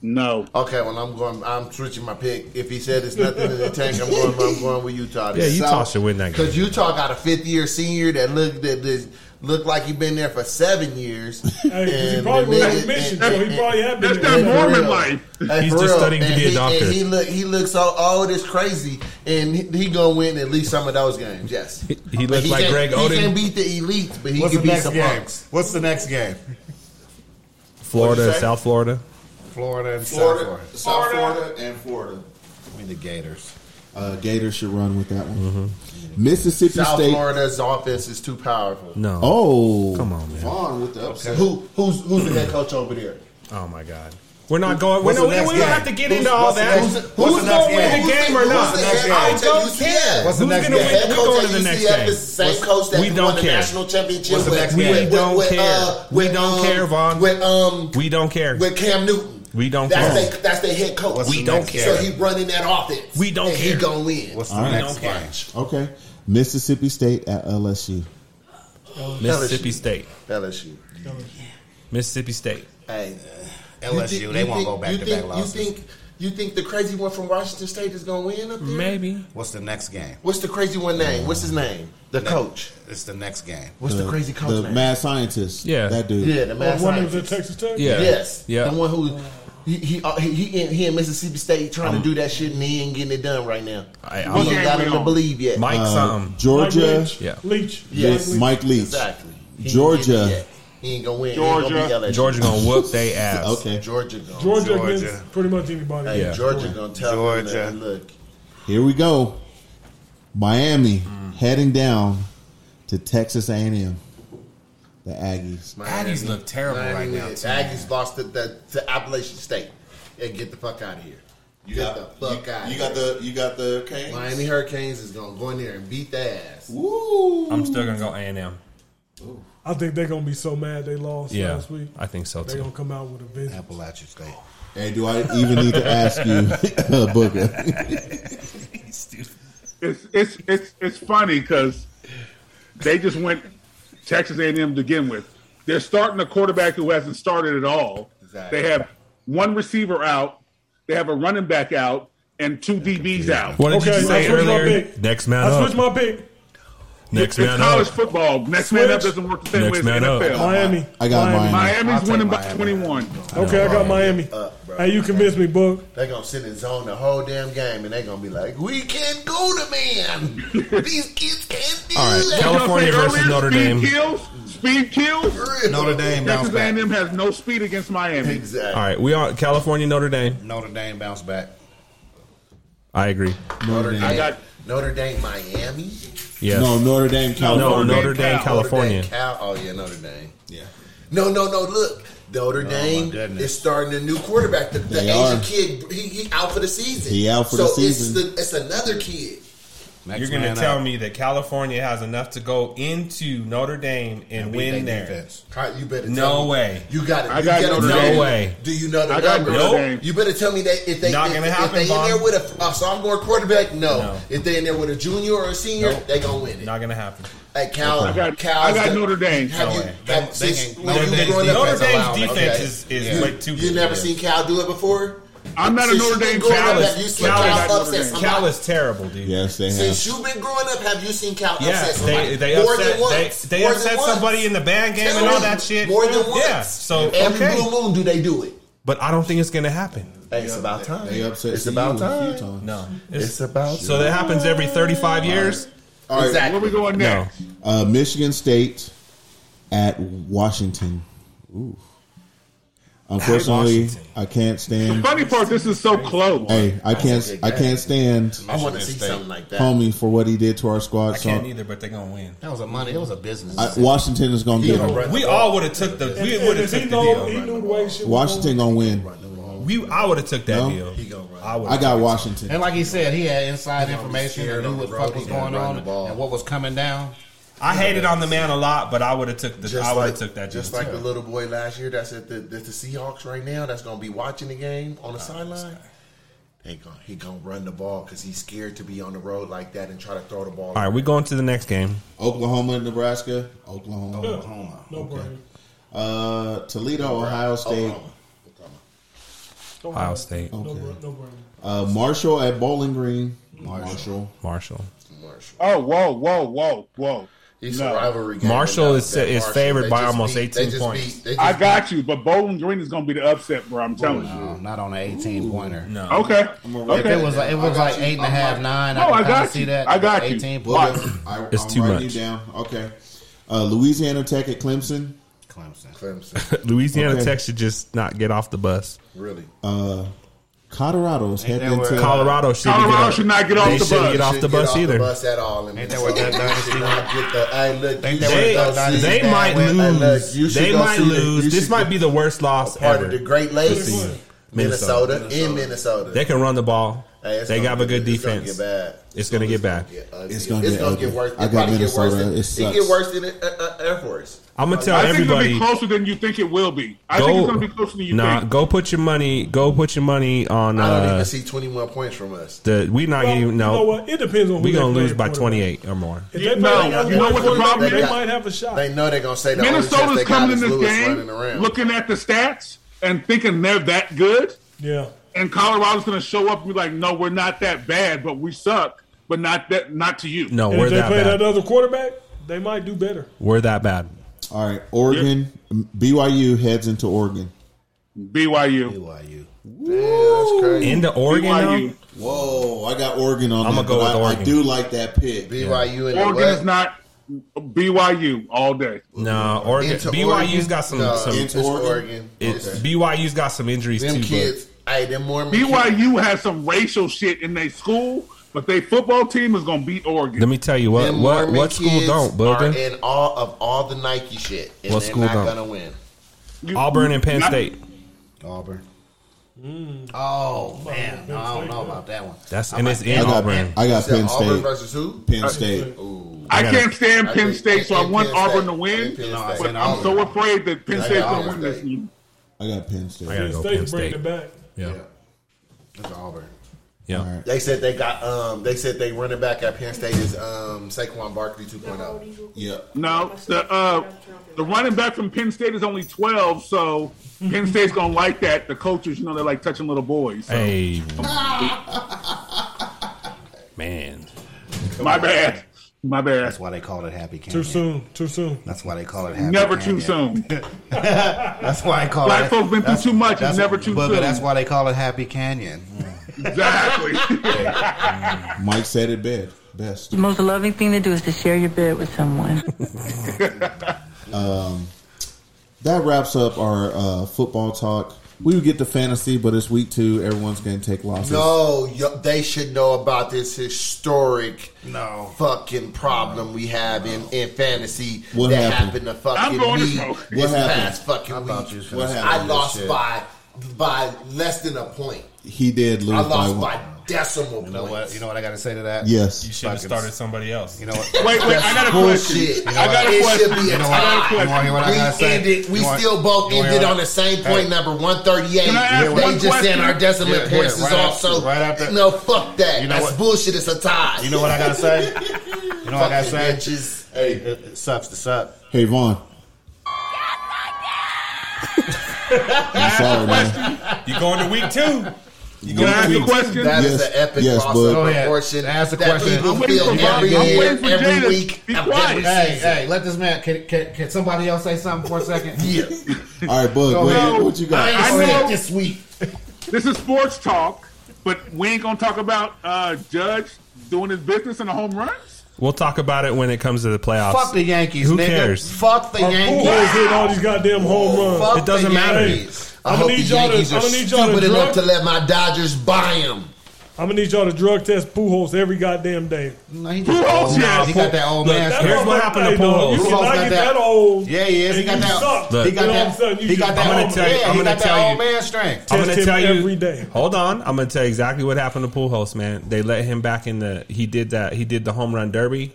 [SPEAKER 5] No.
[SPEAKER 10] Okay, well I'm going. I'm switching my pick. If he said it's nothing in the tank, I'm going. I'm going with Utah.
[SPEAKER 7] Yeah, Utah should win that game.
[SPEAKER 10] because Utah got a fifth year senior that looked that, that looked like he been there for seven years.
[SPEAKER 8] Hey, 'cause he
[SPEAKER 10] And
[SPEAKER 8] probably
[SPEAKER 10] the
[SPEAKER 8] was
[SPEAKER 10] nigga-
[SPEAKER 8] on mission,
[SPEAKER 10] and-
[SPEAKER 8] so he probably had
[SPEAKER 5] That's
[SPEAKER 8] been.
[SPEAKER 5] that
[SPEAKER 8] there.
[SPEAKER 5] Mormon
[SPEAKER 10] real.
[SPEAKER 5] life.
[SPEAKER 10] Hey,
[SPEAKER 7] He's
[SPEAKER 10] for
[SPEAKER 7] just
[SPEAKER 10] real.
[SPEAKER 7] studying to
[SPEAKER 10] And
[SPEAKER 7] be a
[SPEAKER 10] he-
[SPEAKER 7] doctor.
[SPEAKER 10] And he look, he looks so old, it's crazy, and he, he gonna win at least some of those games. Yes,
[SPEAKER 7] He- he
[SPEAKER 10] But
[SPEAKER 7] looks like
[SPEAKER 10] can't-
[SPEAKER 7] Greg
[SPEAKER 10] he
[SPEAKER 7] Oden.
[SPEAKER 10] can't beat the elite, but he
[SPEAKER 6] What's
[SPEAKER 10] can
[SPEAKER 6] the
[SPEAKER 10] beat
[SPEAKER 6] next
[SPEAKER 10] some
[SPEAKER 6] game?
[SPEAKER 10] punks.
[SPEAKER 6] What's the next game?
[SPEAKER 7] Florida,
[SPEAKER 10] What'd you say?
[SPEAKER 7] South Florida.
[SPEAKER 6] Florida and South
[SPEAKER 3] Florida,
[SPEAKER 6] Florida.
[SPEAKER 3] South Florida, and Florida.
[SPEAKER 6] I mean the Gators.
[SPEAKER 3] Uh, Gators should run with that one.
[SPEAKER 7] Mm-hmm.
[SPEAKER 3] Mississippi
[SPEAKER 10] South
[SPEAKER 3] State.
[SPEAKER 10] Florida's offense is too powerful.
[SPEAKER 7] No.
[SPEAKER 3] Oh,
[SPEAKER 7] Come on, man.
[SPEAKER 3] Vaughn with the upset.
[SPEAKER 10] Who who's who's the head coach over there?
[SPEAKER 7] Oh my God. We're not going. We're
[SPEAKER 11] What's
[SPEAKER 7] no,
[SPEAKER 11] the
[SPEAKER 7] we,
[SPEAKER 11] next
[SPEAKER 7] we don't
[SPEAKER 11] game?
[SPEAKER 7] have to get
[SPEAKER 11] Who's-
[SPEAKER 7] into all
[SPEAKER 11] what's the
[SPEAKER 7] that.
[SPEAKER 11] next-
[SPEAKER 7] Who's,
[SPEAKER 11] what's the next
[SPEAKER 7] going to win
[SPEAKER 11] game?
[SPEAKER 7] the game or
[SPEAKER 11] Who's the-
[SPEAKER 7] not?
[SPEAKER 11] who's the next game?
[SPEAKER 7] I
[SPEAKER 11] Who's
[SPEAKER 7] don't
[SPEAKER 11] the
[SPEAKER 7] care.
[SPEAKER 11] next
[SPEAKER 7] Who's going to
[SPEAKER 11] game?
[SPEAKER 7] win?
[SPEAKER 11] Head
[SPEAKER 7] We're
[SPEAKER 11] coach
[SPEAKER 7] going
[SPEAKER 11] at
[SPEAKER 7] to the next
[SPEAKER 11] UCF
[SPEAKER 7] game.
[SPEAKER 11] is the same
[SPEAKER 7] What's-
[SPEAKER 11] coach that
[SPEAKER 7] we
[SPEAKER 11] won
[SPEAKER 7] don't
[SPEAKER 11] the
[SPEAKER 7] care.
[SPEAKER 11] national championship
[SPEAKER 7] What's the
[SPEAKER 11] with-
[SPEAKER 7] next
[SPEAKER 11] with-
[SPEAKER 7] game?
[SPEAKER 11] with-
[SPEAKER 7] We don't
[SPEAKER 11] with, uh,
[SPEAKER 7] care. We
[SPEAKER 11] with,
[SPEAKER 7] don't
[SPEAKER 11] um,
[SPEAKER 7] care, Vaughn.
[SPEAKER 11] With um,
[SPEAKER 7] We don't care.
[SPEAKER 11] with Cam Newton.
[SPEAKER 7] We don't
[SPEAKER 11] That's
[SPEAKER 7] care.
[SPEAKER 11] they-
[SPEAKER 6] That's their head coach.
[SPEAKER 7] What's We the don't next care.
[SPEAKER 6] So he running that offense.
[SPEAKER 7] We don't
[SPEAKER 6] and
[SPEAKER 7] care.
[SPEAKER 6] He gonna win.
[SPEAKER 7] What's
[SPEAKER 3] All right. Okay. Mississippi State at LSU.
[SPEAKER 7] Mississippi State.
[SPEAKER 10] LSU.
[SPEAKER 7] Mississippi State.
[SPEAKER 10] Hey,
[SPEAKER 6] LSU, they won't go back
[SPEAKER 10] you
[SPEAKER 6] to
[SPEAKER 10] think,
[SPEAKER 6] back
[SPEAKER 10] You
[SPEAKER 6] losses.
[SPEAKER 10] think you think the crazy one from Washington State is gonna win up there?
[SPEAKER 7] Maybe.
[SPEAKER 6] What's the next game?
[SPEAKER 10] What's the crazy one name? What's his name? The
[SPEAKER 6] Ne-
[SPEAKER 10] coach.
[SPEAKER 6] It's the next game.
[SPEAKER 10] What's the, crazy coach
[SPEAKER 3] The
[SPEAKER 10] name?
[SPEAKER 3] mad scientist.
[SPEAKER 7] Yeah.
[SPEAKER 3] That dude.
[SPEAKER 10] Yeah, the mad
[SPEAKER 8] Oh, one that
[SPEAKER 10] scientist.
[SPEAKER 8] was at Texas Tech.
[SPEAKER 7] Yeah.
[SPEAKER 10] Yes.
[SPEAKER 7] Yeah.
[SPEAKER 10] The one who he he uh, he, he, in, he in Mississippi State trying to do that shit and he ain't getting it done right now.
[SPEAKER 7] I-
[SPEAKER 10] he
[SPEAKER 7] I'm-
[SPEAKER 10] ain't got him to believe yet.
[SPEAKER 7] Mike
[SPEAKER 3] Uh,
[SPEAKER 7] something.
[SPEAKER 8] Mike
[SPEAKER 3] Georgia.
[SPEAKER 8] Leach.
[SPEAKER 7] Yeah.
[SPEAKER 8] Leach.
[SPEAKER 10] Yes.
[SPEAKER 3] Mike Leach.
[SPEAKER 10] Exactly. He ain't
[SPEAKER 3] Georgia.
[SPEAKER 10] getting it yet. He ain't gonna win. Georgia. He ain't gonna be LSU.
[SPEAKER 7] Georgia gonna whoop they ass.
[SPEAKER 3] Okay.
[SPEAKER 10] Georgia gonna.
[SPEAKER 8] Georgia,
[SPEAKER 6] Georgia.
[SPEAKER 8] against pretty much anybody.
[SPEAKER 10] Hey,
[SPEAKER 7] Yeah.
[SPEAKER 10] Georgia gonna tell
[SPEAKER 6] Georgia.
[SPEAKER 10] Georgia. look.
[SPEAKER 3] Here we go. Miami heading down to Texas A&M. The Aggies.
[SPEAKER 6] Aggies look
[SPEAKER 10] terrible right now. Aggies lost to, the, to Appalachian State and get the fuck out of here.
[SPEAKER 11] You
[SPEAKER 10] Get
[SPEAKER 11] got
[SPEAKER 10] the fuck
[SPEAKER 11] you,
[SPEAKER 10] out.
[SPEAKER 11] you got the you got the Canes.
[SPEAKER 10] Miami Hurricanes is gonna go in there and beat their ass.
[SPEAKER 11] Woo.
[SPEAKER 7] I'm still gonna go A and M.
[SPEAKER 8] I think they're gonna be so mad they lost
[SPEAKER 7] Yeah,
[SPEAKER 8] last week.
[SPEAKER 7] I think so
[SPEAKER 8] They're gonna
[SPEAKER 7] too.
[SPEAKER 8] come out with a vengeance.
[SPEAKER 6] Appalachian State.
[SPEAKER 3] Hey, do I even need to ask you, uh, Booker?
[SPEAKER 5] It's it's it's it's funny because they just went Texas A and M to begin with. They're starting a quarterback who hasn't started at all.
[SPEAKER 10] Exactly.
[SPEAKER 5] They have one receiver out. They have a running back out and two DBs out.
[SPEAKER 7] What did
[SPEAKER 8] Okay,
[SPEAKER 7] you say
[SPEAKER 8] I switched my
[SPEAKER 7] earlier?
[SPEAKER 8] pick.
[SPEAKER 7] Next man
[SPEAKER 8] I
[SPEAKER 7] up.
[SPEAKER 8] switched my pick.
[SPEAKER 5] it's
[SPEAKER 7] Next man
[SPEAKER 5] college
[SPEAKER 7] up.
[SPEAKER 5] football. Next man up
[SPEAKER 8] Switch.
[SPEAKER 5] doesn't work the same
[SPEAKER 7] Next
[SPEAKER 5] way as
[SPEAKER 7] man
[SPEAKER 5] the
[SPEAKER 7] up.
[SPEAKER 5] NFL.
[SPEAKER 8] Miami.
[SPEAKER 3] I got Miami.
[SPEAKER 6] I'll
[SPEAKER 5] Miami's
[SPEAKER 6] take
[SPEAKER 5] winning by
[SPEAKER 6] Miami.
[SPEAKER 5] 21.
[SPEAKER 8] Okay, I got Miami.
[SPEAKER 10] Up, bro.
[SPEAKER 8] Hey, you convinced me, Book.
[SPEAKER 10] They're gonna sit in zone the whole damn game and they're gonna be like, We can't go to man. These kids can't do
[SPEAKER 7] All right,
[SPEAKER 10] that.
[SPEAKER 7] California
[SPEAKER 5] Y'all say
[SPEAKER 7] versus Notre
[SPEAKER 5] speed
[SPEAKER 7] Dame.
[SPEAKER 5] Kills, speed kills.
[SPEAKER 6] Notre Dame bounce
[SPEAKER 5] Texas
[SPEAKER 6] back.
[SPEAKER 5] A&M has no speed against Miami.
[SPEAKER 10] Exactly.
[SPEAKER 7] All right, we are California Notre Dame.
[SPEAKER 6] Notre Dame bounce back.
[SPEAKER 7] I agree.
[SPEAKER 10] Notre Dame.
[SPEAKER 5] I got-
[SPEAKER 10] Notre Dame, Miami.
[SPEAKER 7] Yes.
[SPEAKER 3] No, Notre Dame,
[SPEAKER 7] No,
[SPEAKER 3] California.
[SPEAKER 7] Notre Dame,
[SPEAKER 10] Cal-
[SPEAKER 7] California.
[SPEAKER 10] Notre Dame, Cal- oh yeah, Notre Dame.
[SPEAKER 11] Yeah.
[SPEAKER 10] No, no, no. Look, Notre Dame
[SPEAKER 6] goodness.
[SPEAKER 10] is starting a new quarterback. The, the
[SPEAKER 3] Oh, They
[SPEAKER 10] Asian
[SPEAKER 3] are.
[SPEAKER 10] kid, he, he out for the season.
[SPEAKER 3] He out for the season.
[SPEAKER 10] It's, the, it's another kid.
[SPEAKER 6] Next
[SPEAKER 7] You're going
[SPEAKER 6] man
[SPEAKER 7] to tell
[SPEAKER 6] up.
[SPEAKER 7] me that California has enough to go into Notre Dame and,
[SPEAKER 6] Beat
[SPEAKER 7] win
[SPEAKER 6] their
[SPEAKER 7] there?
[SPEAKER 6] defense.
[SPEAKER 10] How- You better.
[SPEAKER 7] No
[SPEAKER 10] tell me.
[SPEAKER 7] way.
[SPEAKER 10] You got it.
[SPEAKER 5] I got Notre
[SPEAKER 7] No way.
[SPEAKER 10] Do you know the
[SPEAKER 5] I got
[SPEAKER 10] numbers?
[SPEAKER 5] Notre Dame.
[SPEAKER 10] You better tell me that if they
[SPEAKER 7] Not
[SPEAKER 10] if,
[SPEAKER 7] gonna
[SPEAKER 10] if
[SPEAKER 7] happen,
[SPEAKER 10] they in
[SPEAKER 7] Vaughn.
[SPEAKER 10] there with a, a sophomore quarterback, no.
[SPEAKER 7] No.
[SPEAKER 10] If they in there with a junior or a senior,
[SPEAKER 7] Nope.
[SPEAKER 10] they gonna win it.
[SPEAKER 7] Not going to happen.
[SPEAKER 10] Hey, Cal,
[SPEAKER 5] I got-
[SPEAKER 10] Cal's
[SPEAKER 5] I got Notre Dame.
[SPEAKER 10] Have
[SPEAKER 7] No
[SPEAKER 10] you,
[SPEAKER 7] way.
[SPEAKER 10] have,
[SPEAKER 6] They
[SPEAKER 10] since
[SPEAKER 6] can-
[SPEAKER 10] when you
[SPEAKER 6] Notre
[SPEAKER 10] were
[SPEAKER 6] Dame's
[SPEAKER 10] growing up,
[SPEAKER 7] Notre
[SPEAKER 10] that's
[SPEAKER 7] Dame's
[SPEAKER 10] allowed.
[SPEAKER 7] defense
[SPEAKER 10] Okay.
[SPEAKER 7] is, is
[SPEAKER 10] You-
[SPEAKER 7] way too
[SPEAKER 10] You
[SPEAKER 7] good.
[SPEAKER 10] never seen Cal do it before.
[SPEAKER 5] I'm not a
[SPEAKER 10] Since
[SPEAKER 5] Notre
[SPEAKER 10] you've been
[SPEAKER 5] Dame
[SPEAKER 10] growing
[SPEAKER 5] fan.
[SPEAKER 10] up,
[SPEAKER 7] Cal
[SPEAKER 10] have you
[SPEAKER 7] is,
[SPEAKER 10] seen
[SPEAKER 7] Cal,
[SPEAKER 10] Cal
[SPEAKER 5] Cal
[SPEAKER 7] is,
[SPEAKER 10] upset
[SPEAKER 5] Notre
[SPEAKER 10] somebody?
[SPEAKER 7] Cal is terrible, dude.
[SPEAKER 3] Yes, they have.
[SPEAKER 10] Since you've been growing up, have you seen Cal
[SPEAKER 7] Yeah,
[SPEAKER 10] upset somebody?
[SPEAKER 7] they, they
[SPEAKER 10] More
[SPEAKER 7] upset,
[SPEAKER 10] than once.
[SPEAKER 7] They, they
[SPEAKER 10] More
[SPEAKER 7] upset
[SPEAKER 10] than once.
[SPEAKER 7] somebody in the band game
[SPEAKER 10] Tell
[SPEAKER 7] and all
[SPEAKER 10] me,
[SPEAKER 7] that shit.
[SPEAKER 10] More than once.
[SPEAKER 7] Yeah, so,
[SPEAKER 10] every
[SPEAKER 7] okay.
[SPEAKER 10] blue moon do they do it?
[SPEAKER 7] But I don't think it's going to happen.
[SPEAKER 10] Hey, it's about time.
[SPEAKER 3] They upset
[SPEAKER 10] It's
[SPEAKER 3] CU
[SPEAKER 10] about
[SPEAKER 3] a few
[SPEAKER 10] time.
[SPEAKER 3] times.
[SPEAKER 7] No.
[SPEAKER 10] It's about
[SPEAKER 7] So that happens every 35 years?
[SPEAKER 10] time.
[SPEAKER 5] Where
[SPEAKER 10] Exactly.
[SPEAKER 5] we going
[SPEAKER 7] No.
[SPEAKER 5] next?
[SPEAKER 3] Uh, Michigan State at Washington. Ooh. Unfortunately,
[SPEAKER 7] Washington.
[SPEAKER 3] I can't stand.
[SPEAKER 5] Funny part, this is so close.
[SPEAKER 3] Hey, I can't. I can't stand
[SPEAKER 10] I want to see
[SPEAKER 11] Michigan State.
[SPEAKER 10] something like that.
[SPEAKER 3] homie for what he did to our squad.
[SPEAKER 7] I
[SPEAKER 3] So
[SPEAKER 7] can't either, but they're going to win.
[SPEAKER 6] That was a money. It was a business.
[SPEAKER 3] I- Washington is going to get them.
[SPEAKER 7] We all would have took the we
[SPEAKER 8] And
[SPEAKER 7] would have
[SPEAKER 8] if he
[SPEAKER 7] took the
[SPEAKER 8] know, he
[SPEAKER 7] deal.
[SPEAKER 8] knew the way shit
[SPEAKER 3] Washington going to win.
[SPEAKER 7] We I would have took that
[SPEAKER 3] No.
[SPEAKER 7] deal. I would.
[SPEAKER 3] I got Washington.
[SPEAKER 6] And like he said, he had inside information and
[SPEAKER 10] scared
[SPEAKER 6] knew
[SPEAKER 10] on
[SPEAKER 6] what
[SPEAKER 10] the
[SPEAKER 6] the fuck
[SPEAKER 10] road.
[SPEAKER 6] was
[SPEAKER 10] He had
[SPEAKER 6] going
[SPEAKER 10] run
[SPEAKER 6] on
[SPEAKER 10] the ball.
[SPEAKER 6] and what was coming down.
[SPEAKER 7] I hated on the man a lot, but I would have took the I would have took that deal.
[SPEAKER 10] just like
[SPEAKER 7] too.
[SPEAKER 10] the little boy last year that's at the that's the Seahawks right now that's gonna be watching the game on the sideline. They going he gonna run the ball because he's scared to be on the road like that and try to throw the ball.
[SPEAKER 7] all right, we're going to the next game.
[SPEAKER 3] Oklahoma, and Nebraska. Oklahoma.
[SPEAKER 8] Oklahoma. No brainer.
[SPEAKER 3] Uh, Toledo,
[SPEAKER 10] Oh,
[SPEAKER 3] Ohio State.
[SPEAKER 8] Don't
[SPEAKER 7] Ohio
[SPEAKER 8] worry.
[SPEAKER 7] State,
[SPEAKER 3] Oh.
[SPEAKER 8] No, bra- no brainer.
[SPEAKER 3] Uh, Marshall at Bowling Green. Marshall.
[SPEAKER 7] Marshall.
[SPEAKER 10] Marshall.
[SPEAKER 5] Oh, whoa, whoa, whow, whoa.
[SPEAKER 10] It's a
[SPEAKER 5] No.
[SPEAKER 10] rivalry game.
[SPEAKER 7] Marshall
[SPEAKER 10] That-
[SPEAKER 7] is-
[SPEAKER 10] that
[SPEAKER 7] is favored
[SPEAKER 10] they
[SPEAKER 7] by
[SPEAKER 10] just
[SPEAKER 7] almost
[SPEAKER 10] beat-
[SPEAKER 7] 18
[SPEAKER 10] they just
[SPEAKER 7] points.
[SPEAKER 10] beat- they just
[SPEAKER 5] I
[SPEAKER 10] beat-
[SPEAKER 5] got you, but Bowling Green is going to be the upset, bro. I'm telling you.
[SPEAKER 6] No, not on an eighteen pointer. No.
[SPEAKER 5] Okay.
[SPEAKER 6] If it
[SPEAKER 5] Okay.
[SPEAKER 6] was like, it was like eight and a half, nine.
[SPEAKER 5] No,
[SPEAKER 6] I,
[SPEAKER 5] I
[SPEAKER 6] can kinda
[SPEAKER 5] got
[SPEAKER 6] see
[SPEAKER 5] you.
[SPEAKER 6] that.
[SPEAKER 5] I got you.
[SPEAKER 6] eighteen
[SPEAKER 5] Watch.
[SPEAKER 6] pointer.
[SPEAKER 3] I,
[SPEAKER 7] It's
[SPEAKER 3] I'm
[SPEAKER 7] too
[SPEAKER 3] writing
[SPEAKER 7] much.
[SPEAKER 3] you down. Okay. Uh, Louisiana Tech at Clemson.
[SPEAKER 6] Clemson.
[SPEAKER 10] Clemson.
[SPEAKER 7] Louisiana
[SPEAKER 3] Okay.
[SPEAKER 7] Tech should just not get off the bus.
[SPEAKER 10] Really?
[SPEAKER 3] Colorado's heading
[SPEAKER 6] that where-
[SPEAKER 3] into
[SPEAKER 7] Colorado should
[SPEAKER 5] Colorado should not get off
[SPEAKER 7] they
[SPEAKER 5] the
[SPEAKER 7] shouldn't
[SPEAKER 5] bus.
[SPEAKER 7] Get off
[SPEAKER 10] Shouldn't
[SPEAKER 7] the
[SPEAKER 10] get
[SPEAKER 7] bus
[SPEAKER 10] off
[SPEAKER 7] either.
[SPEAKER 10] The bus at all. in
[SPEAKER 6] Ain't that what
[SPEAKER 10] Mississippi.
[SPEAKER 6] that done?
[SPEAKER 10] You should not get the. Hey, look,
[SPEAKER 6] Ain't
[SPEAKER 10] you
[SPEAKER 6] that what
[SPEAKER 10] should
[SPEAKER 7] They,
[SPEAKER 6] that
[SPEAKER 10] go
[SPEAKER 6] done?
[SPEAKER 10] see
[SPEAKER 7] they
[SPEAKER 10] that
[SPEAKER 7] might
[SPEAKER 10] win. Hey, look,
[SPEAKER 7] lose.
[SPEAKER 10] you should
[SPEAKER 7] they
[SPEAKER 10] go
[SPEAKER 7] might
[SPEAKER 10] see the-
[SPEAKER 7] lose.
[SPEAKER 10] you
[SPEAKER 7] This
[SPEAKER 10] should
[SPEAKER 7] might be the worst
[SPEAKER 10] go
[SPEAKER 7] loss
[SPEAKER 10] part
[SPEAKER 7] ever.
[SPEAKER 10] of the Great Lakes.
[SPEAKER 8] This one.
[SPEAKER 11] Minnesota, in Minnesota.
[SPEAKER 7] They can run the ball.
[SPEAKER 11] Hey, it's
[SPEAKER 7] they
[SPEAKER 11] gonna
[SPEAKER 7] have a
[SPEAKER 11] get-
[SPEAKER 7] good
[SPEAKER 11] it's gonna
[SPEAKER 7] defense.
[SPEAKER 11] get bad.
[SPEAKER 7] It's going to get bad.
[SPEAKER 11] ugly.
[SPEAKER 3] It's gonna get ugly.
[SPEAKER 11] worse.
[SPEAKER 3] I
[SPEAKER 11] It
[SPEAKER 3] got
[SPEAKER 11] probably get worse
[SPEAKER 3] Minnesota.
[SPEAKER 11] than-
[SPEAKER 3] It
[SPEAKER 11] It get
[SPEAKER 3] sucks.
[SPEAKER 11] worse than uh, uh, Air Force.
[SPEAKER 7] I'm gonna tell
[SPEAKER 5] I
[SPEAKER 7] everybody.
[SPEAKER 5] think it's gonna be closer than you think it will be. I think it's gonna be closer than you
[SPEAKER 7] nah,
[SPEAKER 5] think.
[SPEAKER 7] go put your money. Go put your money on. Uh,
[SPEAKER 10] I don't even see 21 points from us.
[SPEAKER 7] the we not
[SPEAKER 10] Well,
[SPEAKER 7] getting
[SPEAKER 10] you
[SPEAKER 7] no.
[SPEAKER 10] know what?
[SPEAKER 8] It depends on who
[SPEAKER 7] We
[SPEAKER 8] they
[SPEAKER 7] gonna
[SPEAKER 8] play
[SPEAKER 7] lose
[SPEAKER 8] at
[SPEAKER 7] by
[SPEAKER 8] quarterback.
[SPEAKER 7] 28 or more.
[SPEAKER 8] If they play like that,
[SPEAKER 10] you know what the problem
[SPEAKER 8] they
[SPEAKER 10] is?
[SPEAKER 8] might have a shot.
[SPEAKER 10] They know they're going to say the only chance
[SPEAKER 5] Minnesota's
[SPEAKER 10] they got
[SPEAKER 5] coming in
[SPEAKER 10] is
[SPEAKER 5] this
[SPEAKER 10] Lewis running
[SPEAKER 5] game
[SPEAKER 10] around.
[SPEAKER 5] looking at the stats and thinking they're that good.
[SPEAKER 8] Yeah.
[SPEAKER 5] And Colorado's gonna show up and be like, "No, we're not that bad, but we suck, but not that, not to you."
[SPEAKER 7] No,
[SPEAKER 8] And
[SPEAKER 7] we're
[SPEAKER 8] if they
[SPEAKER 7] that
[SPEAKER 8] play
[SPEAKER 7] bad.
[SPEAKER 8] that other quarterback, they might do better.
[SPEAKER 7] We're that bad.
[SPEAKER 3] All right, Oregon, BYU heads into Oregon.
[SPEAKER 5] BYU.
[SPEAKER 3] BYU.
[SPEAKER 10] that's crazy.
[SPEAKER 7] Into Oregon, BYU.
[SPEAKER 3] Whoa, I got Oregon on.
[SPEAKER 7] I'ma
[SPEAKER 3] that,
[SPEAKER 7] go
[SPEAKER 3] but
[SPEAKER 7] with
[SPEAKER 3] I,
[SPEAKER 7] Oregon.
[SPEAKER 3] I do like that pick.
[SPEAKER 10] BYU and
[SPEAKER 5] Oregon is not BYU all day.
[SPEAKER 7] No, Oregon.
[SPEAKER 10] Into
[SPEAKER 7] BYU's
[SPEAKER 10] Oregon?
[SPEAKER 7] got some.
[SPEAKER 10] No,
[SPEAKER 7] some
[SPEAKER 10] into Oregon.
[SPEAKER 7] It's,
[SPEAKER 10] Okay.
[SPEAKER 7] BYU's got some injuries
[SPEAKER 10] Them
[SPEAKER 7] too.
[SPEAKER 10] kids, hey, them Mormon kids.
[SPEAKER 5] BYU has some racial shit in their school, but their football team is gonna beat Oregon.
[SPEAKER 7] Let me tell you what.
[SPEAKER 10] Them
[SPEAKER 7] What
[SPEAKER 10] Mormon
[SPEAKER 7] what school
[SPEAKER 10] kids
[SPEAKER 7] don't
[SPEAKER 10] are
[SPEAKER 7] Booger?
[SPEAKER 10] in all of all the Nike shit, and
[SPEAKER 7] What
[SPEAKER 10] they're
[SPEAKER 7] school
[SPEAKER 10] not
[SPEAKER 7] don't?
[SPEAKER 10] gonna win.
[SPEAKER 7] Auburn and Penn
[SPEAKER 10] Not-
[SPEAKER 7] State.
[SPEAKER 10] Auburn. Oh man, no, I don't know about that one.
[SPEAKER 7] That's
[SPEAKER 10] I
[SPEAKER 7] and
[SPEAKER 10] might-
[SPEAKER 7] it's
[SPEAKER 3] I
[SPEAKER 7] in
[SPEAKER 3] got,
[SPEAKER 7] Auburn.
[SPEAKER 3] I got
[SPEAKER 10] You said
[SPEAKER 3] Penn
[SPEAKER 10] Auburn
[SPEAKER 3] State.
[SPEAKER 10] versus who?
[SPEAKER 3] Penn State.
[SPEAKER 5] I,
[SPEAKER 3] I got
[SPEAKER 5] can't
[SPEAKER 3] it.
[SPEAKER 5] stand
[SPEAKER 10] I
[SPEAKER 5] Penn
[SPEAKER 10] think-
[SPEAKER 5] State, so I
[SPEAKER 10] and
[SPEAKER 5] want
[SPEAKER 10] Penn
[SPEAKER 5] Auburn
[SPEAKER 10] State.
[SPEAKER 5] to win.
[SPEAKER 10] And Penn
[SPEAKER 5] but
[SPEAKER 10] State.
[SPEAKER 5] I'm so afraid that Penn
[SPEAKER 10] I
[SPEAKER 5] State's
[SPEAKER 10] got
[SPEAKER 5] gonna win
[SPEAKER 10] Auburn
[SPEAKER 5] this.
[SPEAKER 10] State.
[SPEAKER 3] I got Penn State.
[SPEAKER 7] I gotta go
[SPEAKER 8] Penn
[SPEAKER 7] Penn
[SPEAKER 8] State bringing
[SPEAKER 7] State.
[SPEAKER 8] it back.
[SPEAKER 7] Yeah,
[SPEAKER 10] It's Auburn.
[SPEAKER 7] yeah.
[SPEAKER 10] They said they got um they said they running back at Penn State is um Saquon Barkley 2.0.
[SPEAKER 3] Yeah.
[SPEAKER 5] No, the uh, the running back from Penn State is only twelve, so Penn State's gonna like that. The coaches, you know, they're like touching little boys. So.
[SPEAKER 7] Hey, man.
[SPEAKER 5] My bad. My bad.
[SPEAKER 10] That's why they called it Happy Camp.
[SPEAKER 8] Too soon. Too soon.
[SPEAKER 10] That's why they call it Happy
[SPEAKER 5] Never
[SPEAKER 10] Camp.
[SPEAKER 5] too soon.
[SPEAKER 10] That's why I call
[SPEAKER 5] Black
[SPEAKER 10] it.
[SPEAKER 5] folks been through
[SPEAKER 10] that's-
[SPEAKER 5] too much, it's
[SPEAKER 10] that's-
[SPEAKER 5] never too
[SPEAKER 10] but,
[SPEAKER 5] soon.
[SPEAKER 10] But that's why they call it Happy Canyon.
[SPEAKER 5] exactly.
[SPEAKER 3] Mike said it best. Best.
[SPEAKER 12] The most loving thing to do is to share your bed with someone.
[SPEAKER 3] Um, that wraps up our uh, football talk. We would get to fantasy, but it's week two. Everyone's going to take losses.
[SPEAKER 10] No, yo, they should know about this historic no fucking problem we have in, in fantasy
[SPEAKER 3] What
[SPEAKER 10] that
[SPEAKER 3] happened?
[SPEAKER 10] happened to fucking
[SPEAKER 5] I'm going to
[SPEAKER 10] me
[SPEAKER 5] smoke.
[SPEAKER 10] this
[SPEAKER 3] What happened?
[SPEAKER 10] past fucking
[SPEAKER 11] I thought you was
[SPEAKER 10] week.
[SPEAKER 11] gonna
[SPEAKER 3] What say
[SPEAKER 10] I
[SPEAKER 3] happened?
[SPEAKER 10] lost
[SPEAKER 11] this shit.
[SPEAKER 10] by by less than a point.
[SPEAKER 3] He did lose
[SPEAKER 10] I
[SPEAKER 3] by
[SPEAKER 10] lost
[SPEAKER 3] one.
[SPEAKER 10] by decimal
[SPEAKER 6] You know what?
[SPEAKER 10] points.
[SPEAKER 6] You know what I got to say to that?
[SPEAKER 3] Yes.
[SPEAKER 7] You should have started somebody else.
[SPEAKER 6] You know what?
[SPEAKER 5] Wait, wait, I got a
[SPEAKER 10] Bullshit.
[SPEAKER 5] question. I got a
[SPEAKER 10] it should
[SPEAKER 5] question.
[SPEAKER 10] be a
[SPEAKER 6] You know
[SPEAKER 10] tie.
[SPEAKER 5] I got a
[SPEAKER 6] You wanna hear what I
[SPEAKER 10] we
[SPEAKER 6] gotta say?
[SPEAKER 10] ended. We
[SPEAKER 6] You wanna-
[SPEAKER 10] still both
[SPEAKER 6] you wanna hear
[SPEAKER 10] ended
[SPEAKER 6] what I-
[SPEAKER 10] on the same point,
[SPEAKER 6] Hey.
[SPEAKER 10] number one thirty eight.
[SPEAKER 5] Can I ask
[SPEAKER 10] They
[SPEAKER 5] one
[SPEAKER 10] just saying
[SPEAKER 5] question?
[SPEAKER 10] our decimal
[SPEAKER 6] Yeah, yeah,
[SPEAKER 10] points is
[SPEAKER 6] right after-
[SPEAKER 10] also
[SPEAKER 6] right after-
[SPEAKER 10] no. Fuck that.
[SPEAKER 6] You know
[SPEAKER 10] That's
[SPEAKER 6] what-
[SPEAKER 10] bullshit. It's a tie.
[SPEAKER 6] You know what I got to say? You know what I got to say?
[SPEAKER 10] Fucking bitches.
[SPEAKER 6] Hey, it, it sucks to suck.
[SPEAKER 3] Hey, Vaughn. I'm sorry, man.
[SPEAKER 7] You going to week two? You
[SPEAKER 5] Can I
[SPEAKER 7] going
[SPEAKER 5] ask
[SPEAKER 7] to
[SPEAKER 5] a
[SPEAKER 7] week two?
[SPEAKER 5] question?
[SPEAKER 10] That is
[SPEAKER 3] Yes.
[SPEAKER 10] an epic
[SPEAKER 3] Yes,
[SPEAKER 10] loss
[SPEAKER 3] bud.
[SPEAKER 10] of
[SPEAKER 6] Go ahead.
[SPEAKER 10] proportion.
[SPEAKER 6] Ask the
[SPEAKER 10] that
[SPEAKER 6] question.
[SPEAKER 10] people
[SPEAKER 5] I'm waiting
[SPEAKER 10] feel
[SPEAKER 5] for
[SPEAKER 10] every
[SPEAKER 5] Bob. I'm
[SPEAKER 10] year,
[SPEAKER 5] waiting for
[SPEAKER 10] every
[SPEAKER 5] Jada.
[SPEAKER 10] week.
[SPEAKER 5] Be
[SPEAKER 10] of
[SPEAKER 5] quiet.
[SPEAKER 10] every
[SPEAKER 6] Hey,
[SPEAKER 10] season.
[SPEAKER 6] hey, let this man. Can, can, can somebody else say something for a second?
[SPEAKER 10] Yeah.
[SPEAKER 3] All right, Bud,
[SPEAKER 6] Go
[SPEAKER 3] what,
[SPEAKER 6] ahead.
[SPEAKER 3] what you
[SPEAKER 5] I
[SPEAKER 3] got?
[SPEAKER 5] ain't-
[SPEAKER 10] I
[SPEAKER 5] know-
[SPEAKER 10] know this week.
[SPEAKER 5] This is sports talk, but we ain't gonna talk about uh, Judge doing his business in the home runs.
[SPEAKER 7] We'll talk about it when it comes to the playoffs.
[SPEAKER 6] Fuck the Yankees.
[SPEAKER 7] Who
[SPEAKER 6] nigga.
[SPEAKER 7] cares?
[SPEAKER 10] Fuck the
[SPEAKER 8] Who
[SPEAKER 10] Yankees.
[SPEAKER 8] is hitting all these goddamn home runs?
[SPEAKER 10] Fuck
[SPEAKER 7] It doesn't
[SPEAKER 10] the
[SPEAKER 7] matter.
[SPEAKER 10] Yankees. I
[SPEAKER 8] I'ma
[SPEAKER 10] hope
[SPEAKER 8] need
[SPEAKER 10] the
[SPEAKER 8] y'all to-
[SPEAKER 10] Yankees are
[SPEAKER 8] I'ma need y'all to
[SPEAKER 10] stupid
[SPEAKER 8] drug-
[SPEAKER 10] enough to let my Dodgers buy him.
[SPEAKER 8] I'm gonna need y'all to drug test Pujols every goddamn day.
[SPEAKER 6] No, he,
[SPEAKER 5] Who
[SPEAKER 6] just
[SPEAKER 5] owns
[SPEAKER 6] old,
[SPEAKER 5] you?
[SPEAKER 6] he got that old
[SPEAKER 7] Look,
[SPEAKER 6] man.
[SPEAKER 7] that
[SPEAKER 6] stuff.
[SPEAKER 7] Here's what happened to
[SPEAKER 8] Hey, dog,
[SPEAKER 7] Pujols.
[SPEAKER 8] You
[SPEAKER 6] Pujols
[SPEAKER 8] cannot
[SPEAKER 6] got
[SPEAKER 8] get
[SPEAKER 6] that-
[SPEAKER 8] that old.
[SPEAKER 6] Yeah, he is. He
[SPEAKER 8] and
[SPEAKER 6] got
[SPEAKER 8] you
[SPEAKER 6] that.
[SPEAKER 8] suck.
[SPEAKER 7] Look.
[SPEAKER 6] he got
[SPEAKER 8] Then all of a
[SPEAKER 6] that.
[SPEAKER 8] sudden you
[SPEAKER 6] he
[SPEAKER 8] just-
[SPEAKER 6] got that.
[SPEAKER 7] I'm gonna
[SPEAKER 6] old-
[SPEAKER 7] tell you-
[SPEAKER 6] yeah,
[SPEAKER 7] I'm
[SPEAKER 6] he
[SPEAKER 7] gonna
[SPEAKER 6] got
[SPEAKER 7] tell
[SPEAKER 6] that
[SPEAKER 7] you.
[SPEAKER 6] old man strength.
[SPEAKER 7] I'm gonna
[SPEAKER 8] Test him
[SPEAKER 7] tell you
[SPEAKER 8] every day.
[SPEAKER 7] Hold on, I'm gonna tell you exactly what happened to Pujols, man. They let him back in the. He did that. He did the home run derby,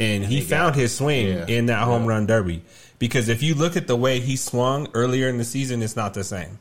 [SPEAKER 7] and he found his swing
[SPEAKER 6] yeah,
[SPEAKER 7] in that home run derby. Because if you look at the way he swung earlier in the season, it's not the same.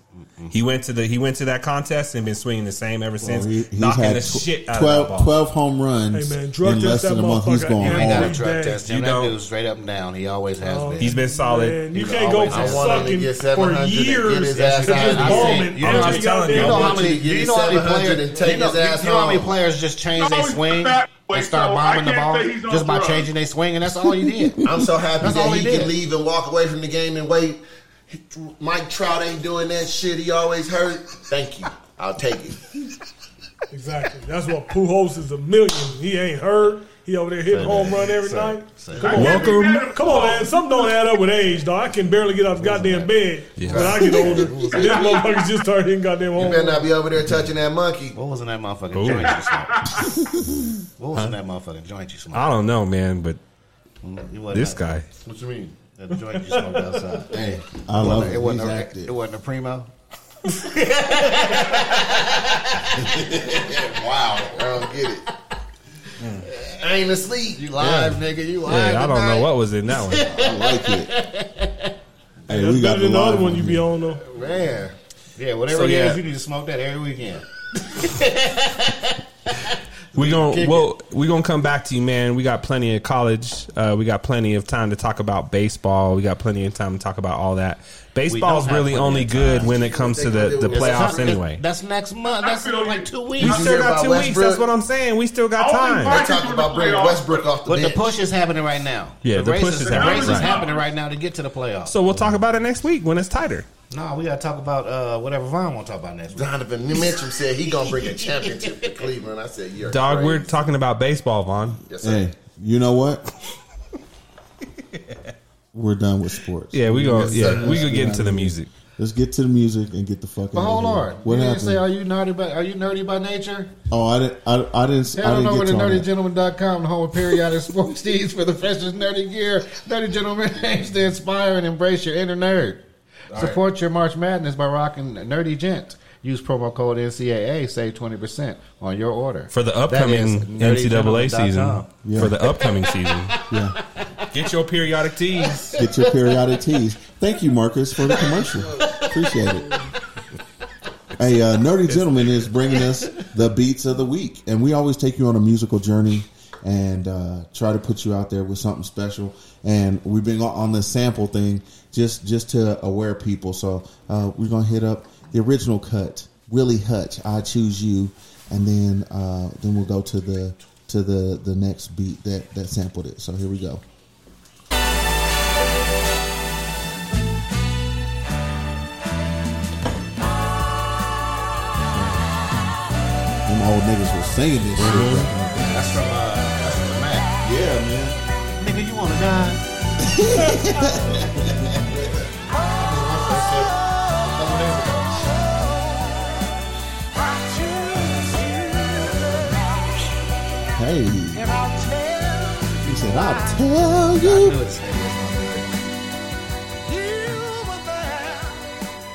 [SPEAKER 7] He went to the he went to that contest and been swinging the same ever since,
[SPEAKER 3] Oh, He- he's
[SPEAKER 7] knocking the
[SPEAKER 3] tw-
[SPEAKER 7] shit out of
[SPEAKER 3] 12,
[SPEAKER 7] that ball.
[SPEAKER 3] 12 home
[SPEAKER 8] Hey
[SPEAKER 3] runs
[SPEAKER 8] man, drug
[SPEAKER 3] in
[SPEAKER 8] test
[SPEAKER 3] less
[SPEAKER 8] that
[SPEAKER 3] than a month. He's
[SPEAKER 8] motherfucker.
[SPEAKER 3] going
[SPEAKER 8] every
[SPEAKER 6] ain't gotta
[SPEAKER 3] hard.
[SPEAKER 8] day.
[SPEAKER 6] drug test him.
[SPEAKER 7] You
[SPEAKER 6] that
[SPEAKER 7] don't.
[SPEAKER 6] dude straight up and down. He always has been.
[SPEAKER 7] He's been solid.
[SPEAKER 8] Man, you
[SPEAKER 6] He's
[SPEAKER 8] can't go
[SPEAKER 6] always-
[SPEAKER 8] from
[SPEAKER 6] I
[SPEAKER 10] wanted to
[SPEAKER 8] sucking
[SPEAKER 10] get
[SPEAKER 8] for
[SPEAKER 10] 700 to get
[SPEAKER 8] years
[SPEAKER 10] his
[SPEAKER 8] to
[SPEAKER 10] ass
[SPEAKER 8] just
[SPEAKER 10] out. I
[SPEAKER 8] bombing
[SPEAKER 10] said,
[SPEAKER 7] you know, I
[SPEAKER 8] every
[SPEAKER 7] was telling you,
[SPEAKER 8] goddamn
[SPEAKER 10] You know
[SPEAKER 8] day.
[SPEAKER 10] how many?
[SPEAKER 11] Get
[SPEAKER 10] You
[SPEAKER 11] his
[SPEAKER 10] know how many
[SPEAKER 11] 700
[SPEAKER 10] players?
[SPEAKER 11] and take
[SPEAKER 10] You know,
[SPEAKER 11] his
[SPEAKER 10] you
[SPEAKER 11] ass
[SPEAKER 10] know how many
[SPEAKER 11] home.
[SPEAKER 10] players just change their
[SPEAKER 5] Always
[SPEAKER 6] swing
[SPEAKER 5] the back way,
[SPEAKER 6] and start
[SPEAKER 5] so
[SPEAKER 6] bombing
[SPEAKER 5] I
[SPEAKER 6] the
[SPEAKER 5] can't
[SPEAKER 6] ball
[SPEAKER 5] say he's on
[SPEAKER 6] just by
[SPEAKER 5] drugs.
[SPEAKER 6] changing their swing, and that's all you did.
[SPEAKER 10] I'm so happy
[SPEAKER 6] That's all
[SPEAKER 10] that
[SPEAKER 6] he
[SPEAKER 10] he, can
[SPEAKER 6] did.
[SPEAKER 10] leave and walk away from the game and wait. Mike Trout ain't doing that shit. He always hurt. Thank you. I'll take it.
[SPEAKER 8] Exactly. That's what Pujols is a million. He ain't hurt. He over there hitting home run every night. Come on.
[SPEAKER 7] Welcome.
[SPEAKER 8] Come on, man. Something don't add up with age, dog. I can barely get out of goddamn bed when I get older. These motherfuckers just start hitting goddamn
[SPEAKER 10] You
[SPEAKER 8] home
[SPEAKER 10] better
[SPEAKER 8] runs.
[SPEAKER 10] not be over there touching that monkey.
[SPEAKER 6] What was in that motherfucking joint you smoked? What was in that motherfucking joint you smoked?
[SPEAKER 7] I don't know, man, but
[SPEAKER 6] You wasn't-
[SPEAKER 7] this guy.
[SPEAKER 10] What you mean?
[SPEAKER 6] That joint you smoked outside.
[SPEAKER 3] Hey, I love
[SPEAKER 6] it
[SPEAKER 3] it.
[SPEAKER 6] wasn't
[SPEAKER 3] He's
[SPEAKER 6] a,
[SPEAKER 3] active.
[SPEAKER 6] it wasn't a primo.
[SPEAKER 13] wow, I don't get it.
[SPEAKER 6] I ain't asleep. You live, nigga. You live.
[SPEAKER 7] Yeah, I don't know what was in that one.
[SPEAKER 13] I like it.
[SPEAKER 5] Hey, that's better than the other one you be on though.
[SPEAKER 6] Man. Yeah, whatever
[SPEAKER 7] So,
[SPEAKER 6] it
[SPEAKER 7] yeah.
[SPEAKER 6] is, you need to smoke that every weekend.
[SPEAKER 7] We
[SPEAKER 6] Kick
[SPEAKER 7] gonna
[SPEAKER 6] it.
[SPEAKER 7] well, we gonna come back to you, man. We got plenty of college. Uh, we got plenty of time to talk about baseball. We got plenty of time to talk about all that. Baseball's
[SPEAKER 6] have
[SPEAKER 7] really
[SPEAKER 6] plenty
[SPEAKER 7] only
[SPEAKER 6] of
[SPEAKER 7] good
[SPEAKER 6] time.
[SPEAKER 7] when it comes to the, the
[SPEAKER 6] It's
[SPEAKER 7] playoffs
[SPEAKER 6] not-
[SPEAKER 7] anyway.
[SPEAKER 6] That's next month. That's in like two weeks.
[SPEAKER 7] We still got two weeks. That's what I'm saying. We still got time.
[SPEAKER 13] talking about bringing Westbrook off the
[SPEAKER 6] But the
[SPEAKER 13] bench.
[SPEAKER 6] push is happening right now.
[SPEAKER 7] Yeah, the
[SPEAKER 6] race
[SPEAKER 7] push is happening
[SPEAKER 6] The race
[SPEAKER 7] right
[SPEAKER 6] is
[SPEAKER 7] now.
[SPEAKER 6] happening right now to get to the playoffs.
[SPEAKER 7] So we'll talk about it next week when it's tighter.
[SPEAKER 6] No, we gotta talk about uh, whatever Vaughn want to talk about next week.
[SPEAKER 13] Donovan Mitchum said he gonna bring a championship to Cleveland. I said, "You're
[SPEAKER 7] Dog,
[SPEAKER 13] crazy.
[SPEAKER 7] we're talking about baseball, Vaughn.
[SPEAKER 13] Yes, sir.
[SPEAKER 3] Hey, you know what? We're done with sports.
[SPEAKER 7] Yeah, we go.
[SPEAKER 13] Yes,
[SPEAKER 7] Yeah,
[SPEAKER 13] sir.
[SPEAKER 7] we gonna
[SPEAKER 3] Yeah,
[SPEAKER 7] get into
[SPEAKER 3] I
[SPEAKER 7] the
[SPEAKER 3] mean,
[SPEAKER 7] music.
[SPEAKER 3] Let's get to the music and get the fuck.
[SPEAKER 6] But
[SPEAKER 3] out of
[SPEAKER 6] hold
[SPEAKER 3] here.
[SPEAKER 6] on.
[SPEAKER 3] What
[SPEAKER 6] you
[SPEAKER 3] happened?
[SPEAKER 6] didn't say are you nerdy by are you nerdy by nature?
[SPEAKER 3] oh, I didn't. I, I didn't.
[SPEAKER 6] Head
[SPEAKER 3] I
[SPEAKER 6] on
[SPEAKER 3] didn't
[SPEAKER 6] over
[SPEAKER 3] get
[SPEAKER 6] to
[SPEAKER 3] to all that.
[SPEAKER 6] nerdygentleman.com, the home of periodic sports needs for the freshest nerdy gear. Nerdy Gentleman aims to inspire and embrace your inner nerd. Support your March Madness by rocking Nerdy Gent. Use promo code NCAA, save 20% on your order.
[SPEAKER 7] for the
[SPEAKER 6] That is
[SPEAKER 7] upcoming NCAA season.
[SPEAKER 6] nerdygentleman.com.
[SPEAKER 3] Yeah.
[SPEAKER 7] For the upcoming season,
[SPEAKER 3] Yeah.
[SPEAKER 7] get your periodic teas.
[SPEAKER 3] Get your periodic teas. Thank you, Marcus, for the commercial. Appreciate it. Hey, uh, Nerdy Gentleman is bringing us the beats of the week, and we always take you on a musical journey and uh, try to put you out there with something special. And we've been on- on the sample thing just just to aware people. So uh, we're gonna hit up the original cut, Willie Hutch, "I Choose You," and then uh, then we'll go to the to the the next beat that that sampled it. So here we go. Them old niggas was singing this shit. back in the day.
[SPEAKER 6] That's from, uh, that's from the Mac.
[SPEAKER 3] Yeah, man.
[SPEAKER 6] Nigga, you want to die?
[SPEAKER 3] Hey. He said, I'll tell you.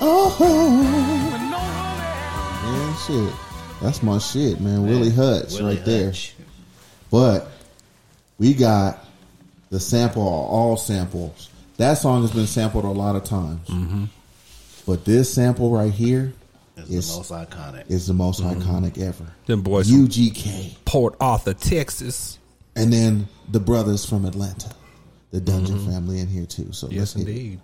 [SPEAKER 3] Oh. Man, shit. That's my shit, man. Willie Hutch
[SPEAKER 6] Willie
[SPEAKER 3] right there.
[SPEAKER 6] Hutch.
[SPEAKER 3] But we got the sample of all samples. That song has been sampled a lot of times. But this sample right here
[SPEAKER 6] Mm-hmm. It's
[SPEAKER 3] is
[SPEAKER 6] the most iconic. Mm-hmm.
[SPEAKER 3] is the most iconic ever.
[SPEAKER 7] Them boys from
[SPEAKER 3] UGK.
[SPEAKER 7] Port Arthur, Texas.
[SPEAKER 3] And then the brothers from Atlanta. The Dungeon family in here too. So let's hit
[SPEAKER 7] Mm-hmm. Yes,
[SPEAKER 3] it.
[SPEAKER 7] indeed.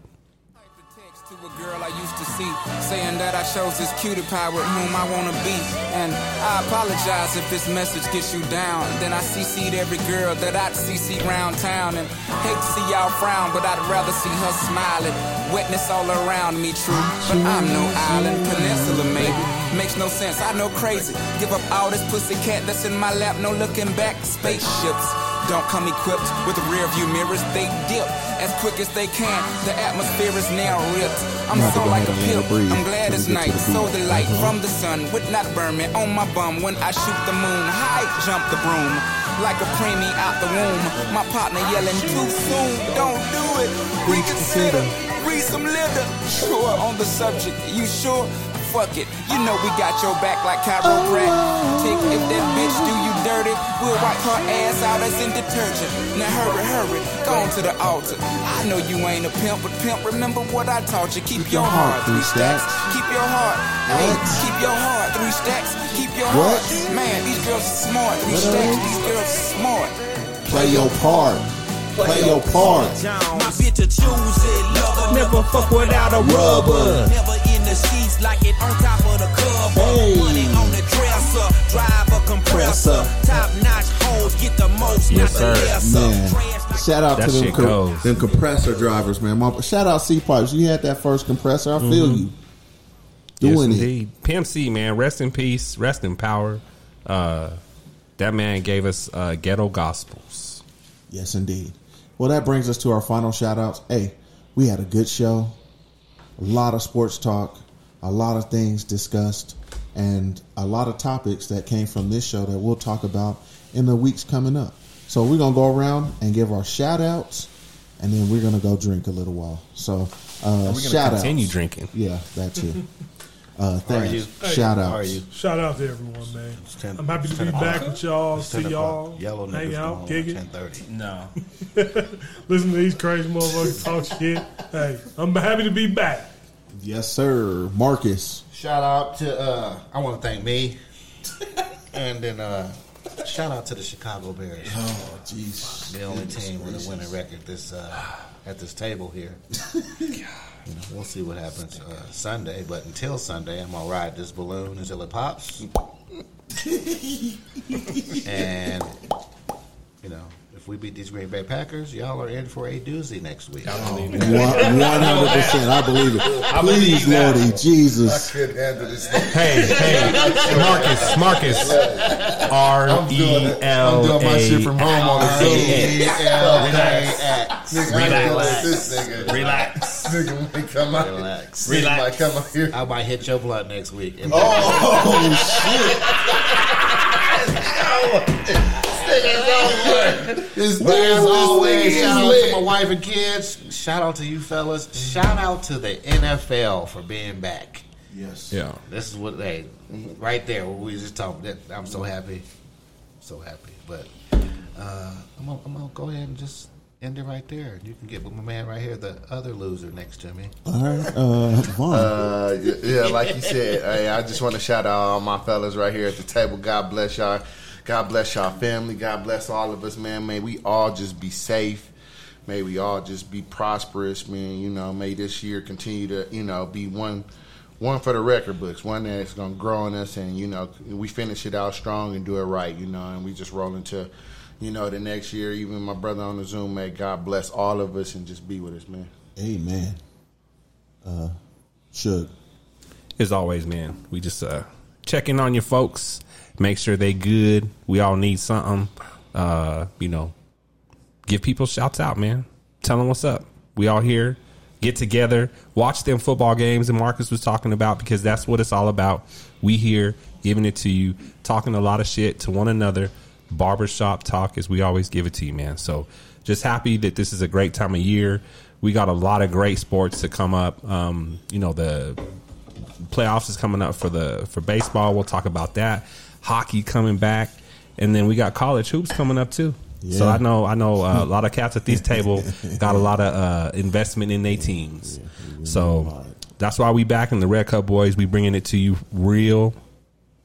[SPEAKER 10] Text to a girl I used to see, saying that I chose this cutie pie with whom I wanna be. And I apologize if this message gets you down. Then I CC'd every girl that I'd CC round town. And hate to see y'all frown, but I'd rather see her smiling. Wetness all around me, true. But I'm no island, peninsula maybe. Makes no sense, I know crazy. Give up all this pussy cat that's in my lap, no looking back. Spaceships. Don't come equipped with rear view mirrors, they dip as quick as they can. The atmosphere is now ripped. I'm
[SPEAKER 3] I'm about to
[SPEAKER 10] so
[SPEAKER 3] go
[SPEAKER 10] like
[SPEAKER 3] ahead and let it
[SPEAKER 10] a pimp.
[SPEAKER 3] breathe
[SPEAKER 10] I'm glad
[SPEAKER 3] till
[SPEAKER 10] it's
[SPEAKER 3] we get to the
[SPEAKER 10] night. So
[SPEAKER 3] beat. Uh-huh.
[SPEAKER 10] the light from the sun would not burn me on my bum when I shoot the moon. High jump the broom like a preemie out the womb. My partner yelling too soon. Don't do it. Reconsider. Read some litter. Sure on the subject. You sure? Fuck it. You know we got your back like chiropractic. If that bitch do you dirty, we'll wipe her ass out as in detergent. Now hurry, hurry. Go on to the altar. I know you ain't a pimp, but pimp, remember what I taught you. Keep, your, heart three stacks. Keep your heart. Hey, keep your heart three stacks. Keep your
[SPEAKER 3] What?
[SPEAKER 10] heart. Man, these girls are smart. Three
[SPEAKER 3] What?
[SPEAKER 10] stacks. These girls are smart.
[SPEAKER 3] Play your part. Play your part.
[SPEAKER 10] My bitch a choose it, lover. Never fuck without a
[SPEAKER 3] rubber.
[SPEAKER 10] Never in the sheets like it on top of the cover.
[SPEAKER 3] Hey.
[SPEAKER 10] Money on the dresser, drive a compressor. Top notch hoes get the most,
[SPEAKER 7] Yes,
[SPEAKER 10] not the
[SPEAKER 7] sir.
[SPEAKER 10] lesser.
[SPEAKER 3] Man, shout out
[SPEAKER 7] That
[SPEAKER 3] to them,
[SPEAKER 7] shit
[SPEAKER 3] co-
[SPEAKER 7] goes.
[SPEAKER 3] them compressor drivers, man. My, shout out C Pipes. You had that first compressor. I feel you. Doing
[SPEAKER 7] Mm-hmm. yes,
[SPEAKER 3] it.
[SPEAKER 7] indeed. Pimp C, man. Rest in peace. Rest in power. Uh, that man gave us uh, ghetto gospels.
[SPEAKER 3] Yes, indeed. Well, that brings us to our final shout outs. Hey, we had a good show, a lot of sports talk, a lot of things discussed, and a lot of topics that came from this show that we'll talk about in the weeks coming up. So we're going to go around and give our shout outs, and then we're going to go drink a little while. So, uh,
[SPEAKER 7] We're
[SPEAKER 3] shout
[SPEAKER 7] gonna
[SPEAKER 3] outs.
[SPEAKER 7] continue drinking.
[SPEAKER 3] Yeah, that too. Uh,
[SPEAKER 10] How are
[SPEAKER 3] Thanks.
[SPEAKER 10] you?
[SPEAKER 3] Shout
[SPEAKER 10] Hey,
[SPEAKER 3] out.
[SPEAKER 10] how are you?
[SPEAKER 14] Shout out to everyone, man.
[SPEAKER 10] ten-
[SPEAKER 14] I'm happy to
[SPEAKER 10] it's ten
[SPEAKER 14] be back
[SPEAKER 10] o'clock.
[SPEAKER 14] with y'all.
[SPEAKER 10] It's
[SPEAKER 14] See
[SPEAKER 10] ten o'clock.
[SPEAKER 14] y'all.
[SPEAKER 10] uh, Yellow
[SPEAKER 14] hang
[SPEAKER 10] niggas go
[SPEAKER 14] out,
[SPEAKER 10] home
[SPEAKER 14] kick
[SPEAKER 10] at
[SPEAKER 14] it.
[SPEAKER 10] 10:30.
[SPEAKER 7] No.
[SPEAKER 14] Listen to these crazy motherfuckers talk shit. Hey, I'm happy to be back.
[SPEAKER 3] Yes, sir. Marcus.
[SPEAKER 10] Shout out to uh, I want to thank me, and then uh, shout out to the Chicago Bears.
[SPEAKER 3] Oh, jeez,
[SPEAKER 10] the only
[SPEAKER 6] Goodness
[SPEAKER 10] team with
[SPEAKER 6] gracious.
[SPEAKER 10] a winning record this uh, at this table here. You know, we'll see what happens uh, Sunday, but until Sunday, I'm gonna ride this balloon until it pops, and you know. If we beat these Green Bay Packers, y'all are in for a doozy next week.
[SPEAKER 3] One hundred percent. I believe it. Please, Lordy Jesus.
[SPEAKER 6] couldn't handle this.
[SPEAKER 7] Hey, hey, Marcus, Marcus. R E
[SPEAKER 6] I'm
[SPEAKER 7] L
[SPEAKER 6] doing my shit from
[SPEAKER 7] A.
[SPEAKER 6] home on
[SPEAKER 7] E
[SPEAKER 6] the Relax.
[SPEAKER 10] Relax. Relax.
[SPEAKER 6] This nigga.
[SPEAKER 7] Relax.
[SPEAKER 6] Nigga, when he come out.
[SPEAKER 10] Relax.
[SPEAKER 6] Nigga might Come out here.
[SPEAKER 10] I might hit your blood next week.
[SPEAKER 6] Oh, shit. This
[SPEAKER 10] As
[SPEAKER 6] nigga's
[SPEAKER 10] always, shout out to
[SPEAKER 6] lit.
[SPEAKER 10] my wife and kids. Shout out to you fellas. Shout out to the NFL for being back.
[SPEAKER 3] Yes.
[SPEAKER 7] Yeah.
[SPEAKER 10] This is what they right there. What we just talking. That, I'm so happy, so happy. But uh, I'm, gonna, I'm gonna go ahead and just end it right there. You can get with my man right here, the other loser next to me.
[SPEAKER 3] All right, uh, Vaughn.
[SPEAKER 6] Uh, yeah, yeah, like you said, hey, I just want to shout out all my fellas right here at the table. God bless y'all. God bless y'all family. God bless all of us, man. May we all just be safe. May we all just be prosperous, man. You know, may this year continue to, you know, be one one for the record books, one that's gonna grow on us and, you know, we finish it out strong and do it right, you know, and we just roll into, you know, the next year. Even my brother on the Zoom, may God bless all of us and just be with us, man.
[SPEAKER 3] Amen. Uh, Shook.
[SPEAKER 7] As always, man, we just uh, check in on your folks, make sure they good. We all need something. Uh, you know, give people shouts out, man. Tell them what's up. We all here. Get together, watch them football games, and Marcus was talking about because that's what it's all about. We here giving it to you, talking a lot of shit to one another. Barbershop talk, as we always give it to you, man. So just happy that this is a great time of year. We got a lot of great sports to come up. Um, you know the playoffs is coming up for the for baseball. We'll talk about that. Hockey coming back, and then we got college hoops coming up too. So
[SPEAKER 3] Yeah.
[SPEAKER 7] I know I know uh, a lot of cats at these table got a lot of uh, investment in their teams. So that's why we back in the Red Cup Boys. We bringing it to you real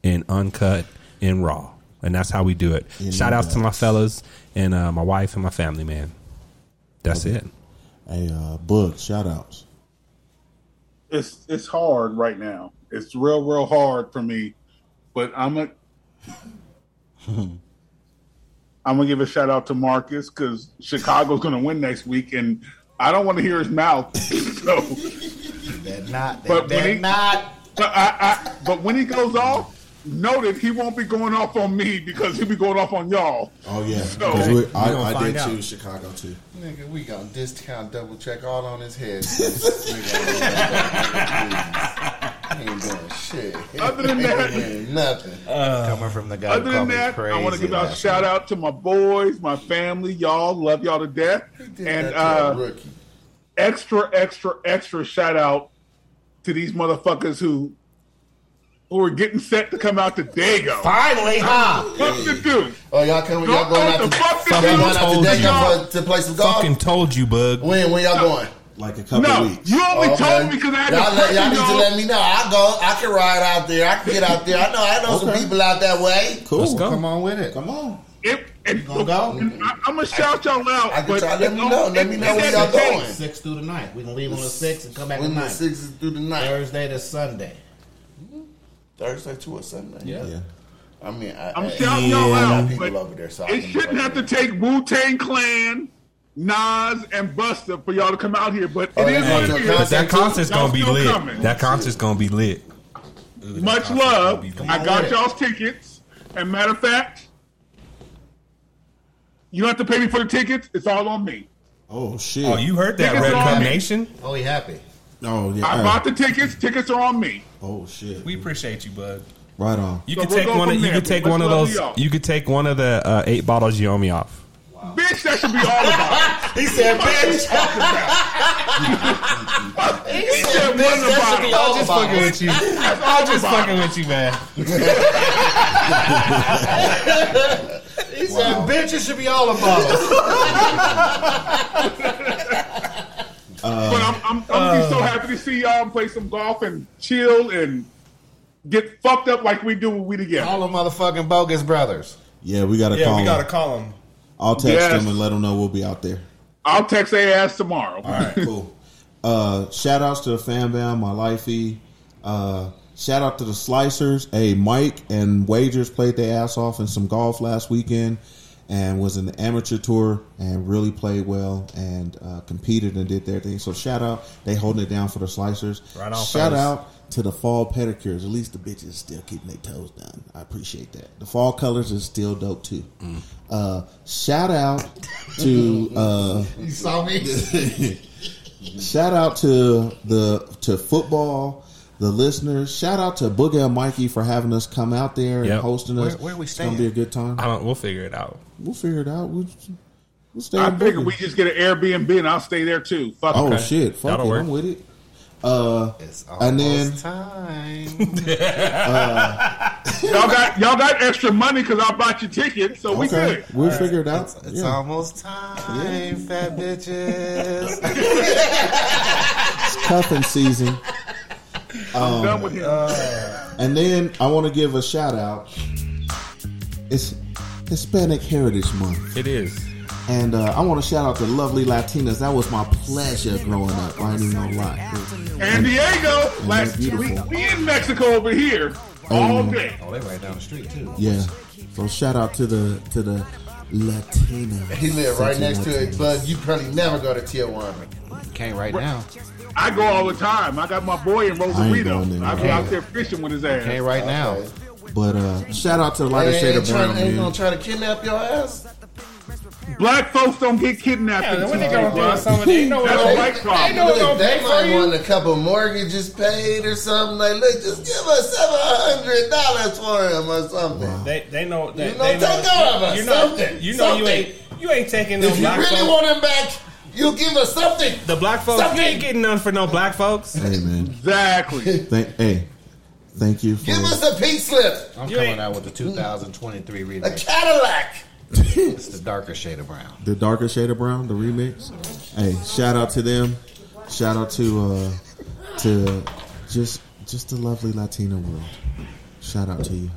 [SPEAKER 7] and uncut and raw, and that's how we do it.
[SPEAKER 3] You know
[SPEAKER 7] Shout outs to
[SPEAKER 3] that.
[SPEAKER 7] my fellas and uh, my wife and my family, man. That's it.
[SPEAKER 3] Hey, uh, Book. Shout outs.
[SPEAKER 5] it's it's hard right now. It's real, real hard for me. But I'm a I'm gonna give a shout out to Marcus because Chicago's gonna win next week, and I don't want to hear his mouth. so,
[SPEAKER 10] They're not. They're,
[SPEAKER 5] but when
[SPEAKER 10] they're
[SPEAKER 5] he,
[SPEAKER 10] not.
[SPEAKER 5] but, I, I, but when he goes off, know that he won't be going off on me because he'll be going off on y'all.
[SPEAKER 3] Oh yeah,
[SPEAKER 5] So-
[SPEAKER 3] 'cause we-
[SPEAKER 7] We're gonna
[SPEAKER 3] I, I
[SPEAKER 7] find
[SPEAKER 3] did
[SPEAKER 7] out.
[SPEAKER 3] choose Chicago too.
[SPEAKER 6] Nigga, we gonna discount double check all on his head. He ain't doing shit.
[SPEAKER 5] Other than that-
[SPEAKER 6] He ain't nothing.
[SPEAKER 10] Coming from the guy
[SPEAKER 5] Other
[SPEAKER 10] Other
[SPEAKER 5] than that, I want to give out a shout out to my boys, my family, y'all. Love y'all to death.
[SPEAKER 6] did
[SPEAKER 5] And
[SPEAKER 6] that to a
[SPEAKER 5] uh,
[SPEAKER 6] rookie.
[SPEAKER 5] extra, extra, extra shout out to these motherfuckers who who are getting set to come out to Dago.
[SPEAKER 10] Finally, huh?
[SPEAKER 5] What to do?
[SPEAKER 6] Oh, y'all coming? Y'all
[SPEAKER 5] Don't
[SPEAKER 6] going
[SPEAKER 5] let
[SPEAKER 6] out
[SPEAKER 5] the
[SPEAKER 6] to?
[SPEAKER 5] fucking
[SPEAKER 6] Y'all
[SPEAKER 5] dudes
[SPEAKER 6] going out
[SPEAKER 7] told
[SPEAKER 6] to
[SPEAKER 7] you.
[SPEAKER 6] Deco to, to play some golf?
[SPEAKER 7] Fucking told you, bug.
[SPEAKER 6] When? When y'all going?
[SPEAKER 3] Like a couple
[SPEAKER 5] No,
[SPEAKER 3] weeks.
[SPEAKER 5] you only
[SPEAKER 6] Okay.
[SPEAKER 5] told me because I had
[SPEAKER 6] Oh, y'all,
[SPEAKER 5] to
[SPEAKER 6] let- y'all
[SPEAKER 5] prep
[SPEAKER 6] need
[SPEAKER 5] you
[SPEAKER 6] to
[SPEAKER 5] know.
[SPEAKER 6] let me know. I go. I can ride out there. I can get out there. I know. I know some
[SPEAKER 3] Okay.
[SPEAKER 6] people out that way.
[SPEAKER 3] Cool.
[SPEAKER 7] Let's go.
[SPEAKER 10] Come on with it.
[SPEAKER 3] Come on.
[SPEAKER 5] If- if-
[SPEAKER 10] gonna go?
[SPEAKER 5] and I, I'm gonna shout y'all out.
[SPEAKER 6] I can
[SPEAKER 5] but
[SPEAKER 6] try- let me
[SPEAKER 5] if-
[SPEAKER 6] know. Let
[SPEAKER 5] if-
[SPEAKER 6] me know
[SPEAKER 5] if
[SPEAKER 6] where
[SPEAKER 5] that's
[SPEAKER 6] y'all
[SPEAKER 5] the
[SPEAKER 6] going.
[SPEAKER 5] case,
[SPEAKER 10] Six through the night. We can leave on the six and come back
[SPEAKER 6] When
[SPEAKER 10] at
[SPEAKER 6] the
[SPEAKER 10] night.
[SPEAKER 6] sixes through the night.
[SPEAKER 10] Thursday to Sunday.
[SPEAKER 6] Thursday to a Sunday.
[SPEAKER 3] Yeah.
[SPEAKER 6] I mean, I,
[SPEAKER 5] I'm
[SPEAKER 6] I-
[SPEAKER 5] shouting y'all
[SPEAKER 6] I got
[SPEAKER 5] out,
[SPEAKER 6] people
[SPEAKER 5] but
[SPEAKER 6] over there, so I
[SPEAKER 5] It
[SPEAKER 6] can-
[SPEAKER 5] shouldn't have to take Wu Tang Clan, Nas, and Busta for y'all to come out here, but
[SPEAKER 6] Oh,
[SPEAKER 5] it is
[SPEAKER 6] that's
[SPEAKER 5] what
[SPEAKER 6] not
[SPEAKER 5] it
[SPEAKER 6] your
[SPEAKER 5] is.
[SPEAKER 6] concept.
[SPEAKER 7] That concert's
[SPEAKER 5] Y'all
[SPEAKER 7] gonna be
[SPEAKER 5] still
[SPEAKER 7] lit.
[SPEAKER 5] coming.
[SPEAKER 7] That concert's gonna be lit.
[SPEAKER 5] Much love. I
[SPEAKER 10] lit.
[SPEAKER 5] got y'all's tickets. And matter of fact, you don't have to pay me for the tickets. It's all on me.
[SPEAKER 3] Oh shit.
[SPEAKER 7] Oh, you heard that,
[SPEAKER 5] Niggas
[SPEAKER 7] Red
[SPEAKER 5] on
[SPEAKER 7] Cup
[SPEAKER 5] me.
[SPEAKER 7] Nation?
[SPEAKER 10] Oh, he happy.
[SPEAKER 3] Oh yeah.
[SPEAKER 5] I
[SPEAKER 3] Hey.
[SPEAKER 5] bought the tickets. Tickets are on me.
[SPEAKER 3] oh shit.
[SPEAKER 7] We appreciate you, bud.
[SPEAKER 3] right on.
[SPEAKER 7] You
[SPEAKER 5] So
[SPEAKER 7] could
[SPEAKER 5] we'll
[SPEAKER 7] take
[SPEAKER 5] go
[SPEAKER 7] one. Of,
[SPEAKER 5] from
[SPEAKER 7] you
[SPEAKER 5] there.
[SPEAKER 7] could take
[SPEAKER 5] Much
[SPEAKER 7] one of
[SPEAKER 5] love to
[SPEAKER 7] those.
[SPEAKER 5] y'all.
[SPEAKER 7] You could take one of the uh, eight bottles you owe me off.
[SPEAKER 5] Bitch, that should be all about.
[SPEAKER 10] He said, "Bitch,
[SPEAKER 5] he said one about
[SPEAKER 6] I'm just fucking with you. I'm just fucking with you, man.
[SPEAKER 10] He
[SPEAKER 6] said, "Bitch, it should be all about."
[SPEAKER 5] but I'm I'm, I'm
[SPEAKER 3] Uh.
[SPEAKER 5] gonna be so happy to see y'all play some golf and chill and get fucked up like we do when we together.
[SPEAKER 6] All the motherfucking bogus brothers.
[SPEAKER 3] Yeah, we got to
[SPEAKER 5] Yeah,
[SPEAKER 3] call
[SPEAKER 5] we
[SPEAKER 3] him.
[SPEAKER 5] gotta
[SPEAKER 11] call him.
[SPEAKER 3] I'll text
[SPEAKER 5] Yes.
[SPEAKER 3] him and let him know we'll be out there.
[SPEAKER 5] I'll text their ass tomorrow.
[SPEAKER 3] All right, cool. Uh, shout outs to the fan band, my lifey. Uh, shout out to the slicers. Hey, Mike and Wagers played their ass off in some golf last weekend and was in the amateur tour and really played well and uh, competed and did their thing. So shout out. They holding it down for the slicers.
[SPEAKER 7] Right on,
[SPEAKER 3] shout
[SPEAKER 7] fellas.
[SPEAKER 3] out to the fall pedicures. At least the bitches still keeping their toes done. I appreciate that. The fall colors is still dope too.
[SPEAKER 7] Mm.
[SPEAKER 3] Uh, shout out to uh,
[SPEAKER 6] You saw me.
[SPEAKER 3] Shout out to the to football, the listeners. Shout out to Boogie and Mikey for having us come out there and
[SPEAKER 7] Yep.
[SPEAKER 3] hosting us. it's gonna be a good time.
[SPEAKER 7] I don't, we'll figure it out.
[SPEAKER 3] We'll figure it out. We'll, we'll stay.
[SPEAKER 5] I
[SPEAKER 3] in
[SPEAKER 5] figure
[SPEAKER 3] Boogie.
[SPEAKER 5] we just get an Airbnb and I'll stay there too. Fuck
[SPEAKER 3] Oh
[SPEAKER 5] it.
[SPEAKER 3] shit! Fuck it, I'm with it. Uh, and then
[SPEAKER 5] y'all got y'all got extra money because I bought your ticket, so we
[SPEAKER 3] okay,
[SPEAKER 5] good.
[SPEAKER 3] we'll figure it out.
[SPEAKER 6] It's
[SPEAKER 3] Yeah.
[SPEAKER 6] almost time, fat bitches.
[SPEAKER 3] It's cuffing season. Um,
[SPEAKER 5] done with him.
[SPEAKER 3] And then I want to give a shout out. It's Hispanic Heritage Month.
[SPEAKER 7] It is.
[SPEAKER 3] And uh, I want to shout out to lovely Latinas. That was my pleasure growing up. I ain't even gonna lie.
[SPEAKER 5] And Diego,
[SPEAKER 3] And
[SPEAKER 5] last
[SPEAKER 3] they're
[SPEAKER 5] we,
[SPEAKER 3] beautiful.
[SPEAKER 5] we in Mexico over here all
[SPEAKER 3] Um,
[SPEAKER 5] day.
[SPEAKER 6] Oh, they right down the street too.
[SPEAKER 3] Yeah. So shout out to the to the Latina.
[SPEAKER 10] He lived right
[SPEAKER 3] Sexy
[SPEAKER 10] next to it,
[SPEAKER 3] Latinas.
[SPEAKER 10] but you probably never go to Tijuana.
[SPEAKER 6] Can't right
[SPEAKER 5] now. I go all the time. I got my boy in Rosarito.
[SPEAKER 3] going there,
[SPEAKER 5] I be
[SPEAKER 3] man.
[SPEAKER 5] out there fishing with his ass.
[SPEAKER 6] Can't right now.
[SPEAKER 3] But uh, shout out to the lighter shade of brown.
[SPEAKER 10] Ain't
[SPEAKER 3] man.
[SPEAKER 10] gonna try to kidnap your ass.
[SPEAKER 5] Black folks don't get kidnapped.
[SPEAKER 10] Yeah,
[SPEAKER 5] in
[SPEAKER 10] when they
[SPEAKER 5] Mexico,
[SPEAKER 10] gonna do
[SPEAKER 5] bro.
[SPEAKER 10] something,
[SPEAKER 6] they know
[SPEAKER 5] That's
[SPEAKER 6] what
[SPEAKER 5] a
[SPEAKER 6] they-
[SPEAKER 5] white problem.
[SPEAKER 6] they know what
[SPEAKER 10] Look, they
[SPEAKER 6] pay for
[SPEAKER 10] might
[SPEAKER 6] you.
[SPEAKER 10] want a couple mortgages paid or something. Like, look, just give us seven hundred dollars for him or something.
[SPEAKER 11] They, they know. They,
[SPEAKER 10] You know,
[SPEAKER 11] they
[SPEAKER 10] take care of us.
[SPEAKER 11] You know,
[SPEAKER 10] Something.
[SPEAKER 11] you know you
[SPEAKER 10] Something.
[SPEAKER 11] ain't you ain't taking no
[SPEAKER 10] If you
[SPEAKER 11] black
[SPEAKER 10] really
[SPEAKER 11] folk.
[SPEAKER 10] want him back, you give us something.
[SPEAKER 11] the black folks you
[SPEAKER 10] Something.
[SPEAKER 11] ain't getting none for no black folks.
[SPEAKER 3] Hey man.
[SPEAKER 5] Exactly.
[SPEAKER 3] Thank, hey, thank you for
[SPEAKER 10] Give us a peace slip.
[SPEAKER 6] I'm
[SPEAKER 10] You
[SPEAKER 6] coming
[SPEAKER 10] ain't-
[SPEAKER 6] out with the 2023
[SPEAKER 10] A
[SPEAKER 6] remix.
[SPEAKER 10] Cadillac.
[SPEAKER 6] It's the darker shade of brown.
[SPEAKER 3] the darker shade of brown, the remix. Hey, shout out to them. Shout out to uh, to just just the lovely Latina world. Shout out to you.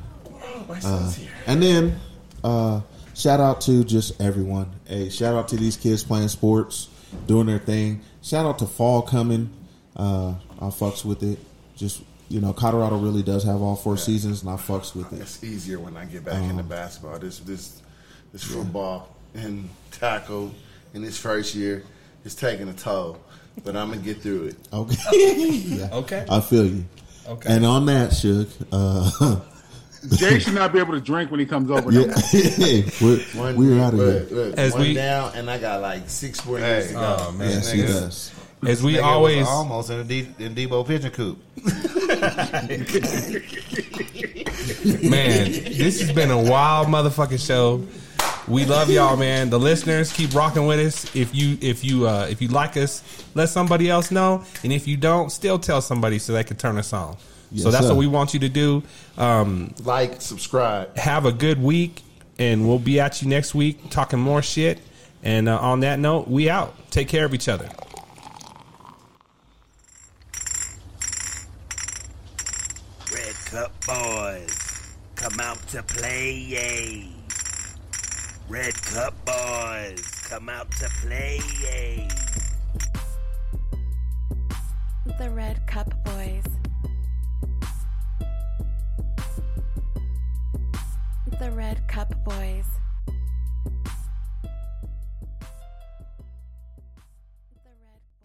[SPEAKER 3] Uh, and then uh, shout out to just everyone. Hey, shout out to these kids playing sports, doing their thing. Shout out to fall coming. Uh, I fucks with it. Just you know, Colorado really does have all four seasons, and I fucks with it.
[SPEAKER 10] It's easier when I get back
[SPEAKER 3] Um,
[SPEAKER 10] into basketball. This this this football and tackle in this first year is taking a toll, but I'm gonna get through it.
[SPEAKER 3] Okay. Yeah.
[SPEAKER 11] Okay.
[SPEAKER 3] I feel you.
[SPEAKER 11] Okay.
[SPEAKER 3] And on that, Suge, uh,
[SPEAKER 5] Jay should not be able to drink when he comes over.
[SPEAKER 3] yeah,
[SPEAKER 5] though.
[SPEAKER 3] we're, we're out of here.
[SPEAKER 10] Look, look,
[SPEAKER 7] As
[SPEAKER 10] one
[SPEAKER 7] we-
[SPEAKER 10] down, and I got like six more years to go.
[SPEAKER 7] Oh, man.
[SPEAKER 3] Yes, he does.
[SPEAKER 7] As we
[SPEAKER 6] Nigga was
[SPEAKER 7] always,
[SPEAKER 6] almost in a D, in Debo pigeon coop.
[SPEAKER 7] man, this has been a wild motherfucking show. We love y'all, man. The listeners keep rocking with us. If you if you uh, if you like us, let somebody else know. And if you don't, still tell somebody so they can turn us on.
[SPEAKER 3] Yes,
[SPEAKER 7] so that's
[SPEAKER 3] sir.
[SPEAKER 7] what we want you to do. Um,
[SPEAKER 10] Like, subscribe.
[SPEAKER 7] have a good week, and we'll be at you next week talking more shit. And uh, on that note, we out. Take care of each other.
[SPEAKER 1] Red Cup Boys, come out to play, yay. Red Cup Boys, come out to play, yay.
[SPEAKER 2] The Red Cup Boys. The Red Cup Boys.